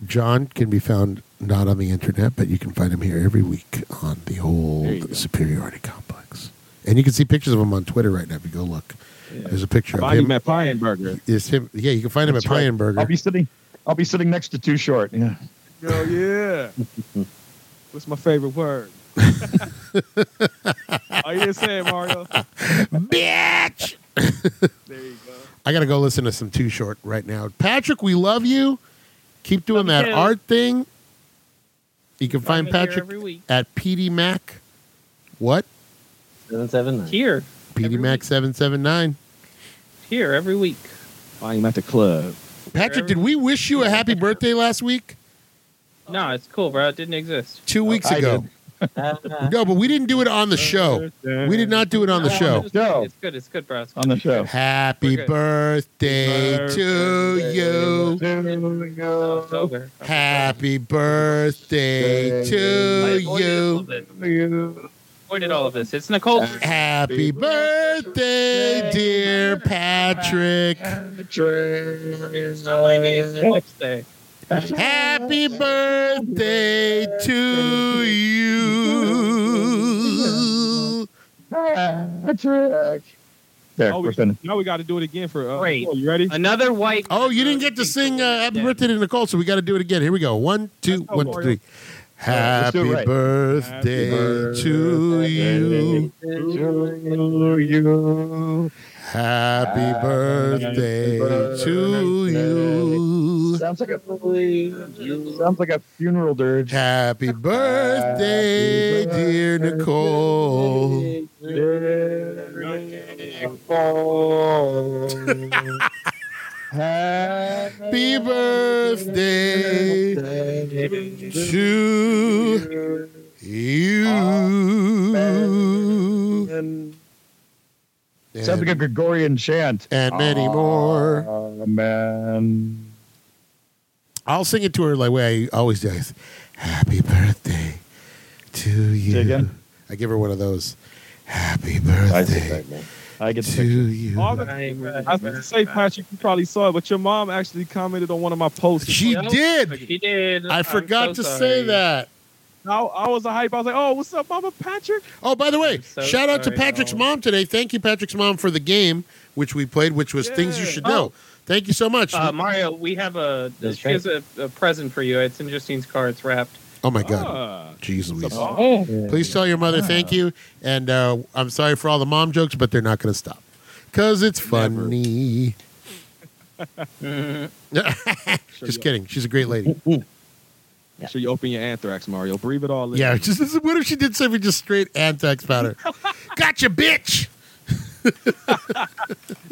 A: John can be found not on the internet, but you can find him here every week on the
F: There you go.
A: old superiority complex. And you can see pictures of him on Twitter right now if you go look. There's a picture of
F: Find him
A: him.
F: at Pineburger.
A: It's him. Yeah, you can find him
D: That's
A: at
D: right.
A: Pionberger.
D: I'll be sitting. I'll be sitting next to Too Short. Yeah.
F: Oh yeah. What's my favorite word? oh, you didn't say it, Mario.
A: Bitch!
F: There you go.
A: I got to go listen to some Too Short right now. Patrick, we love you. Keep doing
E: Love
A: that
E: you too.
A: art thing. You can
E: I'm
A: find
E: here
A: Patrick
E: every week.
A: at PD Mac. What?
G: seven seven nine.
E: Here, Every
A: PD Mac
E: week.
A: 779.
E: here every week.
F: Find him at the club.
A: Patrick, did we wish you a happy birthday last week?
E: No, it's cool, bro. It didn't exist.
A: Two weeks
D: I
A: ago.
G: Ah,
A: No, but we didn't do it on the show. We did not do it on the
E: No,
A: show.
E: It's
D: Joe.
E: good. It's good. It's good, bro.
F: Oh,
E: It's good.
D: On the show.
A: Happy
E: We're good.
A: birthday to
E: Birthday.
A: you.
E: No, it's over.
A: Happy birthday to
E: I
A: oh, you.
E: avoided all this. Avoided all of this. It's Nicole.
A: Happy birthday, dear Patrick.
E: Birthday.
A: Happy birthday to you.
D: Ah, Patrick. There,
F: Oh,
D: we're
F: we,
D: finished.
F: now we got to do it again for. Uh,
E: Great.
F: Nicole, you ready?
E: Another white.
A: Oh, you didn't get to sing uh, Happy Birthday to Nicole, so we got to do it again. Here we go. One, two,
F: Oh,
A: one, two,
F: Mario.
A: three.
D: let's do
A: Happy
D: it right.
A: birthday
D: Happy
A: to you.
D: To you.
A: Happy birthday to you.
D: Sounds like a sounds like a funeral dirge.
A: Happy birthday, dear Nicole. Happy birthday to you.
D: Sounds like a
A: and,
D: Gregorian chant. Oh,
A: and many more.
D: Amen.
A: I'll sing it to her like way I always do. Happy birthday to you.
D: again?
A: I give her one of those. Happy
G: I think
A: birthday
G: that, man.
D: I get the
A: to
D: picture.
A: you.
F: All the- I was going to say, Patrick, you probably saw it, but your mom actually commented on one of my posts.
A: She
E: Nope.
A: did.
E: She did.
A: I
E: I'm
A: forgot
E: so
A: to
E: sorry.
A: say that.
F: I, I was a hype. I was like, oh, what's up, Mama Patrick?
A: Oh, by the way,
E: I'm so
A: shout out to
E: sorry,
A: Patrick's
E: y'all.
A: mom today. Thank you, Patrick's mom, for the game which we played, which was things you
F: Yeah.
A: should
E: Oh.
A: know. Thank you so much.
E: Uh, Mario, we have a.
G: That's
E: she has a, a present for you. It's in Justine's car. It's wrapped.
A: oh my God,
F: Ah.
A: jeez Louise!
E: Oh,
G: 嗯
A: Please tell your mother thank you, and uh, I'm sorry for all the mom jokes, but they're not going to stop because it's funny.
F: Sure
A: Just
F: you-
A: kidding. She's a great lady.
F: Sure you open your anthrax, Mario. Breathe it all in.
A: Yeah, just this is- what if she did something just straight anthrax powder? gotcha, bitch.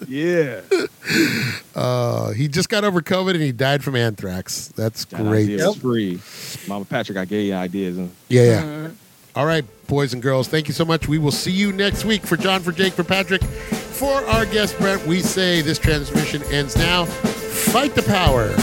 F: Yeah.
A: Uh, he just got over COVID and he died from anthrax. That's
F: That
A: great.
F: idea was free. Mama Patrick, I gave you ideas. huh?
A: Yeah, yeah. All right, boys and girls, thank you so much. We will see you next week. For John, for Jake, for Patrick, for our guest Brent, we say this transmission ends now. Fight the power.